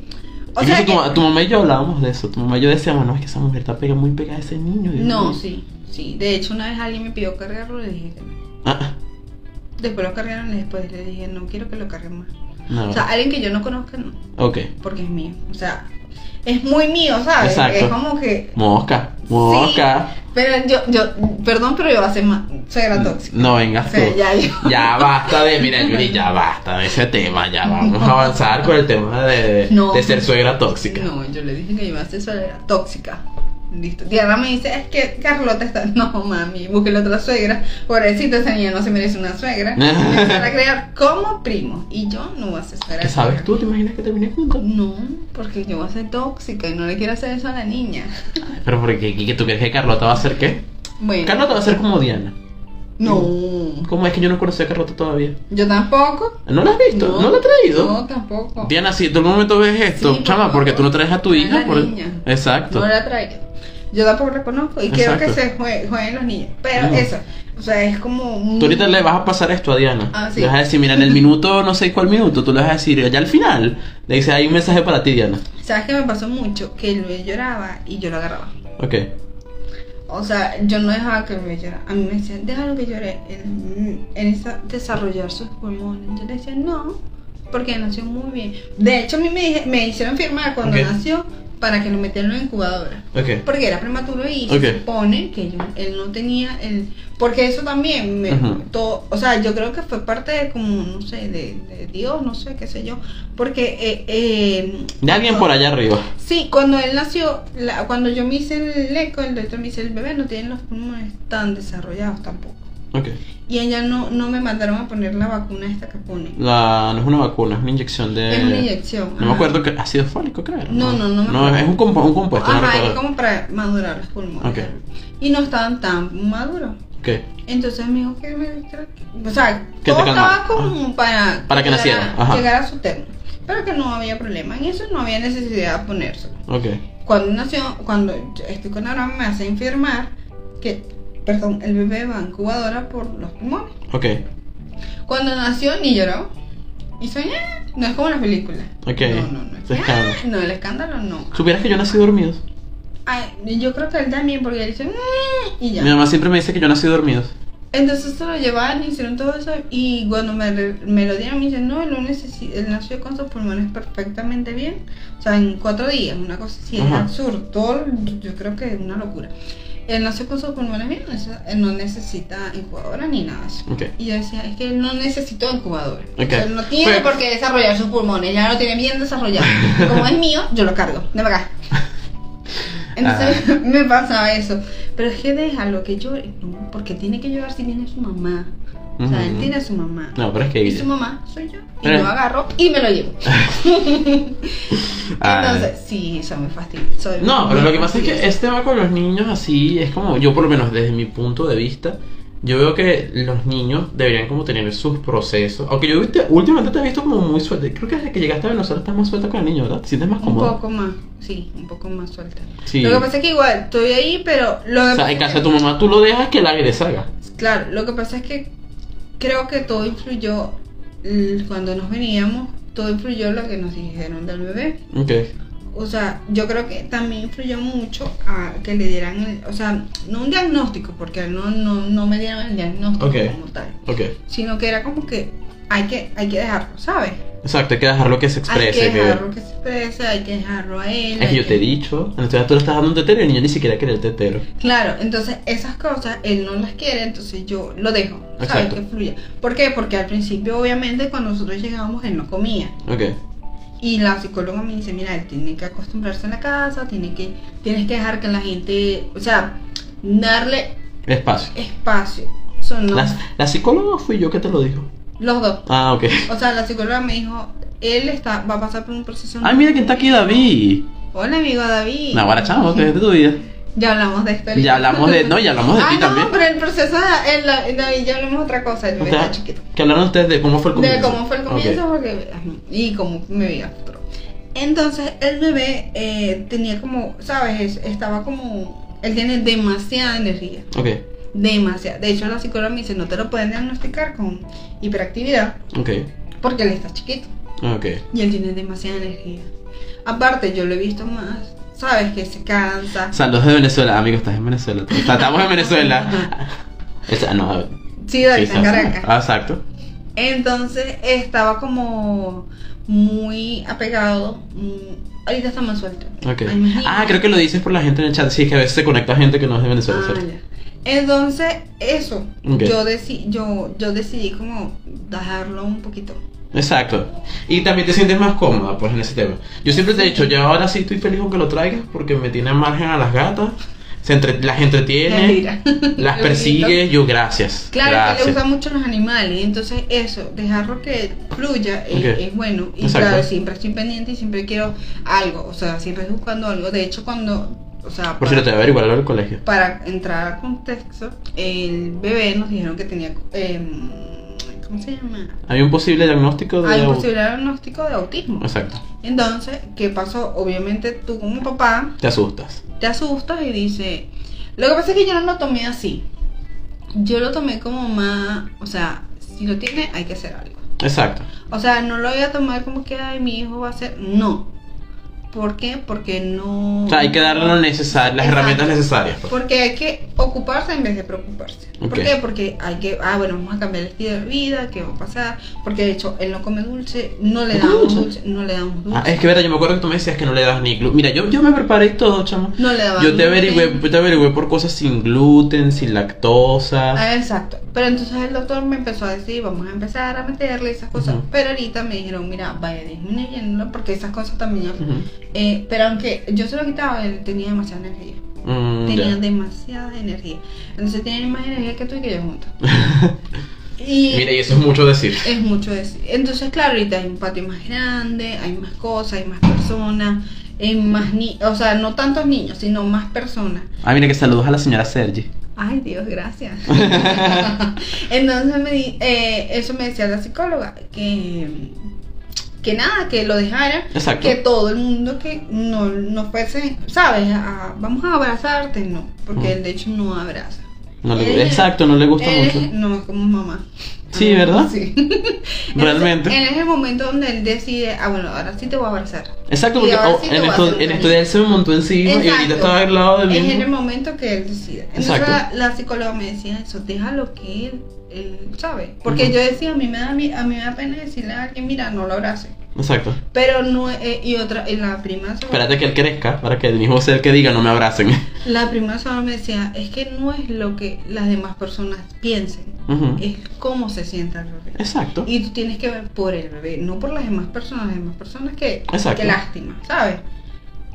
Speaker 2: o sea,
Speaker 1: Incluso tu,
Speaker 2: que-
Speaker 1: tu mamá y yo hablábamos de eso. Tu mamá y yo decíamos, no, es que esa mujer está pega, muy pegada a ese niño. Dios
Speaker 2: no,
Speaker 1: mío".
Speaker 2: sí, sí. De hecho, una vez alguien me pidió cargarlo, le dije que no.
Speaker 1: Ah,
Speaker 2: Después lo cargaron y después le dije, no quiero que lo carguen más.
Speaker 1: no.
Speaker 2: O sea, alguien que yo no conozca, no,
Speaker 1: ok.
Speaker 2: porque es mío. O sea, es muy mío, ¿sabes?
Speaker 1: Exacto.
Speaker 2: Es como que.
Speaker 1: Mosca, mosca.
Speaker 2: Sí, pero yo, yo, perdón, pero yo voy a ser más. Soy la tóxica.
Speaker 1: No
Speaker 2: O
Speaker 1: vengas Mm, tú.
Speaker 2: sea, ya yo.
Speaker 1: Ya basta de, mira Yuri, ya basta de ese tema, ya vamos a avanzar con el tema de,
Speaker 2: No.
Speaker 1: de ser suegra tóxica.
Speaker 2: No, yo le dije que iba a ser suegra tóxica. Listo. Diana me dice, es que Carlota está. No, mami, busque la otra suegra. Pobrecita, esa niña no se merece una suegra. Me van a crear como primo. Y yo no voy a ser suegra.
Speaker 1: ¿Qué sabes
Speaker 2: tóxica.
Speaker 1: tú? ¿Te imaginas que termine juntos?
Speaker 2: Pues No, porque yo voy a ser tóxica y no le quiero hacer eso a la niña.
Speaker 1: Pero porque ¿qué- qué tú crees que Carlota va a Mm. ser qué?
Speaker 2: Bueno,
Speaker 1: Carlota va a ser como Diana.
Speaker 2: No.
Speaker 1: ¿Cómo es que yo no conocía a Carlota todavía?
Speaker 2: Yo tampoco.
Speaker 1: ¿No la has visto, no, la has traído.
Speaker 2: No, tampoco.
Speaker 1: Diana, si tú en un momento ves esto,
Speaker 2: Sí, por
Speaker 1: chama,
Speaker 2: favor.
Speaker 1: porque tú no traes a tu
Speaker 2: Trae a
Speaker 1: hija.
Speaker 2: la
Speaker 1: por-
Speaker 2: niña.
Speaker 1: Exacto.
Speaker 2: No la traigo. Yo tampoco la conozco y quiero que
Speaker 1: Exacto.
Speaker 2: se jue- jueguen, los niños. Pero
Speaker 1: Claro.
Speaker 2: eso, o sea, es como. un-
Speaker 1: Tú ahorita le vas a pasar esto a Diana.
Speaker 2: Ah, sí.
Speaker 1: Le vas a decir, mira, en el minuto, no sé cuál minuto, tú le vas a decir, allá al final, le dices, hay un mensaje para ti, Diana.
Speaker 2: ¿Sabes qué me pasó mucho? Que Luis lloraba y yo lo agarraba.
Speaker 1: Ok.
Speaker 2: O sea, yo no dejaba que Luis llorara. A mí me decían, déjalo que llore. Él, mm, él está desarrollar sus pulmones. Yo le decía, no, porque nació muy bien. De hecho, a mí me, dije- me hicieron firmar cuando
Speaker 1: Ok.
Speaker 2: nació para que lo metieran en la incubadora.
Speaker 1: Ok.
Speaker 2: Porque era prematuro y
Speaker 1: Ok.
Speaker 2: se supone que yo- él no tenía el... Porque eso también, me-
Speaker 1: Ajá.
Speaker 2: todo, o sea, yo creo que fue parte de como, no sé, de, de Dios, no sé, qué sé yo. Porque... Eh, eh,
Speaker 1: De alguien por allá arriba.
Speaker 2: Sí, cuando él nació, la- cuando yo me hice el eco, el doctor me dice, el bebé no tiene los pulmones tan desarrollados tampoco.
Speaker 1: Ok.
Speaker 2: Y ella no, no me mandaron a poner la vacuna esta que pone.
Speaker 1: La, no es una vacuna, es una inyección de.
Speaker 2: es una inyección.
Speaker 1: Eh, No me
Speaker 2: ajá.
Speaker 1: acuerdo que. Ácido fólico, creo.
Speaker 2: No, no, no me
Speaker 1: No,
Speaker 2: acuerdo.
Speaker 1: es un, compu- un compuesto, no
Speaker 2: Ajá, es
Speaker 1: recuerdo.
Speaker 2: como para madurar los pulmones.
Speaker 1: Ok.
Speaker 2: Y no estaban tan maduros.
Speaker 1: Ok.
Speaker 2: Entonces me dijo que me tra- O sea,
Speaker 1: Que
Speaker 2: todo
Speaker 1: te
Speaker 2: estaba
Speaker 1: calmara.
Speaker 2: como para,
Speaker 1: Para que
Speaker 2: llegar a-
Speaker 1: naciera, ajá.
Speaker 2: Llegar a su término. Pero que no había problema. En eso no había necesidad de ponérselo.
Speaker 1: Ok.
Speaker 2: Cuando nació, cuando yo estoy con Abraham, me hacen firmar que, perdón, el bebé va en incubadora por los pulmones.
Speaker 1: Ok.
Speaker 2: Cuando nació ni lloró. Y soñé, no es como las películas.
Speaker 1: Ok.
Speaker 2: No, no, no.
Speaker 1: Se escapa.
Speaker 2: Ah, No, el escándalo no.
Speaker 1: ¿Supieras que yo nací dormido?
Speaker 2: Ay, yo creo que él también, porque él dice, "Mm", y ya.
Speaker 1: Mi mamá siempre me dice que yo nací dormido.
Speaker 2: Entonces se lo llevaban, hicieron todo eso y cuando me, me lo dieron me dicen, no, él, no necesi- él nació con sus pulmones perfectamente bien, o sea, en cuatro días, una cosa así, es
Speaker 1: Ajá.
Speaker 2: absurdo, todo, yo creo que es una locura. Él nació con sus pulmones bien, eso- él no necesita incubadora ni nada de eso.
Speaker 1: Ok.
Speaker 2: Y yo decía, es que él no necesitó incubadora,
Speaker 1: Ok.
Speaker 2: O sea, él no tiene
Speaker 1: Pero-
Speaker 2: por qué desarrollar sus pulmones, ya lo tiene bien desarrollado. Como es mío, yo lo cargo, de acá.
Speaker 1: Ah.
Speaker 2: Entonces me pasaba eso. Pero es que déjalo que llore. No, porque tiene que llorar si tiene a su mamá. O sea, él
Speaker 1: Ujú.
Speaker 2: tiene a su mamá.
Speaker 1: No, pero es que.
Speaker 2: Y su mamá soy yo. Y
Speaker 1: Pero-
Speaker 2: lo agarro y me lo llevo.
Speaker 1: Ah.
Speaker 2: Entonces, sí, eso me fastidia. Soy
Speaker 1: No, pero
Speaker 2: muy
Speaker 1: lo que pasa es que
Speaker 2: fastidiosa.
Speaker 1: este tema con los niños así es como, yo por lo menos desde mi punto de vista, yo veo que los niños deberían como tener sus procesos. Aunque yo viste- últimamente te he visto como muy suelta. Creo que desde que llegaste a Venezuela estás más suelta con el niño, ¿verdad? Te sientes más
Speaker 2: Un
Speaker 1: cómoda.
Speaker 2: poco más, sí, un poco más suelta.
Speaker 1: Sí.
Speaker 2: Lo que pasa es que igual estoy ahí, pero lo
Speaker 1: O
Speaker 2: que
Speaker 1: sea,
Speaker 2: pasa
Speaker 1: en
Speaker 2: es
Speaker 1: casa de tu mamá tú lo dejas que la haga.
Speaker 2: Claro, lo que pasa es que creo que todo influyó mm, cuando nos veníamos, todo influyó lo que nos dijeron del bebé.
Speaker 1: Ok.
Speaker 2: O sea, yo creo que también influyó mucho a que le dieran, el- o sea, no un diagnóstico, porque no, no, no me dieron el diagnóstico
Speaker 1: Ok.
Speaker 2: como tal,
Speaker 1: Ok.
Speaker 2: sino que era como que hay que, hay que dejarlo, ¿sabes?
Speaker 1: Exacto, hay que dejarlo que se
Speaker 2: Hay que
Speaker 1: exprese. bebé.
Speaker 2: dejarlo que se exprese, hay que dejarlo a él.
Speaker 1: Es
Speaker 2: hay
Speaker 1: que yo te he dicho, en este tú le estás dando un tetero y el niño ni siquiera quiere el tetero.
Speaker 2: Claro, entonces esas cosas él no las quiere, entonces yo lo dejo, ¿sabes?
Speaker 1: Exacto.
Speaker 2: Que fluya. ¿Por qué? Porque al principio, obviamente, cuando nosotros llegábamos, él no comía.
Speaker 1: Ok.
Speaker 2: Y la psicóloga me dice, mira, él tiene que acostumbrarse a la casa, tiene que, tienes que dejar que la gente, o sea, darle
Speaker 1: Espacio.
Speaker 2: espacio. Son los,
Speaker 1: La, la psicóloga fui yo que te lo dijo.
Speaker 2: los dos.
Speaker 1: Ah, ok.
Speaker 2: O sea, la psicóloga me dijo, él está, va a pasar por un proceso.
Speaker 3: Ay, Ah, mira que está aquí David.
Speaker 2: Hola, amigo David.
Speaker 3: Nahuara chamo, ¿qué es de tu vida?
Speaker 2: Ya hablamos de esto.
Speaker 1: Ya hablamos de- no, ya hablamos de
Speaker 2: Ah,
Speaker 1: ti
Speaker 2: no,
Speaker 1: también.
Speaker 2: pero el proceso, de- el, el- David, ya hablamos de otra cosa, el bebé está
Speaker 1: Ustedes-
Speaker 2: chiquito.
Speaker 1: que hablaron ustedes de cómo fue el comienzo.
Speaker 2: De cómo fue el
Speaker 1: Ok.
Speaker 2: comienzo porque, ajá, y cómo me veía futuro. Entonces el bebé eh, tenía como, ¿sabes? Estaba como, él tiene demasiada energía,
Speaker 1: Ok,
Speaker 2: demasiada. De hecho la psicóloga me dice, no te lo pueden diagnosticar con hiperactividad
Speaker 1: ok,
Speaker 2: porque él está chiquito
Speaker 1: ok.
Speaker 2: y él tiene demasiada energía. Aparte yo lo he visto más, ¿sabes? Que se cansa.
Speaker 3: Saludos de Venezuela, amigo, estás en Venezuela. O sea, Estamos en Venezuela.
Speaker 1: Esa- no, a ver.
Speaker 2: Sí, David,
Speaker 1: Sí,
Speaker 2: está
Speaker 1: sí,
Speaker 2: en
Speaker 1: sí.
Speaker 2: Caracas.
Speaker 1: Ah, exacto.
Speaker 2: Entonces estaba como muy apegado. mm, Ahorita está más suelto.
Speaker 1: Ok.
Speaker 2: Hay más niños.
Speaker 1: Ah, creo que lo dices por la gente en el chat. Sí, es que a veces se conecta gente que no es de Venezuela.
Speaker 2: Ah,
Speaker 1: ¿cierto?
Speaker 2: ya. Entonces, eso,
Speaker 1: Ok.
Speaker 2: yo, deci- yo, yo decidí como dejarlo un poquito.
Speaker 1: Exacto. Y también te sientes más cómoda, pues, en ese tema. Yo siempre te he dicho, yo ahora sí estoy feliz con que lo traigas porque me tiene margen a las gatas. Se entre- las entretiene,
Speaker 2: Mentira.
Speaker 1: las
Speaker 2: Lo
Speaker 1: persigue.
Speaker 2: bonito.
Speaker 1: Yo, gracias.
Speaker 2: Claro, que
Speaker 1: gracias.
Speaker 2: le gustan mucho los animales, entonces eso, dejarlo que fluya es,
Speaker 1: Ok.
Speaker 2: es bueno. Y
Speaker 1: Exacto.
Speaker 2: claro, siempre estoy pendiente y siempre quiero algo, o sea, siempre estoy buscando algo. De hecho, cuando, O sea,
Speaker 1: Por
Speaker 2: para-
Speaker 1: cierto, te voy a averiguar algo del colegio.
Speaker 2: Para entrar al contexto, el bebé nos dijeron que tenía. em, ¿Cómo se llama?
Speaker 1: Hay un posible diagnóstico de.
Speaker 2: Hay un
Speaker 1: au-
Speaker 2: posible diagnóstico de autismo.
Speaker 1: Exacto.
Speaker 2: Entonces, ¿qué pasó? Obviamente, tú como papá
Speaker 1: Te asustas.
Speaker 2: te asustas y dices. Lo que pasa es que yo no lo tomé así. Yo lo tomé como más. O sea, si lo tiene, hay que hacer algo.
Speaker 1: Exacto.
Speaker 2: O sea, no lo voy a tomar como que, ay, mi hijo va a hacer. No. ¿Por qué? Porque no.
Speaker 1: O sea, hay que darle lo necesario, las
Speaker 2: Exacto.
Speaker 1: herramientas necesarias. pues.
Speaker 2: Porque hay que ocuparse en vez de preocuparse. ¿Por
Speaker 1: Ok.
Speaker 2: qué? Porque hay que, ah, bueno, vamos a cambiar el estilo de vida, ¿qué va a pasar? Porque de hecho, él no come dulce, no le
Speaker 1: ¿No come
Speaker 2: damos dulce?
Speaker 1: dulce?
Speaker 2: no le damos dulce.
Speaker 1: Ah, es que, verdad, yo me acuerdo que tú me decías que no le dabas ni gluten. Mira, yo, yo me preparé y todo, chamo.
Speaker 2: No le damos
Speaker 1: Yo te
Speaker 2: dulce.
Speaker 1: averigüé, yo te averigüé por cosas sin gluten, sin lactosa.
Speaker 2: Ah, exacto. Pero entonces el doctor me empezó a decir, vamos a empezar a meterle esas cosas.
Speaker 1: Ujú.
Speaker 2: Pero ahorita me dijeron, mira, vaya disminuyéndolo porque esas cosas también...
Speaker 1: Ujú.
Speaker 2: eh, pero aunque yo se lo quitaba, él tenía demasiada energía.
Speaker 1: Mm,
Speaker 2: Tenía
Speaker 1: ya.
Speaker 2: demasiada energía. Entonces tiene más energía que tú y que yo juntos. y...
Speaker 1: Mira, y eso es mucho decir.
Speaker 2: Es mucho decir. Entonces, claro, ahorita hay un patio más grande, hay más cosas, hay más personas, hay más ni o sea, no tantos niños, sino más personas.
Speaker 3: Ah, mira que saludos a la señora Sergi.
Speaker 2: Ay, Dios, gracias. Entonces, me di- eh, eso me decía la psicóloga, que, que nada, que lo dejara,
Speaker 1: Exacto.
Speaker 2: que todo el mundo que no, no fuese, ¿sabes? A- vamos a abrazarte, no, porque él de hecho no abraza.
Speaker 1: No le-
Speaker 2: Él-
Speaker 1: exacto, no le gusta
Speaker 2: él es-
Speaker 1: mucho.
Speaker 2: no, es como mamá.
Speaker 1: Sí,
Speaker 2: Ah,
Speaker 1: ¿verdad?
Speaker 2: Sí.
Speaker 1: Realmente.
Speaker 2: Él es el momento donde él decide, ah, bueno, ahora sí te voy a abrazar.
Speaker 1: Exacto,
Speaker 2: Y
Speaker 1: porque
Speaker 2: ahora
Speaker 1: oh,
Speaker 2: sí te
Speaker 1: en,
Speaker 2: voy a
Speaker 1: esto,
Speaker 2: hacer
Speaker 1: en
Speaker 2: un
Speaker 1: esto de él se me montó encima y ahorita
Speaker 2: Exacto.
Speaker 1: estaba al lado de
Speaker 2: Es
Speaker 1: mí.
Speaker 2: en el momento que él decida. Entonces la,
Speaker 1: Exacto.
Speaker 2: la psicóloga me decía eso, déjalo que él, él sabe. Porque
Speaker 1: Ujú.
Speaker 2: yo decía, a mí, me da, mi- a mí me da pena decirle a alguien, mira, no lo abrace.
Speaker 1: Exacto.
Speaker 2: Pero no, eh, y otra, y la prima solo-
Speaker 1: Espérate que él crezca para que el hijo sea el que diga no me abracen.
Speaker 2: la prima solo me decía, es que no es lo que las demás personas piensen,
Speaker 1: Ujú.
Speaker 2: es cómo se sienta el bebé.
Speaker 1: Exacto.
Speaker 2: Y tú tienes que ver por el bebé, no por las demás personas. Las demás personas que,
Speaker 1: Exacto.
Speaker 2: que lástima, ¿sabes?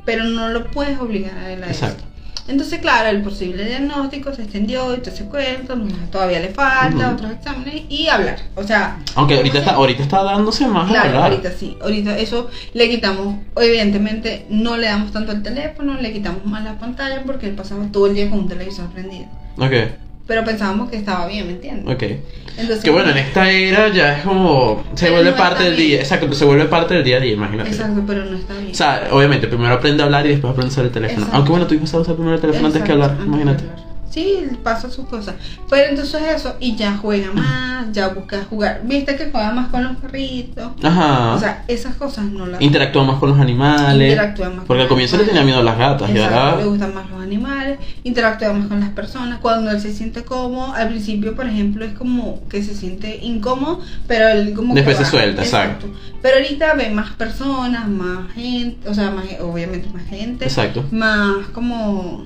Speaker 2: Pero no lo puedes obligar a él a eso.
Speaker 1: Exacto.
Speaker 2: Entonces, claro, el posible diagnóstico se extendió y te se cuenta, mm, todavía le falta
Speaker 1: Ujú.
Speaker 2: otros exámenes y hablar. O sea,
Speaker 1: Aunque ahorita está, ahorita está dándose más a
Speaker 2: claro,
Speaker 1: hablar.
Speaker 2: ahorita sí, ahorita eso le quitamos, evidentemente no le damos tanto el teléfono, le quitamos más la pantalla porque él pasaba todo el día con un televisor prendido.
Speaker 1: Ok,
Speaker 2: Pero pensábamos que estaba bien, ¿me entiendes?
Speaker 1: ok.
Speaker 2: Entonces,
Speaker 1: Que bueno, en este esta era ya es como. Se
Speaker 2: Pero
Speaker 1: vuelve
Speaker 2: no
Speaker 1: parte
Speaker 2: está
Speaker 1: del
Speaker 2: bien.
Speaker 1: día. Exacto, se vuelve parte del día a día, imagínate.
Speaker 2: Exacto, pero no está bien.
Speaker 1: O sea, obviamente, primero aprende a hablar y después aprende a usar el teléfono.
Speaker 2: Exacto.
Speaker 1: Aunque bueno, tú ibas a usar primero el teléfono antes que
Speaker 2: Exacto,
Speaker 1: hablar,
Speaker 2: antes de
Speaker 1: imagínate.
Speaker 2: hablar. Sí, pasa sus cosas. Pero entonces eso, y ya
Speaker 1: Ah.
Speaker 2: juega más, ya busca jugar. Viste que juega más con los perritos.
Speaker 1: Ajá.
Speaker 2: O sea, esas cosas no las.
Speaker 1: Interactúa más con los animales.
Speaker 2: Interactúa más con
Speaker 1: Porque al
Speaker 2: los
Speaker 1: comienzo le
Speaker 2: animales.
Speaker 1: tenía miedo a las gatas, y
Speaker 2: Exacto,
Speaker 1: ahora-
Speaker 2: le gustan más los animales, interactúa más con las personas. Cuando él se siente cómodo, al principio, por ejemplo, es como que se siente incómodo, pero él como que
Speaker 1: Después se
Speaker 2: va.
Speaker 1: suelta, exacto.
Speaker 2: Pero ahorita ve más personas, más gente, o sea, más, obviamente más gente.
Speaker 1: Exacto.
Speaker 2: más como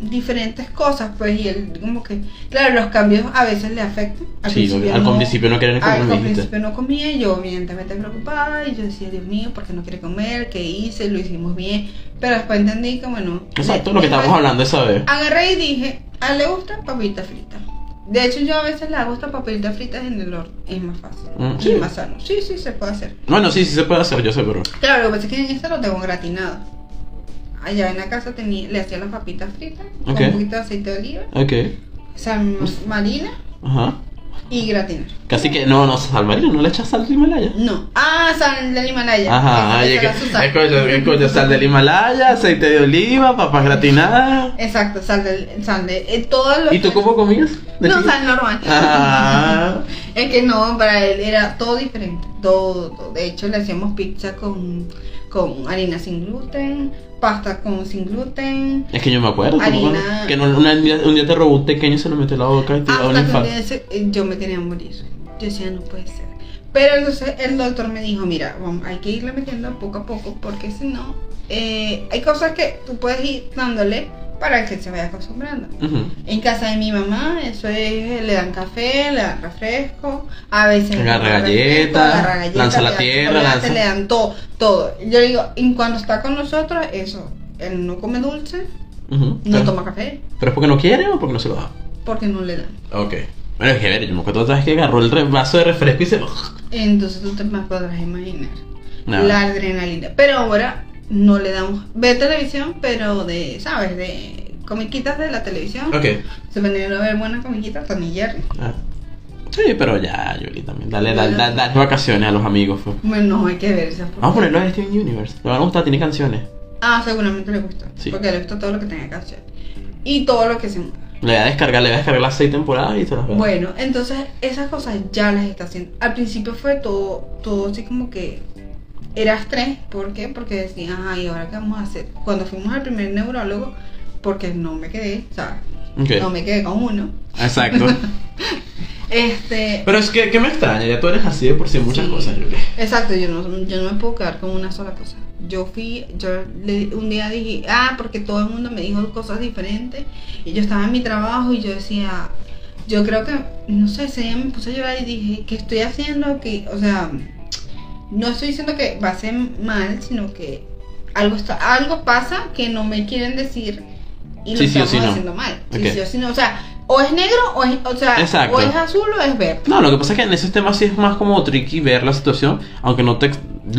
Speaker 2: diferentes cosas, pues, y él como que, claro, los cambios a veces le afectan.
Speaker 1: Sí, obvio, al principio no querían comer,
Speaker 2: al
Speaker 1: me dijiste.
Speaker 2: principio no comía, y yo evidentemente preocupada, y yo decía, Dios mío, ¿por qué no quiere comer? ¿Qué hice? ¿Lo hicimos bien? Pero después entendí que, bueno...
Speaker 1: Exacto,
Speaker 2: le-
Speaker 1: lo que
Speaker 2: después
Speaker 1: estábamos hablando esa vez.
Speaker 2: Agarré y dije, a él le gusta papita frita. De hecho, yo a veces le hago estas papelitas fritas en el horno, es más fácil,
Speaker 1: Mm,
Speaker 2: y
Speaker 1: sí.
Speaker 2: más sano. Sí, sí, se puede hacer.
Speaker 1: Bueno, sí, sí se puede hacer, yo sé, pero.
Speaker 2: Claro, lo que pasa es que en esta lo tengo gratinado. Allá en la casa tenía, le hacía las papitas fritas
Speaker 1: Ok.
Speaker 2: con un poquito de aceite de oliva,
Speaker 1: Ok.
Speaker 2: sal marina
Speaker 1: Ajá.
Speaker 2: y gratinar.
Speaker 1: Casi que. No, no, sal marina, no le echas sal de Himalaya.
Speaker 2: No, ah, sal del Himalaya.
Speaker 1: Ajá,
Speaker 2: Esa
Speaker 1: oye,
Speaker 2: le
Speaker 1: que.
Speaker 2: sale su sal.
Speaker 1: Escucha, escucha, sal del Himalaya, aceite de oliva, papas gratinadas.
Speaker 2: Exacto, sal del, sal de eh, todos los.
Speaker 1: ¿Y tú cómo comías? de
Speaker 2: No,
Speaker 1: chiquita?
Speaker 2: sal normal.
Speaker 1: Ah.
Speaker 2: Es que no, para él era todo diferente, todo, todo. De hecho, le hacíamos pizza con, con harina sin gluten, pasta con sin gluten.
Speaker 1: Es que yo me acuerdo. ¿te
Speaker 2: Harina.
Speaker 1: acuerdas? Que no- una- un, día, un día te robó un pequeño y se lo metió en la boca y te daba un
Speaker 2: Hasta que un día
Speaker 1: infarto.
Speaker 2: Ah, ese- eh, yo me quería morir. Yo decía, no puede ser. Pero entonces el doctor me dijo, mira, vamos, hay que irle metiendo poco a poco porque si no, eh, hay cosas que tú puedes ir dándole para que se vaya acostumbrando.
Speaker 1: Ujú.
Speaker 2: En casa de mi mamá, eso es, eh, le dan café, le dan refresco, a veces
Speaker 1: Agarra
Speaker 2: le dan
Speaker 1: galleta,
Speaker 2: agarra
Speaker 1: lanza la
Speaker 2: le dan
Speaker 1: tierra,
Speaker 2: chocolate,
Speaker 1: lanza-
Speaker 2: le dan todo, todo. Yo digo, en cuando está con nosotros, eso, él no come dulce,
Speaker 1: Ujú.
Speaker 2: no
Speaker 1: Pero-
Speaker 2: toma café,
Speaker 1: ¿Pero es porque no quiere o porque no se lo da?
Speaker 2: porque no le dan.
Speaker 1: Ok. Bueno, es que a ver, yo me acuerdo otra vez que agarró el re- vaso de refresco y se lo.
Speaker 2: Entonces tú te más podrás imaginar
Speaker 1: No.
Speaker 2: la adrenalina. Pero ahora no le damos. Ve televisión, pero de, ¿sabes? De comiquitas de la televisión.
Speaker 1: Ok.
Speaker 2: Se vendieron a ver buenas comiquitas, Tony y Jerry.
Speaker 1: Ah. Sí, pero ya, Yuri, también. Dale, dale, dale, dale vacaciones a los amigos. pues.
Speaker 2: Bueno, no hay que ver esas
Speaker 1: Vamos a
Speaker 2: porquerías.
Speaker 1: ponerlo a Steven Universe. Le van a gustar, tiene canciones.
Speaker 2: Ah, seguramente le gusta.
Speaker 1: Sí.
Speaker 2: Porque le gusta todo lo que tenga que hacer. Y todo lo que se mueva.
Speaker 1: Le voy a descargar, le voy a descargar las seis temporadas y se las veo.
Speaker 2: Bueno, entonces esas cosas ya las está haciendo. Al principio fue todo, todo así como que eras tres. ¿Por qué? Porque decían, ajá, ¿y ahora qué vamos a hacer? Cuando fuimos al primer neurólogo, porque no me quedé, ¿sabes?
Speaker 1: Ok.
Speaker 2: No me quedé con uno.
Speaker 1: Exacto.
Speaker 2: Este.
Speaker 1: pero es que, que me extraña, ya tú eres así de por sí en muchas
Speaker 2: Sí.
Speaker 1: cosas, Yuri.
Speaker 2: Exacto, yo no, yo no me puedo quedar con una sola cosa. Yo fui, yo le- un día dije, ah, porque todo el mundo me dijo cosas diferentes. Y yo estaba en mi trabajo y yo decía, yo creo que, no sé, ese día me puse a llorar y dije, ¿qué estoy haciendo? Que, o sea, no estoy diciendo que va a ser mal, sino que algo, está, algo pasa que no me quieren decir y lo
Speaker 1: Sí, sí o
Speaker 2: estamos
Speaker 1: sí no.
Speaker 2: haciendo mal. Sí,
Speaker 1: Ok.
Speaker 2: sí o sí no. O sea, o es negro o es, o sea,
Speaker 1: Exacto.
Speaker 2: o es azul o es verde.
Speaker 1: No, lo que pasa es que en esos temas sí es más como tricky ver la situación, aunque no te,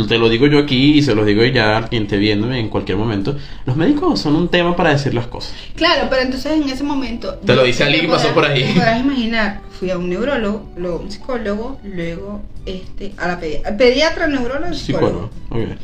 Speaker 1: te lo digo yo aquí y se los digo ya a quien esté viéndome en cualquier momento. Los médicos son un tema para decir las cosas.
Speaker 2: Claro, pero entonces en ese momento.
Speaker 1: Te lo dice alguien que pasó por ahí.
Speaker 2: Te podrás imaginar, fui a un neurólogo, luego a un psicólogo, luego este, a la pediatra. Pediatra, neurólogo,
Speaker 1: Psicólogo.
Speaker 2: psicólogo.
Speaker 1: ok.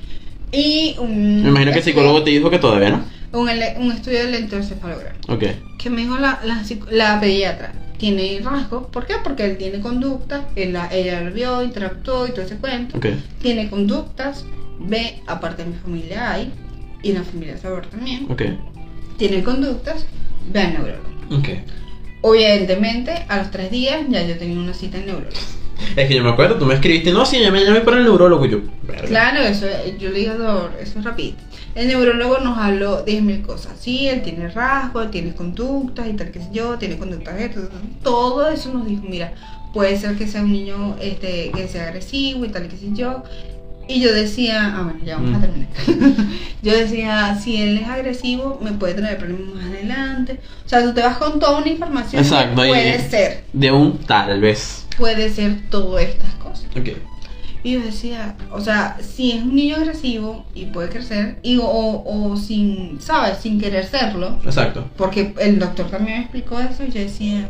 Speaker 2: Y un. este,
Speaker 1: Me imagino que el psicólogo te dijo que todavía no.
Speaker 2: Un, ele- un estudio del electroencefalograma.
Speaker 1: Ok.
Speaker 2: Que me dijo la, la, psic- la pediatra. Tiene rasgos. ¿Por qué? Porque él tiene conducta. él la- ella lo vio, interactuó y todo ese cuento.
Speaker 1: Ok.
Speaker 2: Tiene conductas. B, aparte de mi familia hay. Y en la familia de sabor también.
Speaker 1: Ok.
Speaker 2: Tiene conductas. Ve al neurólogo.
Speaker 1: Ok.
Speaker 2: Evidentemente, a los tres días ya yo tenía una cita en neurólogo.
Speaker 1: Es que yo me acuerdo, tú me escribiste, no, sí, ya me llamé para el neurólogo y yo. verga.
Speaker 2: Claro, eso eh, yo le digo, "Doctor, eso es rápido. El neurólogo nos habló 10.000 cosas. Sí, él tiene rasgos, él tiene conductas y tal que sé yo, tiene conductas de esto, todo eso nos dijo, mira, puede ser que sea un niño este, que sea agresivo y tal que sé yo. Y yo decía, ah, bueno, ya vamos
Speaker 1: Mm.
Speaker 2: a terminar. yo decía, si él es agresivo, me puede traer problemas más adelante. O sea, tú te vas con toda una información
Speaker 1: Exacto,
Speaker 2: que
Speaker 1: y-
Speaker 2: puede ser,
Speaker 1: De un tal vez.
Speaker 2: puede ser todas estas cosas.
Speaker 1: Ok.
Speaker 2: Y yo decía, o sea, si es un niño agresivo y puede crecer, y, o, o sin, ¿sabes? Sin querer serlo,
Speaker 1: Exacto.
Speaker 2: porque el doctor también me explicó eso, y yo decía,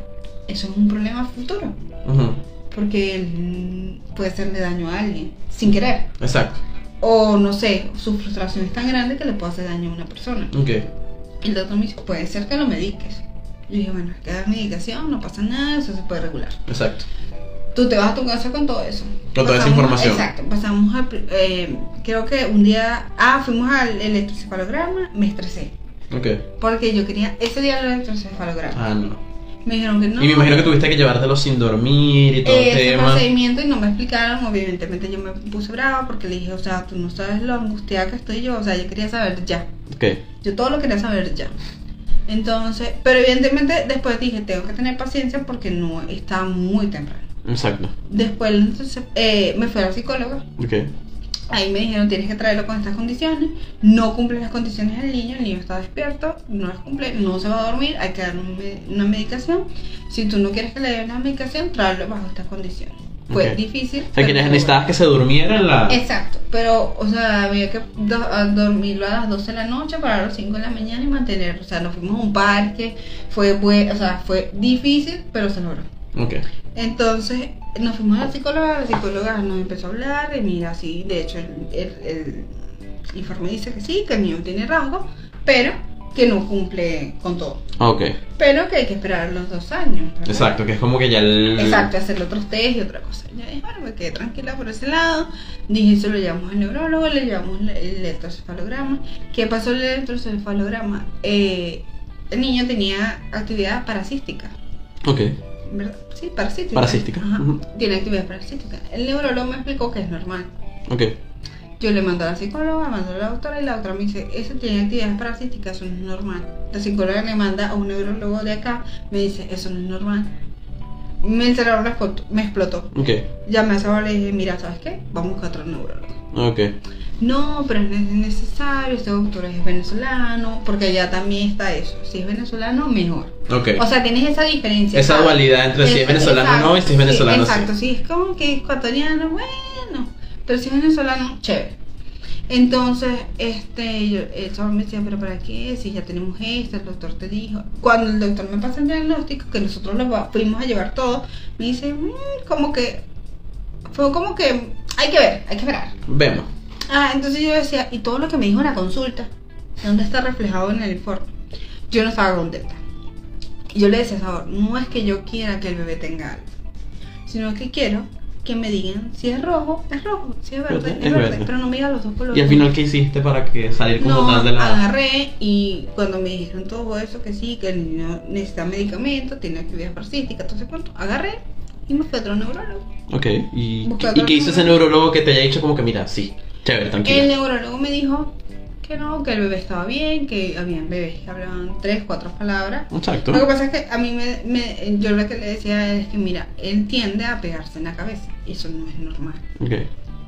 Speaker 2: eso es un problema futuro,
Speaker 1: Ujú.
Speaker 2: porque él mm, puede hacerle daño a alguien, sin querer.
Speaker 1: Exacto.
Speaker 2: O no sé, su frustración es tan grande que le puede hacer daño a una persona.
Speaker 1: Ok.
Speaker 2: El doctor me dijo, puede ser que lo mediques. Yo dije, bueno, hay que dar medicación, no pasa nada, eso se puede regular.
Speaker 1: Exacto.
Speaker 2: Tú te vas a tu casa con todo eso.
Speaker 1: Con toda esa
Speaker 2: Pasamos-
Speaker 1: información.
Speaker 2: Exacto. Pasamos al. pri- eh, creo que un día. Ah, fuimos al electrocefalograma. Me estresé.
Speaker 1: Ok.
Speaker 2: Porque yo quería ese día el electrocefalograma.
Speaker 1: Ah, no.
Speaker 2: Me dijeron que no. Eh,
Speaker 1: Y me imagino que tuviste que llevártelo sin dormir y todo el
Speaker 2: ese
Speaker 1: tema.
Speaker 2: procedimiento y no me explicaron. Obviamente yo me puse brava porque le dije, o sea, tú no sabes lo angustiada que estoy yo. O sea, yo quería saber ya.
Speaker 1: Ok.
Speaker 2: Yo todo lo quería saber ya. Entonces, pero evidentemente después dije, tengo que tener paciencia porque no está muy temprano.
Speaker 1: Exacto.
Speaker 2: Después entonces, eh, me fui a la psicóloga.
Speaker 1: Ok.
Speaker 2: Ahí me dijeron, tienes que traerlo con estas condiciones. No cumple las condiciones del niño, el niño está despierto, no las cumple, no se va a dormir, hay que darle un me- una medicación. Si tú no quieres que le den la medicación, tráelo bajo estas condiciones. Fue
Speaker 1: Ok.
Speaker 2: difícil.
Speaker 1: O sea,
Speaker 2: pero
Speaker 1: que
Speaker 2: se
Speaker 1: necesitabas que se durmiera en la.
Speaker 2: logró. Exacto, pero, o sea, había que do- a dormirlo a las 12 de la noche para las 5 de la mañana y mantenerlo. O sea, nos fuimos a un parque, fue, bue- o sea, fue difícil, pero se logró.
Speaker 1: Ok.
Speaker 2: Entonces nos fuimos a la psicóloga, la psicóloga nos empezó a hablar, y mira, sí, de hecho el, el- el informe dice que sí, que el niño tiene rasgos, pero que no cumple con todo.
Speaker 1: Ah, Ok.
Speaker 2: Pero que hay que esperar los dos años. ¿verdad?
Speaker 1: Exacto, que es como que ya el.
Speaker 2: Exacto, hacerle otros test y otra cosa. Yo dije, bueno, me quedé tranquila por ese lado. Dije, se lo llevamos al neurólogo, le llevamos la- el electrocefalograma. ¿Qué pasó el electrocefalograma? Eh, el niño tenía actividad parasística.
Speaker 1: Ok.
Speaker 2: ¿verdad? Sí, parasítica.
Speaker 1: Parasítica,
Speaker 2: Ajá,
Speaker 1: ujú.
Speaker 2: Tiene actividad parasítica. El neurólogo me explicó que es normal.
Speaker 1: Ok.
Speaker 2: Yo le mando a la psicóloga, mando a la doctora y la doctora me dice, eso tiene actividades parasíticas, eso no es normal. La psicóloga le manda a un neurólogo de acá, me dice, eso no es normal. Me el cerebro explotó- me explotó.
Speaker 1: Ok.
Speaker 2: Llamé a Sabor y le dije, mira, ¿sabes qué? Vamos a buscar otro neurólogo.
Speaker 1: Ok.
Speaker 2: No, pero es necesario, este doctor es venezolano, porque allá también está eso. Si es venezolano, mejor.
Speaker 1: Ok.
Speaker 2: O sea, tienes esa diferencia.
Speaker 1: Esa
Speaker 2: ¿sabes?
Speaker 1: dualidad entre si es venezolano
Speaker 2: exacto,
Speaker 1: no y si
Speaker 2: sí,
Speaker 1: es venezolano sí.
Speaker 2: Exacto, si es como que ecuatoriano, bueno, pero si es venezolano, chévere. Entonces, este, yo, el chavo me decía, pero ¿para qué? Si ya tenemos esto, el doctor te dijo. Cuando el doctor me pasa el diagnóstico, que nosotros lo va- fuimos a llevar todo, me dice, "Mm, como que, fue como que, hay que ver, hay que esperar.
Speaker 1: Vemos.
Speaker 2: Ah, entonces yo decía, y todo lo que me dijo en la consulta, ¿dónde está reflejado en el informe? Yo no estaba contenta. Y Yo le decía, sabor, no es que yo quiera que el bebé tenga algo, sino que quiero que me digan si es rojo, es rojo, si es verde,
Speaker 1: Verde,
Speaker 2: es,
Speaker 1: es
Speaker 2: verde,
Speaker 1: verde.
Speaker 2: pero no me digan los dos colores.
Speaker 3: Y al final, ¿qué hiciste para que salir como
Speaker 2: no,
Speaker 3: tal de la.?
Speaker 2: agarré y cuando me dijeron todo eso, que sí, que el niño necesita medicamento, tiene actividad parcística, entonces cuánto, agarré y me fui a otro neurólogo.
Speaker 1: Ok. ¿Y,
Speaker 2: Busca
Speaker 1: ¿y
Speaker 2: otro
Speaker 1: qué hizo ese neurólogo que te haya dicho como que, mira, sí, chévere,
Speaker 2: El
Speaker 1: tranquila?
Speaker 2: neurólogo me dijo que no, que el bebé estaba bien, que habían bebés que hablaban tres, cuatro palabras.
Speaker 1: Exacto.
Speaker 2: Lo que pasa es que a mí me, me- yo lo que le decía es que mira, él tiende a pegarse en la cabeza y eso no es normal.
Speaker 1: Ok.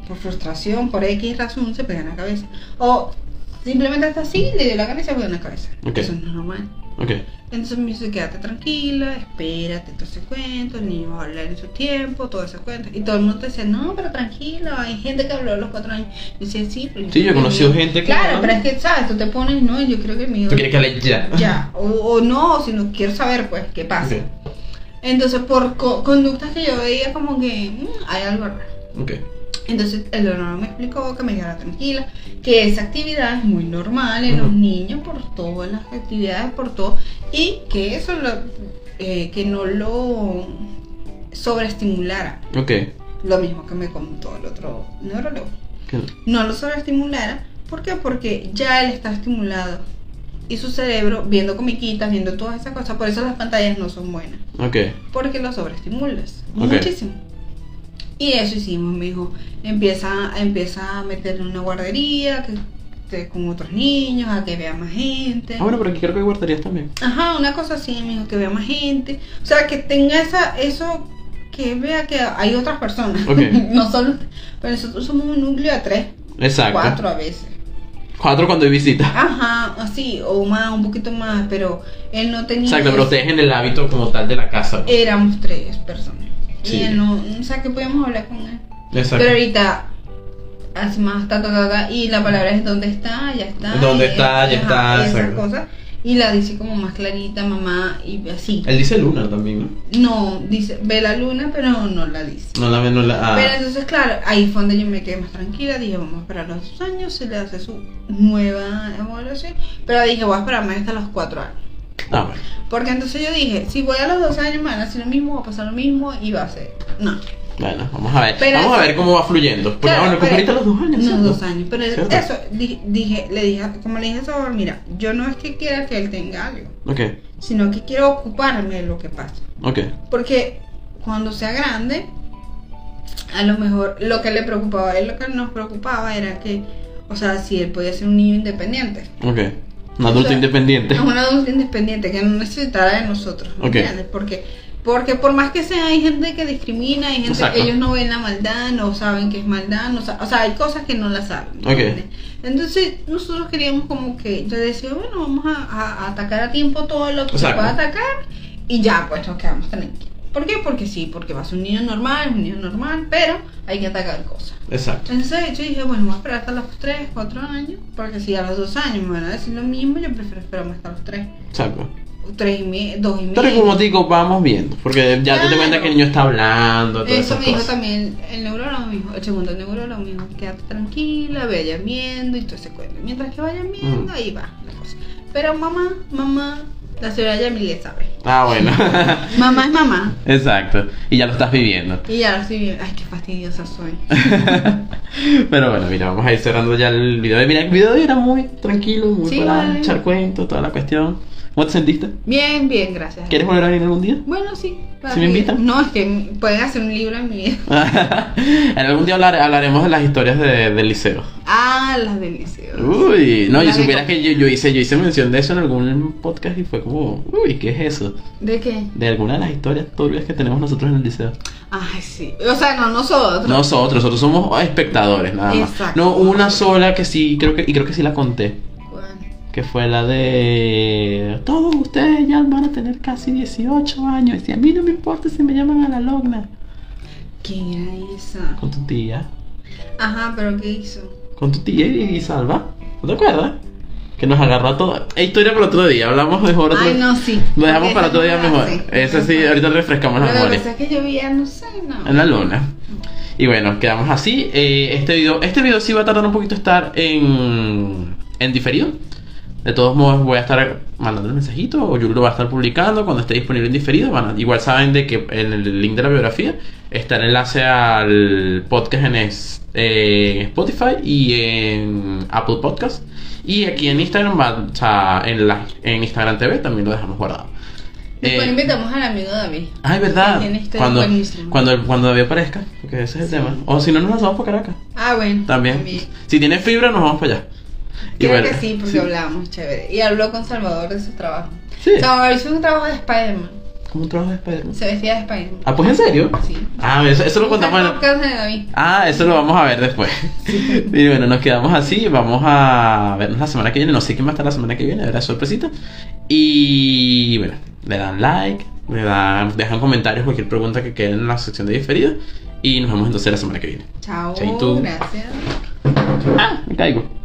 Speaker 2: Por frustración, por X razón se pega en la cabeza. O simplemente está así, le dio la gana y se pega en la cabeza.
Speaker 1: Ok.
Speaker 2: Eso no es normal.
Speaker 1: Ok.
Speaker 2: Entonces me dice, quédate tranquila, espérate todo ese cuento, el niño va a hablar en su tiempo, todo ese cuento. Y todo el mundo te decía, no, pero tranquila, hay gente que habló a los cuatro años. Y decía, sí, pero
Speaker 1: Sí, yo he
Speaker 2: creo que
Speaker 1: conocido
Speaker 2: el mío-".
Speaker 1: gente que-
Speaker 2: Claro, pero es que, ¿sabes? Tú te pones, no, yo creo que el mío...
Speaker 1: ¿Tú quieres que hable ya?
Speaker 2: Ya, o, o no, si no quiero saber, pues, qué pasa.
Speaker 1: Ok.
Speaker 2: Entonces, por co- conductas que yo veía como que "Mm, hay algo raro.
Speaker 1: Ok.
Speaker 2: Entonces el honor me explicó que me quedara tranquila, que esa actividad es muy normal en los
Speaker 1: Ujú.
Speaker 2: niños por todas las actividades, por todo, y que eso lo, eh, que no lo sobreestimulara,
Speaker 1: Ok.
Speaker 2: lo mismo que me contó el otro neurólogo,
Speaker 1: Ok.
Speaker 2: no lo sobreestimulara, ¿por qué? Porque ya él está estimulado y su cerebro viendo comiquitas, viendo todas esas cosas, por eso las pantallas no son buenas
Speaker 1: Ok.
Speaker 2: porque lo sobreestimulas
Speaker 1: Ok.
Speaker 2: muchísimo. Y eso hicimos, me dijo, empieza, empieza a meterle en una guardería, que esté con otros niños, a que vea más gente.
Speaker 1: Ah, bueno, pero aquí creo que hay guarderías también.
Speaker 2: Ajá, una cosa así, me dijo, que vea más gente. O sea, que tenga esa, eso, que vea que hay otras personas.
Speaker 1: Ok.
Speaker 2: no solo, pero nosotros somos un núcleo de tres,
Speaker 1: Exacto.
Speaker 2: cuatro Ah, a veces.
Speaker 1: Cuatro cuando hay visita.
Speaker 2: Ajá, así, o más, un poquito más, pero él no tenía...
Speaker 1: Exacto, pero ustedes en el hábito como tal de la casa.
Speaker 2: Éramos tres personas.
Speaker 1: Sí.
Speaker 2: Y él no, o sea, que podíamos hablar con él.
Speaker 1: Exacto.
Speaker 2: Pero ahorita, hace más, ta, ta, ta, ta, y la palabra es dónde está, ya está.
Speaker 1: ¿Dónde
Speaker 2: y
Speaker 1: está? Ya está,
Speaker 2: Esas
Speaker 1: exacto.
Speaker 2: cosas. Y la dice como más clarita, mamá, y así.
Speaker 1: Él dice luna también, ¿no?
Speaker 2: No, dice, ve la luna, pero no la dice.
Speaker 1: No la ven, no la. ah,
Speaker 2: Pero entonces, claro, ahí fue donde yo me quedé más tranquila. Dije, vamos a esperar los dos años, se le hace su nueva evaluación. Pero dije, voy a esperarme hasta los cuatro años.
Speaker 1: ah, bueno.
Speaker 2: Porque entonces yo dije, si voy a los dos años, me van a hacer lo mismo, va a pasar lo mismo y va a ser. No.
Speaker 1: Bueno, vamos a ver.
Speaker 2: Pero
Speaker 1: vamos a
Speaker 2: eso-
Speaker 1: ver cómo va fluyendo. Porque
Speaker 2: Claro,
Speaker 1: bueno,
Speaker 2: pero-
Speaker 1: porque ahorita los dos años.
Speaker 2: No,
Speaker 1: ¿cierto?
Speaker 2: dos años. Pero
Speaker 1: ¿Cierto?
Speaker 2: eso, di- dije, le dije, a- como le dije a Sabor, mira, yo no es que quiera que él tenga algo,
Speaker 1: Ok,
Speaker 2: sino que quiero ocuparme de lo que pasa.
Speaker 1: ok.
Speaker 2: Porque cuando sea grande, a lo mejor lo que le preocupaba a él, lo que nos preocupaba era que, o sea, si él podía ser un niño independiente.
Speaker 1: Ok. Un adulto
Speaker 2: O sea,
Speaker 1: independiente.
Speaker 2: Es un adulto independiente que no necesitará de nosotros. ¿me
Speaker 1: Ok.
Speaker 2: entiendes? Porque, porque por más que sea, hay gente que discrimina, hay gente
Speaker 1: Exacto.
Speaker 2: ellos no ven la maldad, no saben que es maldad, no sa- o sea, hay cosas que no las saben. ¿me
Speaker 1: Ok.
Speaker 2: entiendes? Entonces, nosotros queríamos como que, yo decía, bueno, vamos a, a- a atacar a tiempo todo lo que se
Speaker 1: Exacto.
Speaker 2: pueda atacar y ya, pues nos quedamos tranquilos. ¿Por qué? Porque sí, porque va a ser un niño normal, un niño normal, pero hay que atacar cosas.
Speaker 1: Exacto.
Speaker 2: Entonces yo dije, bueno, voy a esperar hasta los 3, 4 años, porque si a los 2 años me van a decir lo mismo, yo prefiero esperarme hasta los 3,
Speaker 1: Exacto.
Speaker 2: 3 y medio, 2 y medio.
Speaker 1: Pero como te digo, vamos viendo. Porque ya tú te
Speaker 2: Claro.
Speaker 1: cuentas que el niño está hablando. Todas
Speaker 2: Eso
Speaker 1: esas
Speaker 2: me dijo
Speaker 1: cosas.
Speaker 2: también el neurólogo, me dijo, el segundo neurólogo me dijo, quédate tranquila, vayan viendo y todo ese cuento. Mientras que vayan viendo,
Speaker 1: Mm.
Speaker 2: ahí va la cosa. Pero mamá, mamá, la señora Yamile sabe.
Speaker 1: Ah, bueno.
Speaker 2: Mamá es mamá.
Speaker 1: Exacto. Y ya lo estás viviendo.
Speaker 2: Y ya lo estoy viendo. Ay, qué fastidiosa soy.
Speaker 1: Pero bueno, mira, vamos a ir cerrando ya el video. Mira, el video de hoy era muy tranquilo, muy
Speaker 2: Sí,
Speaker 1: para
Speaker 2: vale.
Speaker 1: echar cuentos, toda la cuestión. ¿Cómo te sentiste?
Speaker 2: Bien, bien, gracias.
Speaker 1: ¿Quieres volver a venir algún día?
Speaker 2: Bueno, sí. para
Speaker 1: ¿Sí me
Speaker 2: que-
Speaker 1: invitan?
Speaker 2: No, es que pueden hacer un libro en mi vida.
Speaker 1: en algún día hablar- hablaremos de las historias de, del liceo.
Speaker 2: Ah, las del liceo.
Speaker 1: Uy, no,
Speaker 2: La
Speaker 1: yo
Speaker 2: de
Speaker 1: supieras
Speaker 2: co-
Speaker 1: que yo, yo hice yo hice mención de eso en algún podcast y fue como, uy, ¿qué es eso?
Speaker 2: ¿De qué?
Speaker 1: De alguna de las historias turbias que tenemos nosotros en el liceo.
Speaker 2: Ay, sí. O sea, no nosotros.
Speaker 1: Nosotros, nosotros somos espectadores, nada más.
Speaker 2: Exacto.
Speaker 1: No, hubo una sola que sí, creo que, y creo que sí la conté.
Speaker 2: Bueno,
Speaker 1: que fue la de todos ustedes ya van a tener casi 18 años y a mí no me importa si me llaman a la logna
Speaker 2: ¿Quién era esa?
Speaker 1: con tu tía
Speaker 2: Ajá, pero ¿qué hizo?
Speaker 1: Con tu tía y Salva. ¿No te acuerdas? Que nos agarró a todos. Es historia para otro día. Hablamos mejor otro
Speaker 2: Ay, no, sí.
Speaker 1: Lo dejamos
Speaker 2: Porque
Speaker 1: para
Speaker 2: esa
Speaker 1: otro día
Speaker 2: no la
Speaker 1: mejor.
Speaker 2: sé.
Speaker 1: Ese sí, ahorita refrescamos
Speaker 2: Pero
Speaker 1: las
Speaker 2: lo que
Speaker 1: memorias.
Speaker 2: pasa es que yo vivía, no sé, no.
Speaker 1: En la luna. Y bueno, quedamos así. Eh, este video este video sí va a tardar un poquito estar en, en diferido. De todos modos, voy a estar mandando el mensajito o yo lo va a estar publicando cuando esté disponible en diferido. Van a- igual saben de que en el link de la biografía está el enlace al podcast en, es- eh, en Spotify y en Apple Podcast. Y aquí en Instagram, va- o sea, en, la, en Instagram TV también lo dejamos guardado.
Speaker 2: Después
Speaker 1: Eh,
Speaker 2: invitamos al amigo David.
Speaker 1: Ah, es verdad.
Speaker 2: Tiene historia
Speaker 1: Cuando,
Speaker 2: buenísima.
Speaker 1: cuando, cuando David aparezca, porque ese es el tema. O si no, nos lanzamos para Caracas.
Speaker 2: Ah, bueno.
Speaker 1: También. Si tiene fibra, nos vamos para allá. Y
Speaker 2: Creo
Speaker 1: bueno,
Speaker 2: que sí, porque hablábamos chévere. Y habló con Salvador de su trabajo.
Speaker 1: Sí.
Speaker 2: Salvador hizo un trabajo de Spider-Man.
Speaker 1: Como un trabajo de Spider-Man.
Speaker 2: Se vestía de Spider-Man.
Speaker 1: Ah, pues en serio.
Speaker 2: Sí.
Speaker 1: Ah, eso, eso lo contamos.
Speaker 2: en
Speaker 1: en-
Speaker 2: el podcast de David.
Speaker 1: Ah, eso lo vamos a ver después. Y bueno, nos quedamos así. Vamos a vernos la semana que viene. No sé qué más está la semana que viene, habrá sorpresita. Y bueno, le dan like, le dan, dejan comentarios, cualquier pregunta que quede en la sección de diferido. Y nos vemos entonces la semana que viene.
Speaker 2: Chao.
Speaker 1: Chaito.
Speaker 2: Gracias.
Speaker 1: Ah, me caigo.